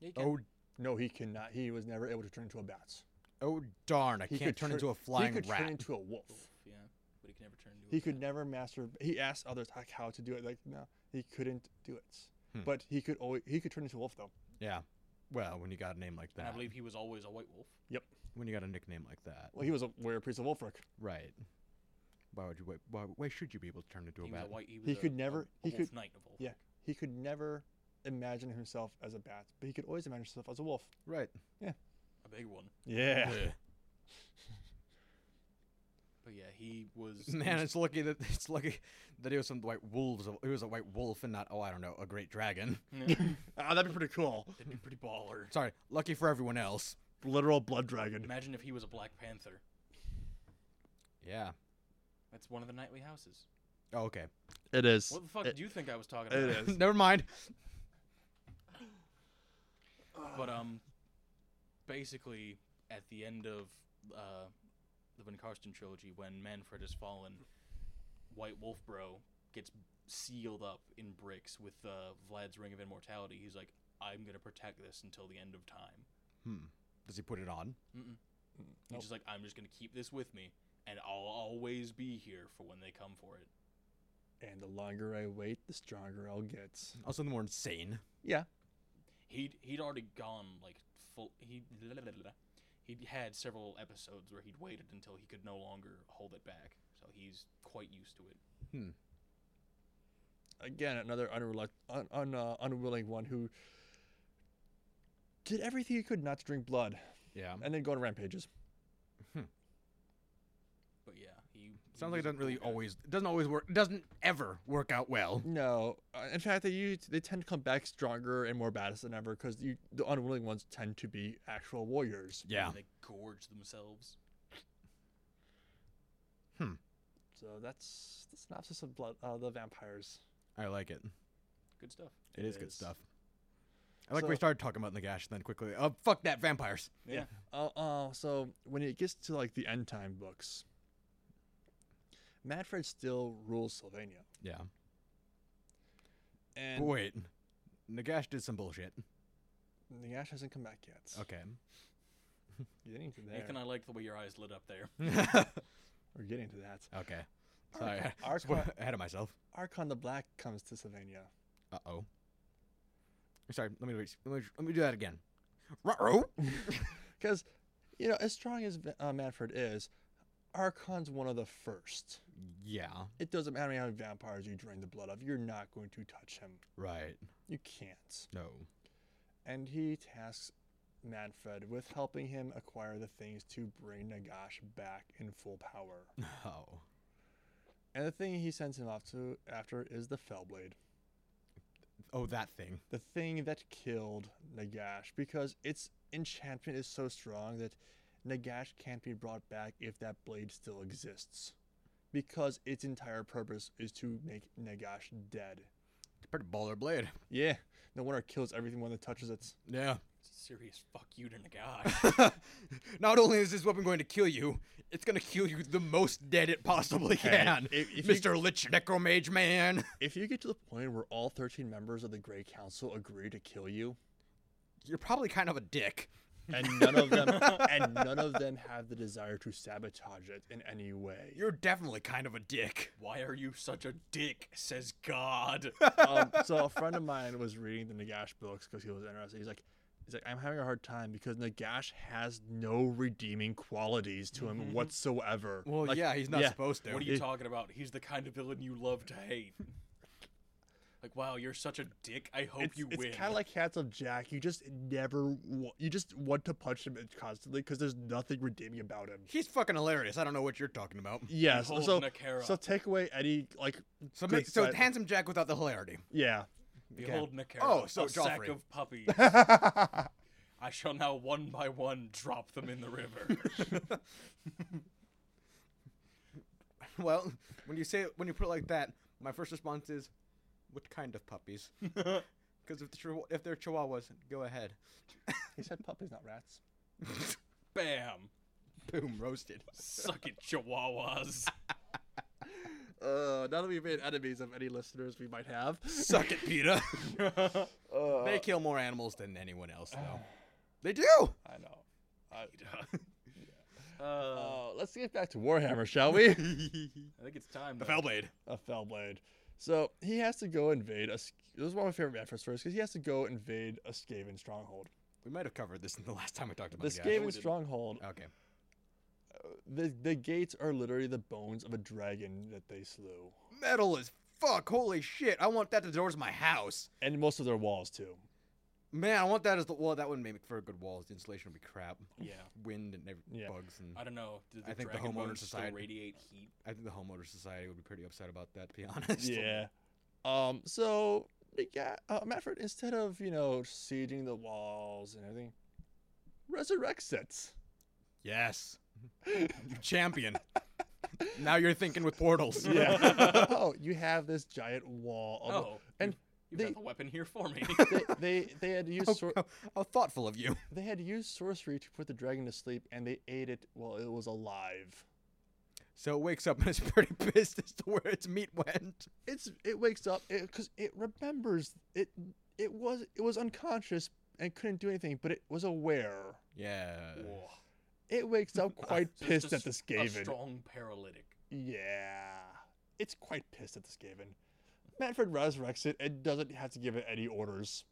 S2: Yeah, you can.
S1: Oh
S3: No, he cannot. He was never able to turn into a bat.
S1: Oh darn! I
S3: He
S1: can't
S3: could
S1: turn
S3: tur-
S1: into a
S3: He
S1: flying
S3: could
S1: rat.
S3: turn into a wolf.
S2: Yeah, but he can never turn into.
S3: He could never master. He asked others like how to do it. Like no, he couldn't do it. But he could always. He could turn into a wolf though.
S1: yeah. Well, when you got a name like
S2: And I
S1: that,
S2: believe he was always a white wolf.
S1: when you got a nickname like that,
S3: Well, he was a warrior priest of Wolfric.
S1: right? Why would you? Why, why, why should you be able to turn into a
S2: He was
S1: bat?
S2: a white. He, was
S3: He
S2: a-
S3: could
S2: a-
S3: never-
S2: a
S3: he
S2: wolf
S3: could-
S2: Knight of wolf.
S3: Yeah, he could never imagine himself as a bat, but he could always imagine himself as a wolf.
S1: Right.
S2: a big one.
S3: Yeah.
S2: But yeah, he was.
S1: Man, it's lucky that it's lucky that he was some white wolves. It was a white wolf and not oh I don't know a great dragon.
S2: Yeah,
S3: Ah, that'd be pretty cool.
S2: that'd be pretty baller.
S1: Sorry. Lucky for everyone else.
S3: Literal blood dragon.
S2: Imagine if he was a Black Panther.
S1: Yeah.
S2: That's one of the nightly houses.
S1: Oh, okay.
S5: It is.
S2: What the fuck
S5: It-
S2: do you think I was talking
S5: it
S2: about?
S5: is.
S1: Never mind.
S2: But um, basically, at the end of uh, the Van Karsten trilogy, when Manfred has fallen, White Wolf Bro gets sealed up in bricks with uh, Vlad's Ring of Immortality. He's like, I'm gonna protect this until the end of time.
S1: Hmm. Does he put it on?
S2: Mm-mm. He's just like, I'm just gonna keep this with me, and I'll always be here for when they come for it.
S3: And the longer I wait, the stronger I'll get.
S1: Also, the more insane.
S2: He'd he'd already gone like full. He he'd had several episodes where he'd waited until he could no longer hold it back, so he's quite used to it.
S3: Again, another unrelec- un- un- uh, unwilling one who did everything he could not to drink blood,
S1: Yeah.
S3: and then go on rampages.
S2: But yeah, he he
S1: Sounds like it
S2: was a
S1: doesn't really
S2: cool guy.
S1: always. It doesn't always work. It doesn't ever work out
S5: Oh.
S1: well.
S3: No, uh, in fact, they usually, they tend to come back stronger and more badass than ever because the unwilling ones tend to be actual warriors.
S1: Yeah.
S2: They gorge themselves.
S3: So that's the synopsis of blood, uh, the vampires.
S1: I like it.
S2: Good stuff.
S1: It is good
S3: is.
S1: stuff. I like we
S3: So-
S1: started talking about Nagash, and then quickly, oh fuck that vampires.
S2: Yeah.
S3: Oh, oh, so when it gets to like the end time books, Manfred still rules Sylvania.
S1: Yeah.
S3: And
S1: But wait, Nagash did some bullshit.
S3: the ash hasn't come back yet.
S1: Okay.
S3: We're getting to that.
S2: Nathan, I like the way your eyes lit up there.
S3: We're getting to that.
S1: okay.
S3: Arc-
S1: Sorry,
S3: Arc-
S1: Spo- ahead of myself.
S3: Archon the Black comes to Sylvania.
S1: Uh oh. Sorry. Let me, re- let me let me do that again. Ruh-roh.
S3: Because, you know, as strong as Va- uh, Manfred is, Archon's one of the first.
S1: Yeah.
S3: It doesn't matter how many vampires you drain the blood of, you're not going to touch him.
S1: Right.
S3: You can't.
S1: No.
S3: And he tasks Manfred with helping him acquire the things to bring Nagash back in full power.
S1: Oh.
S3: And the thing he sends him off to after is the Fellblade.
S1: Oh, that thing.
S3: the thing that killed Nagash because its enchantment is so strong that Nagash can't be brought back if that blade still exists. Because its entire purpose is to make Nagash dead.
S1: It's a pretty baller blade.
S3: Yeah, no wonder it kills everything when it touches it.
S1: Yeah.
S2: Serious fuck you to Nagash.
S1: Not only is this weapon going to kill you, it's going to kill you the most dead it possibly can.
S3: if- if you-
S1: Mr. Lich Necromage Man.
S3: If you get to the point where all 13 members of the Grey Council agree to kill you,
S1: You're probably kind of a dick.
S3: and none of them and none of them have the desire to sabotage it in any way.
S1: You're definitely kind of a dick.
S2: Why are you such a dick? Says God.
S3: um, so a friend of mine was reading the Nagash books because he was interested. He's like, he's like, I'm having a hard time because Nagash has no redeeming qualities to him
S2: Mm-hmm.
S3: whatsoever.
S1: Well,
S3: Like,
S1: yeah, he's not
S3: yeah.
S1: supposed to.
S2: What are you talking about? He's the kind of villain you love to hate. Like, wow, you're such a dick. I hope
S3: It's,
S2: you win.
S3: kind of like Hats of Jack. You just never, wa- you just want to punch him constantly because there's nothing redeeming about him.
S1: He's fucking hilarious. I don't know what you're talking about.
S3: Yes.
S2: Behold
S3: So,
S2: Nakara.
S3: so take away any like,
S1: So,
S3: Good
S1: make, so
S3: sight.
S1: handsome Jack without the hilarity.
S3: yeah.
S2: Behold Nakara,
S1: Oh, so
S2: a sack
S1: Joffrey.
S2: of puppies. I shall now one by one drop them in the river.
S1: Well, when you say it, when you put it like that, my first response is, "What kind of puppies?" Because if the chihu- if they're chihuahuas, go ahead.
S3: He said puppies, not rats.
S2: Bam.
S1: Boom, roasted.
S2: Suck it, chihuahuas.
S3: Uh, now that we've made enemies of any listeners we might have, Uh,
S1: Suck it, Peter. they kill more animals than anyone else, though. Uh, They do.
S3: I know.
S2: Uh,
S3: Uh, let's get back to Warhammer, shall we?
S2: I think it's time.
S1: The
S2: though.
S1: Fellblade.
S3: a fell blade. So he has to go invade a. Sk- This is one of my favorite efforts first because he has to go invade a Skaven stronghold.
S1: We might have covered this in the last time we talked about
S3: The
S1: it, guys.
S3: Skaven
S2: didn't.
S3: stronghold, uh,
S1: Okay.
S3: the, the gates are literally the bones of a dragon that they slew,
S1: Metal as fuck. Holy shit. I want that at the doors of my house.
S3: and most of their walls too.
S1: Man, I want that as the well. That wouldn't make for a good walls. The insulation would be crap.
S2: Yeah.
S1: Wind and every,
S3: Yeah.
S1: bugs and
S2: I don't know. Did the
S1: I think the
S2: dragon
S1: homeowner
S2: bones
S1: society-
S2: still radiate heat?
S1: I think the homeowner society would be pretty upset about that. To be honest.
S3: Yeah. Um. So they got uh, Manfred instead of you know sieging the walls and everything, resurrects it.
S1: Yes. You champion. now you're thinking with portals.
S3: Yeah. oh, you have this giant wall. Of
S2: Oh,
S3: and
S2: you
S3: they-
S2: have a weapon here for me.
S3: They, they they had used
S1: How,
S3: sor-
S1: how- how thoughtful of you.
S3: they had used sorcery to put the dragon to sleep, and they ate it while it was alive.
S1: So it wakes up and it's pretty pissed as to where its meat went.
S3: It's it wakes up because it, remembers it. It was it was unconscious and couldn't do anything, but it was aware.
S1: Yeah.
S2: Whoa.
S3: It wakes up quite
S2: So it's
S3: pissed
S2: just
S3: at the
S2: A
S3: Skaven.
S2: strong paralytic.
S3: Yeah. It's quite pissed at this Skaven. Manfred resurrects it and doesn't have to give it any orders.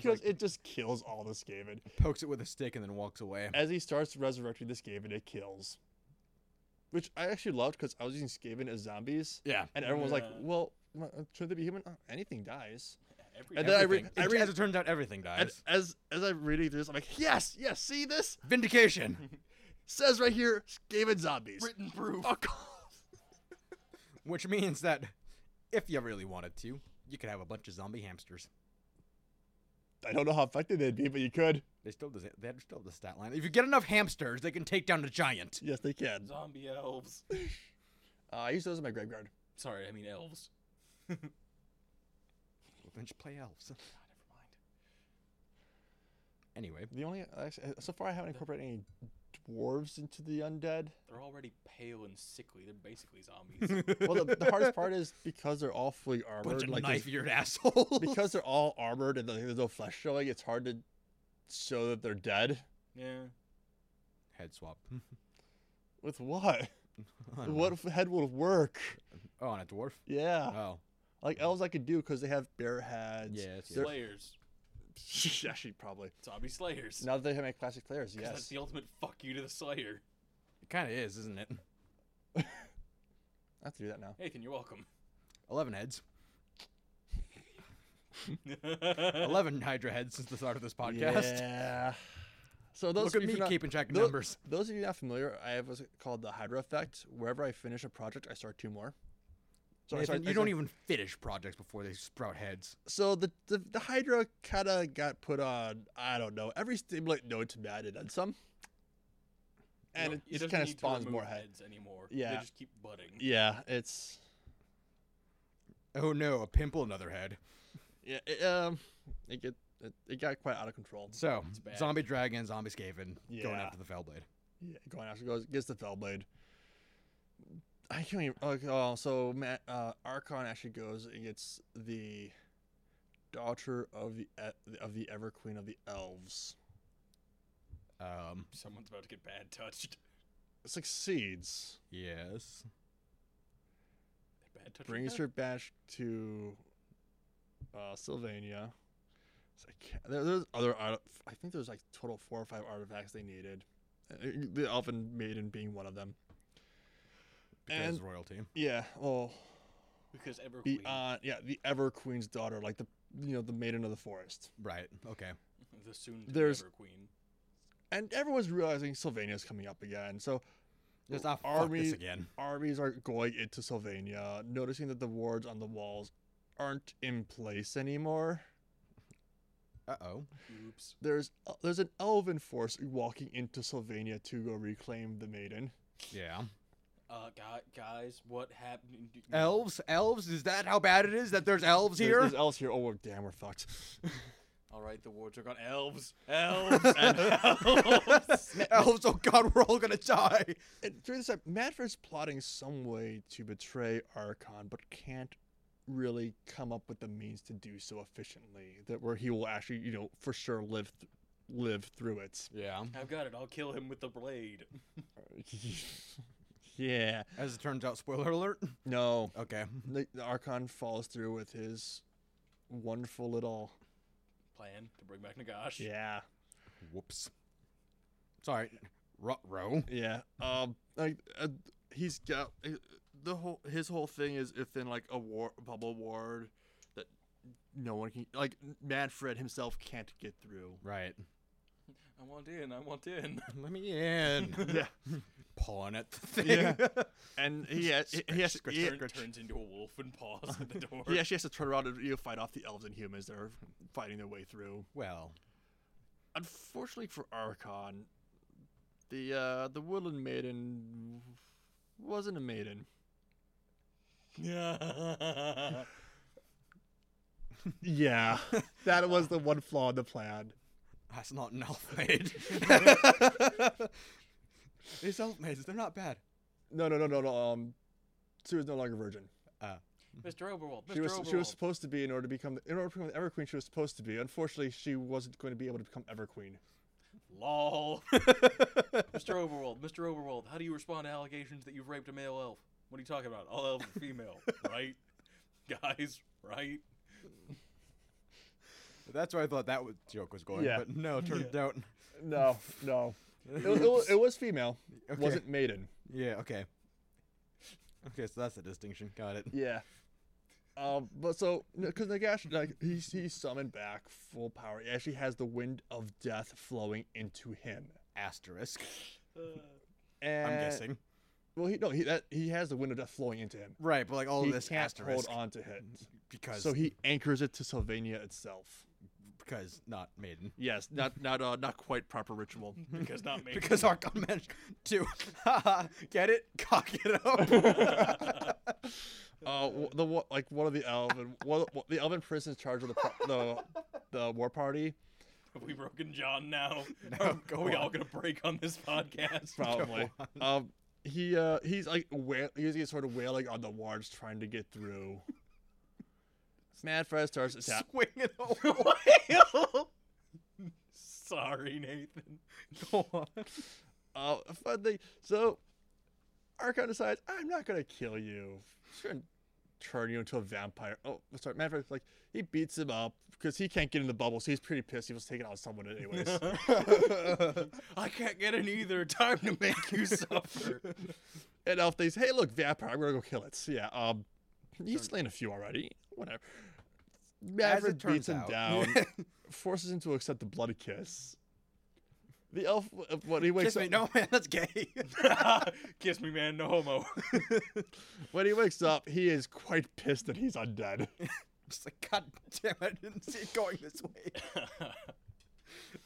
S3: Kills, it just kills all the Skaven.
S1: Pokes it with a stick and then walks away.
S3: As he starts resurrecting the Skaven, it kills. Which I actually loved because I was using Skaven as zombies,
S1: Yeah.
S3: and everyone was like,
S2: Yeah.
S3: well, uh, should they be human? Uh, anything dies.
S2: Every
S3: And then I re-
S1: Everything.
S3: I
S1: It-
S3: re-
S1: as it turns out, everything dies.
S3: And as as I'm reading through this, I'm like, yes, yes, see this?
S1: Vindication.
S3: Says right here, Skaven zombies.
S2: written proof.
S1: Oh,
S3: Fuck off.
S1: Which means that if you really wanted to, you could have a bunch of zombie hamsters.
S3: I don't know how effective they'd be, but you could.
S1: They still does it. They still have the stat line. If you get enough hamsters, they can take down a giant.
S3: Yes, they can.
S2: Zombie elves.
S3: Uh, I use those in my graveyard.
S2: Sorry, I mean elves.
S1: Then just play elves.
S2: Ah, never mind.
S1: Anyway,
S3: The only actually, uh, so far I haven't incorporated any dwarves into the undead.
S2: They're already pale and sickly. They're basically zombies.
S3: Well, the, the hardest part is because they're all fully
S1: bunch
S3: armored,
S1: of
S3: like there's-
S1: knife-eared assholes.
S3: because they're all armored and there's no flesh showing, it's hard to show that they're dead.
S2: yeah.
S1: Head swap.
S3: With what?
S1: I don't
S3: What
S1: know.
S3: if head would work?
S1: Oh, on a dwarf.
S3: Yeah,
S1: Oh,
S3: like elves I could do because they have bare heads.
S1: yeah. it's-
S3: They're-
S2: Slayers.
S3: actually probably.
S2: Zombie slayers.
S3: Now that they have my classic players,
S2: 'Cause That's
S3: yes.
S2: the ultimate fuck you to the slayer.
S1: It kind of is, isn't it?
S3: I have to do that now.
S2: Nathan, you're welcome.
S1: Eleven heads. Eleven Hydra heads since the start of this podcast.
S3: Yeah. So those
S1: Look at
S3: of you
S1: me
S3: who not-
S1: keeping track of
S3: Tho-
S1: numbers.
S3: Those of you not familiar, I have what's called the Hydra effect. Wherever I finish a project, I start two more. So, I
S1: Nathan,
S3: start- I
S1: you don't
S3: start-
S1: even finish projects before they sprout heads.
S3: so the, the the Hydra kind of got put on. I don't know every stimulant known to me. I did on some, and
S2: You
S3: it
S2: don't
S3: just kind of
S2: need to
S3: spawns
S2: remove
S3: more head.
S2: anymore. They
S3: Yeah.
S2: just keep budding.
S3: Yeah, it's
S1: Oh no, a pimple, another head.
S3: yeah. It, um, it get it, it got quite out of control.
S1: So,
S2: bad.
S1: zombie dragon, zombie skaven, going
S3: Yeah.
S1: after the Fellblade.
S3: Yeah, going after goes gets the fell blade. I can't even. Like, oh, so Matt, uh, Archon actually goes and gets the daughter of the E- of the Ever Queen of the Elves.
S1: Um,
S2: Someone's about to get bad touched.
S3: Succeeds,
S1: yes.
S2: Bad touched.
S3: brings her back to uh, Sylvania. So I can't, there, there's other. art- I think there's like total four or five artifacts they needed. Uh, The Elven Maiden being one of them.
S1: Because
S3: And-
S1: royalty.
S3: Yeah. Well,
S2: because ever
S3: the
S2: queen.
S3: uh yeah the ever queen's daughter like the you know the maiden of the forest
S1: Right. Okay.
S2: the soon to
S3: there's-
S2: ever queen.
S3: and everyone's realizing sylvania's coming up again so
S1: Just not fuck
S3: army
S1: this again.
S3: armies are going into sylvania noticing that the wards on the walls aren't in place anymore
S1: Uh oh.
S2: Oops.
S3: there's uh, there's an elven force walking into sylvania to go reclaim the maiden
S1: Yeah.
S2: Uh, gu- guys, what happened? d-
S1: Elves? Elves? Is that how bad it is that there's elves
S3: There's-
S1: here?
S3: there's elves here oh we're- damn we're fucked
S2: All right, the wards are gone. Elves, elves, and elves.
S1: elves, oh god, we're all gonna die.
S3: And during this time, Manfred's plotting some way to betray Archon, but can't really come up with the means to do so efficiently. That where he will actually, you know, for sure live th- live through it.
S1: Yeah.
S2: I've got it. I'll kill him with the blade.
S3: yeah.
S1: As it turns out, spoiler alert.
S3: No.
S1: Okay.
S3: The, the Archon follows through with his wonderful little.
S2: Plan to bring back Nagash.
S3: Yeah.
S1: Whoops. Sorry. Ruh-roh.
S3: Yeah.
S6: Um, like uh, he's got uh, the whole his whole thing is within like a war bubble ward that no one can like Manfred himself can't get through.
S1: Right.
S2: I want in. I want in.
S1: Let me in.
S6: Yeah,
S1: Pawing at the thing.
S6: Yeah. and he has, he, he has
S1: Scratch,
S6: he,
S2: Turn, turns into a wolf and paws at the door.
S6: he actually has to turn around and you know, fight off the elves and humans that are fighting their way through.
S1: Well,
S6: Unfortunately for Archon, the uh, the woodland maiden wasn't a maiden.
S2: Yeah.
S3: Yeah. that was the one flaw in the plan.
S1: that's not an elfmaid. These elfmaids, they're not bad.
S3: No, no, no, no, no. Um, she was no longer virgin.
S2: Mr. Oberwald. Mr.
S3: She was
S2: Oberwald.
S3: she was supposed to be in order to become in order to become the Ever Queen. She was supposed to be. Unfortunately, she wasn't going to be able to become Ever Queen.
S2: Lol. Mr. Overworld, Mr. Overworld, how do you respond to allegations that you've raped a male elf? What are you talking about? All elves are female, right? Guys, right?
S1: That's where I thought that was, joke was going.
S3: Yeah.
S1: But no, it turned out.
S3: No, no. It, was- it, was- it was female. It
S1: Okay.
S3: wasn't maiden.
S1: Yeah, okay. Okay, so that's the distinction. Got it.
S3: Yeah. Um, but so because Nagash like he's he's summoned back full power. He actually has the wind of death flowing into him.
S1: Asterisk.
S3: Uh, And,
S1: I'm guessing.
S3: Well, he no he that he has the wind of death flowing into him.
S1: Right, but like all
S3: he
S1: this
S3: can't
S1: asterisk Mm,
S3: hold on to it.
S1: because
S3: So he anchors it to Sylvania itself.
S1: because not maiden.
S6: Yes, not not uh, not quite proper ritual.
S2: Because not me.
S1: Because Archon managed to haha, get it, cock it up.
S3: Uh, w- the wa- like one of the elven one, one- the elven prison is charged with the, pro- the the war party.
S2: Have we broken John now?
S1: No,
S2: are,
S1: go
S2: are we all
S1: on.
S2: going to break on this podcast?
S3: probably. Um, he uh, he's like wail- he's like, sort of wailing on the wards trying to get through. Manfred starts attack.
S1: Swing it over.
S2: Wail! Sorry, Nathan. Go on.
S3: Uh, but they so Archon decides I'm not gonna kill you. I'm just gonna turn you into a vampire. Oh, sorry, Manfred's like he beats him up because he can't get in the bubble, so he's pretty pissed. He was taking out someone anyways.
S2: I can't get in either. Time to make you suffer.
S3: and Elf thinks, hey, look, vampire, I'm gonna go kill it. So, yeah, um, he's slain a few already. Whatever. Maverick
S1: turns
S3: beats him
S1: out.
S3: down, forces him to accept the bloody kiss. The elf, uh, when he wakes
S1: Kiss
S3: up,
S1: me. No, man, that's gay.
S2: Kiss me, man. No homo.
S3: when he wakes up, he is quite pissed that he's undead.
S1: Just like, God damn, I didn't see it going this way.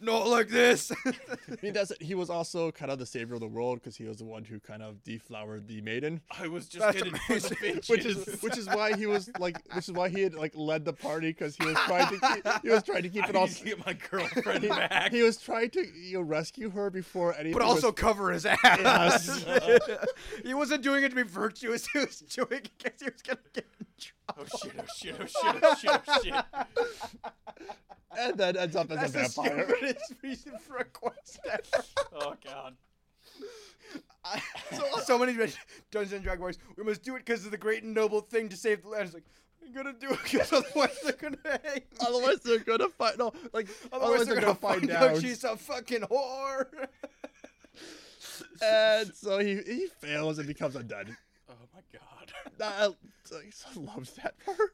S1: Not like this.
S3: he does it. He was also kind of the savior of the world because he was the one who kind of deflowered the maiden,
S2: I was just
S1: That's
S2: hitting for
S1: amazing.
S2: the bitches.
S3: which is which is why he was like, which is why he had like led the party because he was trying to keep, he was trying to keep
S2: I
S3: it
S2: need
S3: all.
S2: to get my girlfriend
S3: he-
S2: back.
S3: He was trying to you know, rescue her before anything.
S1: but
S3: was-
S1: also cover his ass. he wasn't doing it to be virtuous. He was doing it because he was gonna get in trouble.
S2: Oh shit! Oh shit! Oh shit! Oh shit! Oh shit!
S3: and then ends up as
S1: That's
S3: a
S1: the
S3: vampire.
S1: stupidest reason for a quest ever.
S2: Oh god!
S1: I- so, so many red- Dungeons and Dragons. We must do it because of the great and noble thing to save the land. It's like I'm gonna do it because otherwise they're gonna hang. me.
S3: Otherwise, they're gonna find no, like
S1: Otherwise, they're, gonna, find out she's a fucking whore.
S3: And so he he fails and becomes undead.
S2: Oh my god!
S3: I, I so loved that part.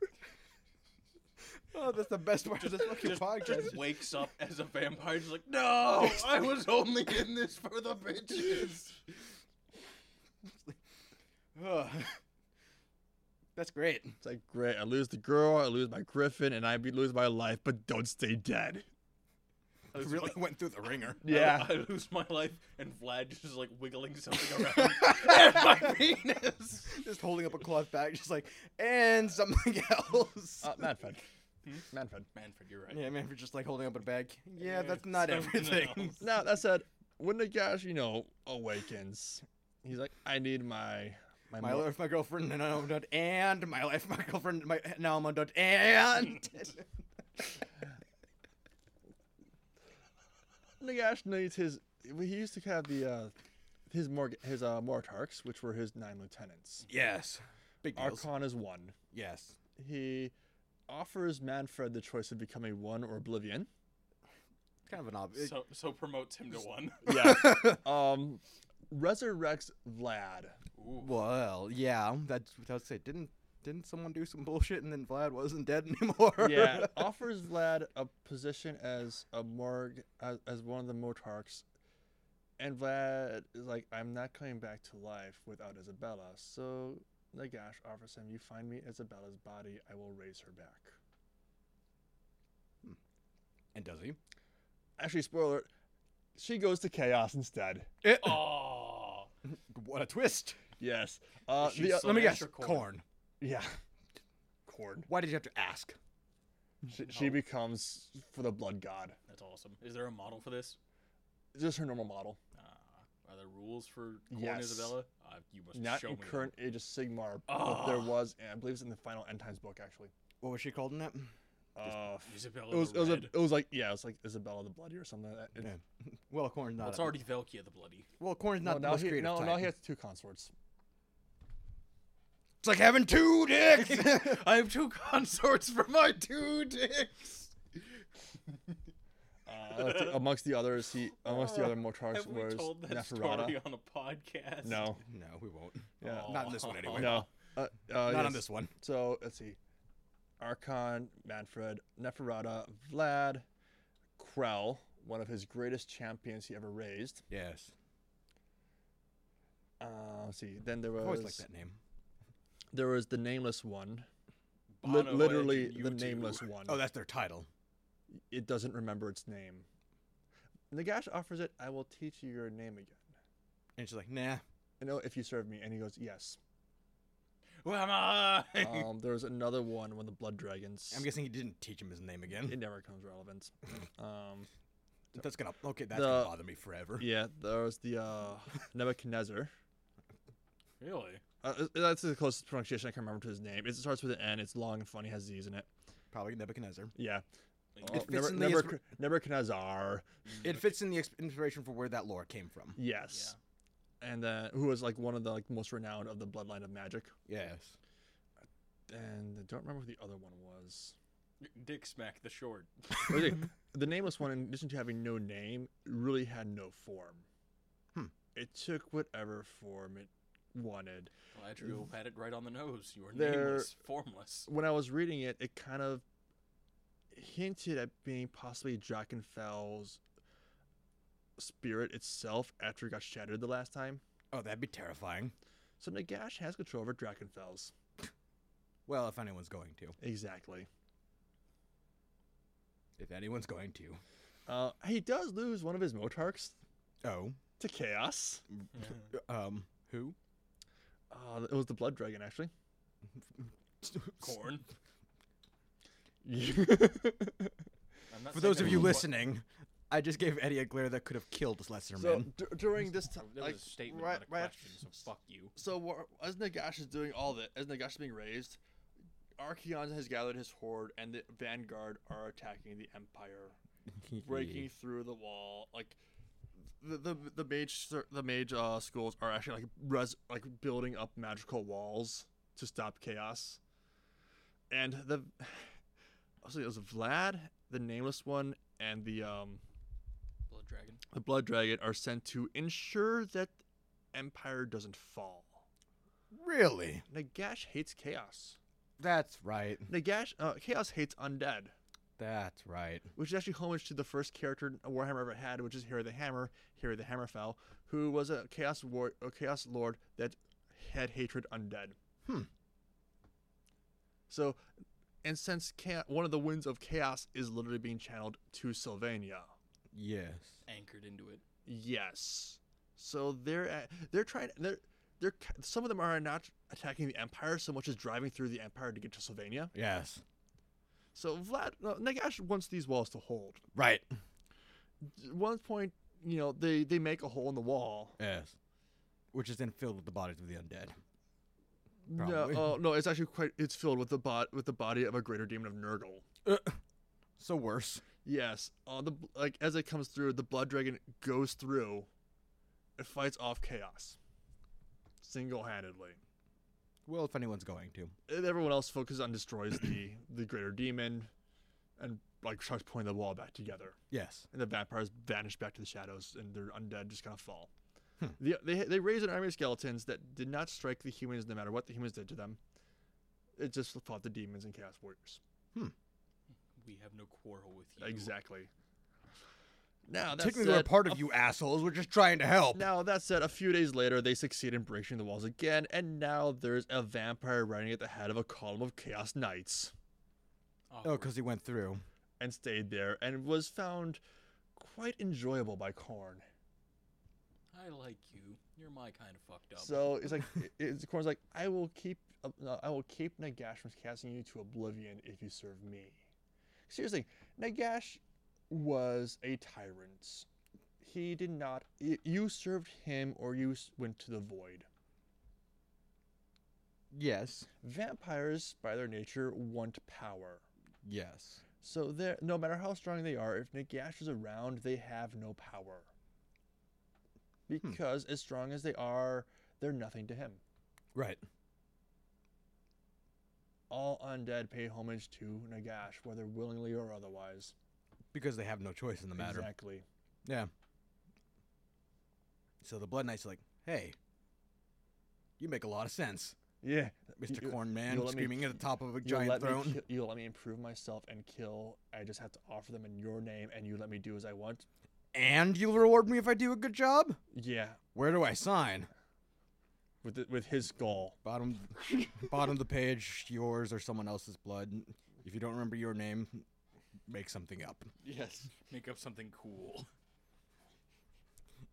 S1: Oh, that's the best part of this fucking
S2: Just,
S1: podcast.
S2: just wakes up as a vampire. Just like, no, I was only in this for the bitches.
S1: Ugh. That's great.
S3: It's like great. I lose the girl. I lose my griffin, and I be, lose my life. But don't stay dead.
S2: I was
S1: really
S2: like,
S1: went through the ringer.
S3: Yeah.
S2: I, I lose my life, and Vlad just is like wiggling something around and my penis.
S1: Just holding up a cloth bag, just like, and something else.
S3: Uh, Manfred. Manfred.
S2: Manfred, you're right.
S1: yeah, man, for just like holding up a bag. Yeah,
S2: Yeah,
S1: that's not
S2: something
S1: everything.
S2: else.
S3: Now that said, when the gosh, you know, awakens, he's like, I need my my,
S1: My
S3: mo-
S1: life, my girlfriend, and I'm undone. And my life, my girlfriend, my now I'm undone. And
S3: Nagash needs his. He used to have the uh, his Morg his uh, Mortarks, which were his nine lieutenants.
S1: Yes. Big deals.
S3: Archon is one.
S1: yes.
S3: He offers Manfred the choice of becoming one or Oblivion.
S1: It's kind of an obvious.
S2: So so promotes him to one.
S3: Yeah. um, resurrects Vlad.
S2: Ooh.
S1: well, yeah. That's what I would say. Didn't didn't someone do some bullshit and then Vlad wasn't dead anymore?
S3: Yeah, offers Vlad a position as a morg as, as one of the Motarchs, and Vlad is like, "I'm not coming back to life without Isabella." So Nagash offers him, "You find me Isabella's body, I will raise her back."
S1: and does he?
S3: Actually, spoiler, alert, she goes to chaos instead.
S2: Oh.
S1: What a twist!
S3: Yes. Uh,
S2: She's
S3: the, uh,
S2: so-
S1: Let me
S2: Ash
S1: guess.
S2: or corn?
S1: Corn.
S3: yeah. Cord.
S1: Why did you have to ask?
S3: She, she becomes for the blood god.
S2: That's awesome. Is there a model for this?
S3: Just her normal model.
S2: Uh, are there rules for Corn
S3: Yes.
S2: Isabella? Uh, you must
S3: Not
S2: show
S3: in
S2: me.
S3: current Age of Sigmar, but there
S2: Ah.
S3: was, and I believe it's in the final End Times book actually.
S1: What was she called in that?
S3: Uh,
S2: Isabella.
S3: it was it was, a,
S2: Oh, Red.
S3: it was like yeah, it was like Isabella the Bloody or something. Like that. It,
S1: Yeah. Well, corn's not.
S2: Well, it's
S1: a-
S2: already Velkia the Bloody.
S1: Well, corn's not
S3: no,
S1: the
S3: now
S1: most
S3: he,
S1: creative
S3: no,
S1: type.
S3: now he has two consorts.
S1: It's like having two dicks.
S2: I have two consorts for my two dicks.
S3: Uh, let's see, amongst the others, he amongst the other Motarchs
S2: Have we
S3: was
S2: told that
S3: Neferata.
S2: story on a podcast?
S3: No,
S1: no, we won't.
S3: yeah,
S1: Not in this one anyway.
S3: no. Uh, uh,
S1: Oh Not
S3: yes.
S1: on this one.
S3: So let's see, Archon, Manfred, Neferata, Vlad, Krell, one of his greatest champions he ever raised.
S1: Yes.
S3: Uh, let's see, then there
S1: I
S3: was
S1: always like that name.
S3: there was the nameless one, Li-
S2: Bono, Edge,
S3: literally
S2: and
S3: the
S2: U two.
S3: nameless one.
S1: Oh, that's their title.
S3: it doesn't remember its name. Nagash offers it, I will teach you your name again.
S1: And she's like, nah.
S3: I know if you serve me. And he goes, Yes.
S2: Who am I?
S3: Um, there was another one, one of the Blood Dragons.
S1: I'm guessing he didn't teach him his name again.
S3: it never comes relevant. Um,
S1: That's gonna okay. That's gonna
S3: The-
S1: bother me forever.
S3: yeah, there was the uh, Nebuchadnezzar.
S2: really?
S3: Uh, that's the closest pronunciation I can remember to his name. It starts with an N. It's long and funny, has Z's in it.
S1: Probably Nebuchadnezzar.
S3: Yeah.
S2: It
S3: Oh,
S1: fits
S3: Nebu-
S1: in the
S3: Nebuch- Nebuchadnezzar.
S1: It fits in the ex- inspiration for where that lore came from.
S3: Yes. And then who was like one of the like most renowned of the bloodline of magic.
S1: Yes.
S3: And I don't remember who the other one was.
S2: Dick smack the short.
S3: But I think the nameless one, in addition to having no name, really had no form.
S1: Hmm.
S3: It took whatever form it wanted.
S2: Gladriel
S3: Mm.
S2: had it right on the nose. You are
S3: They're-
S2: nameless, formless.
S3: When I was reading it, it kind of hinted at being possibly Drakenfell's spirit itself after it got shattered the last time.
S1: Oh, that'd be terrifying.
S3: So Nagash has control over Drakenfell's.
S1: Well, if anyone's going to,
S3: Exactly.
S1: if anyone's going to.
S3: Uh, he does lose one of his Motarchs
S1: Oh.
S3: to Chaos.
S1: Um. Who?
S3: Uh, it was the Blood Dragon, actually.
S2: Corn. I'm not
S1: For
S2: saying
S1: those
S2: that
S1: of you
S2: was what-
S1: listening, I just gave Eddie a glare that could have killed this lesser
S3: So
S1: man.
S3: d- during this time,
S2: That
S3: like,
S2: was a statement,
S3: right-
S2: not a
S3: right after-
S2: question. So fuck you.
S3: so wha- as Nagash is doing all that, as Nagash is being raised, Archeon has gathered his horde, and the vanguard are attacking the Empire, breaking through the wall. Like the the, the mage ser- the mage uh, schools are actually like res- like building up magical walls to stop chaos, and the also it was Vlad, the nameless one, and the um
S2: Blood dragon.
S3: the blood dragon are sent to ensure that empire doesn't fall
S1: Really?
S3: nagash hates chaos
S1: That's right.
S3: nagash uh, chaos hates undead
S1: That's right.
S3: which is actually homage to the first character warhammer ever had which is harry the hammer harry the hammerfell who was a chaos war a chaos lord that had hatred undead
S1: Hmm.
S3: so and since cha- one of the winds of chaos is literally being channeled to sylvania
S1: Yes.
S2: Anchored into it.
S3: Yes. So they're at, they're trying they're they're ki- some of them are not attacking the empire so much as driving through the empire to get to Sylvania.
S1: Yes.
S3: So Vlad no, Nagash wants these walls to hold.
S1: Right.
S3: At one point, you know, they they make a hole in the wall.
S1: Yes. Which is then filled with the bodies of the undead. Probably.
S3: No, oh no, it's actually quite it's filled with the bot with the body of a greater demon of Nurgle.
S1: So worse.
S3: Yes, all the like as it comes through, the blood dragon goes through. It fights off chaos, single-handedly.
S1: Well, if anyone's going to.
S3: And everyone else focuses on destroys the the greater demon, and like starts pulling the wall back together.
S1: Yes.
S3: And the vampires vanish back to the shadows, and their undead just kind of fall.
S1: Hmm.
S3: The, they they raise an army of skeletons that did not strike the humans, no matter what the humans did to them. It just fought the demons and chaos warriors.
S2: We have no quarrel with you.
S3: Exactly. Now that
S1: Technically, we're
S3: said-
S1: part of you assholes. We're just trying to help.
S3: Now, that said, a few days later, they succeed in breaking the walls again, and now there's a vampire riding at the head of a column of Chaos Knights
S1: Oh,
S2: Awkward.
S1: because he went through.
S3: and stayed there and was found quite enjoyable by Korn.
S2: I like you. You're my kind of fucked up.
S3: So it's like, it- it's, Korn's like, I will keep, uh, no, I will keep Nagash from casting you to oblivion if you serve me. Seriously, Nagash was a tyrant. He did not, y- you served him or you s- went to the void.
S1: Yes.
S3: Vampires, by their nature, want power.
S1: Yes.
S3: So there, no matter how strong they are, if Nagash is around, they have no power.
S1: Hmm.
S3: Because as strong as they are, they're nothing to him.
S1: Right.
S3: All undead pay homage to Nagash, whether willingly or otherwise.
S1: Because they have no choice in the matter.
S3: Exactly.
S1: Yeah. So the Blood Knight's like, hey, you make a lot of sense,
S3: Yeah,
S1: Mr.
S3: You-
S1: Corn Man,
S3: you'll let me-
S1: screaming at the top of a
S3: you'll
S1: giant
S3: let me
S1: throne.
S3: kill- you'll let me improve myself and kill. I just have to offer them in your name, and you let me do as I want.
S1: and you'll reward me if I do a good job?
S3: Yeah,
S1: Where do I sign?
S3: with the, with his skull.
S1: Bottom bottom of the page, yours or someone else's blood. If you don't remember your name, make something up.
S2: yes, make up something cool.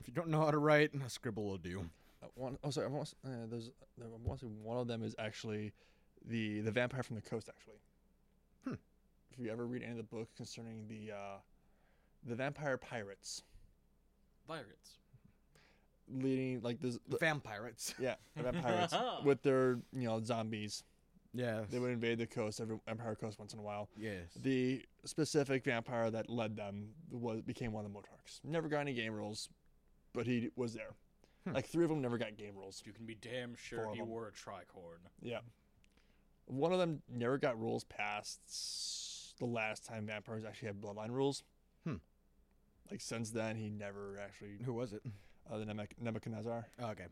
S1: If you don't know how to write, a scribble will do.
S3: Uh, One, oh, sorry. I'm almost, uh, there's, there, I'm almost, one of them is actually the the vampire from the coast. Actually, if you ever read any of the books concerning the uh, the vampire pirates
S2: Pirates.
S3: leading like this, the,
S1: Vampirates.
S3: yeah, the vampires with their you know zombies.
S1: Yes.
S3: They would invade the coast, every empire coast once in a while.
S1: Yes.
S3: The specific vampire that led them was became one of the Motarks. Never got any game rolls, but he was there. Like three of them never got game rolls.
S2: You can be damn sure
S3: Four of
S2: he
S3: them.
S2: wore a tricorn.
S3: Yeah. One of them never got rules past s- the last time vampires actually had bloodline rules.
S1: Hmm.
S3: Like since then, he never actually
S1: Who was it?
S3: other than Nebuk- Nebuchadnezzar.
S1: Okay.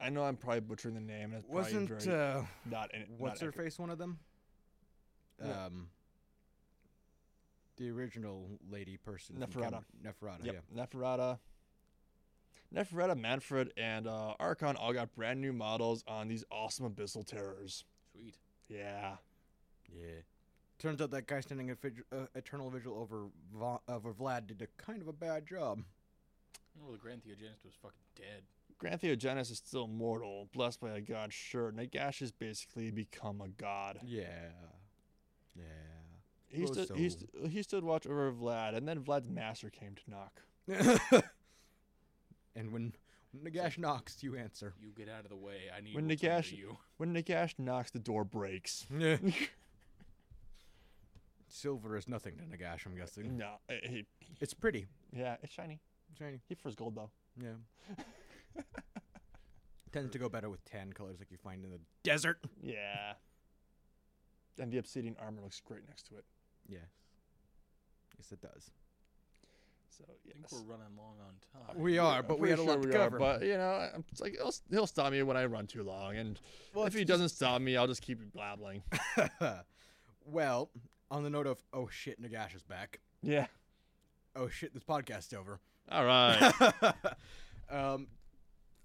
S3: I know I'm probably butchering the name. And it's probably
S1: Wasn't
S3: very
S1: uh,
S3: not in,
S1: what's
S3: not
S1: her
S3: accurate.
S1: face one of them?
S3: Yeah.
S1: Um, the original lady person. from
S3: Neferata.
S1: Cameron- Neferata.
S3: Yep, Neferata. Neferata, Manfred, and uh, Archon all got brand new models on these awesome abyssal terrors.
S2: Sweet.
S3: Yeah.
S1: Yeah. Yeah. Turns out that guy standing at vig- uh, eternal vigil over Va- over Vlad did a kind of a bad job.
S2: Well, the Grand Theogenist was fucking dead.
S3: Grand Theogenes is still mortal, blessed by a god, sure. Nagash has basically become a god.
S1: Yeah. Yeah.
S3: He
S1: Oh,
S3: stood, he,
S1: so-
S3: st- he stood watch over Vlad, and then Vlad's master came to knock.
S1: and when, when Nagash knocks, you answer.
S2: You get out of the way. I need
S3: When
S2: what's under
S3: Nagash-
S2: you.
S3: When Nagash knocks, the door breaks.
S1: Silver is nothing to Nagash, I'm guessing.
S3: No, eh, he,
S1: It's pretty.
S3: yeah, it's shiny.
S1: Shiny.
S3: He prefers gold though.
S1: Yeah. Tends to go better with tan colors like you find in the desert.
S3: Yeah. And the obsidian armor looks great next to it.
S1: Yes. Yes, it does.
S3: So
S2: I
S3: yes.
S2: think we're running long on time.
S1: We are,
S3: I'm
S1: but we had a
S3: pretty
S1: lot
S3: sure
S1: to
S3: we are,
S1: cover.
S3: but you know, I- it's like he'll, he'll stop me when I run too long, and
S1: Well,
S3: if he doesn't stop me, I'll just keep blabbling.
S1: well, on the note of, oh shit, Nagash is back.
S3: yeah.
S1: Oh shit, this podcast's over.
S3: All right.
S1: um,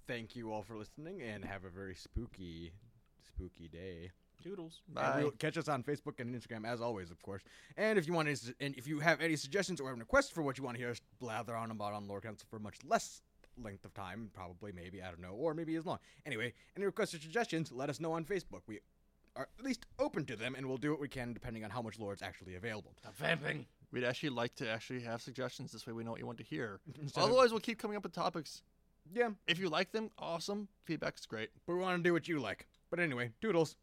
S1: thank you all for listening and have a very spooky, spooky day.
S2: Toodles.
S1: And
S3: Bye.
S1: we'll catch us on Facebook and Instagram as always, of course. And if you want, any, su- and if you have any suggestions or have any requests for what you want to hear us blather on about on Lore Council for much less length of time, probably, maybe I don't know, or maybe as long. Anyway, any requests or suggestions, let us know on Facebook. We are at least open to them, and we'll do what we can depending on how much lore is actually available.
S2: Stop vamping.
S3: We'd actually like to actually have suggestions. This way, we know what you want to hear.
S1: Instead of-
S3: Otherwise, we'll keep coming up with topics.
S1: Yeah,
S3: If you like them, awesome. Feedback's great.
S1: but we want to do what you like. But anyway, doodles.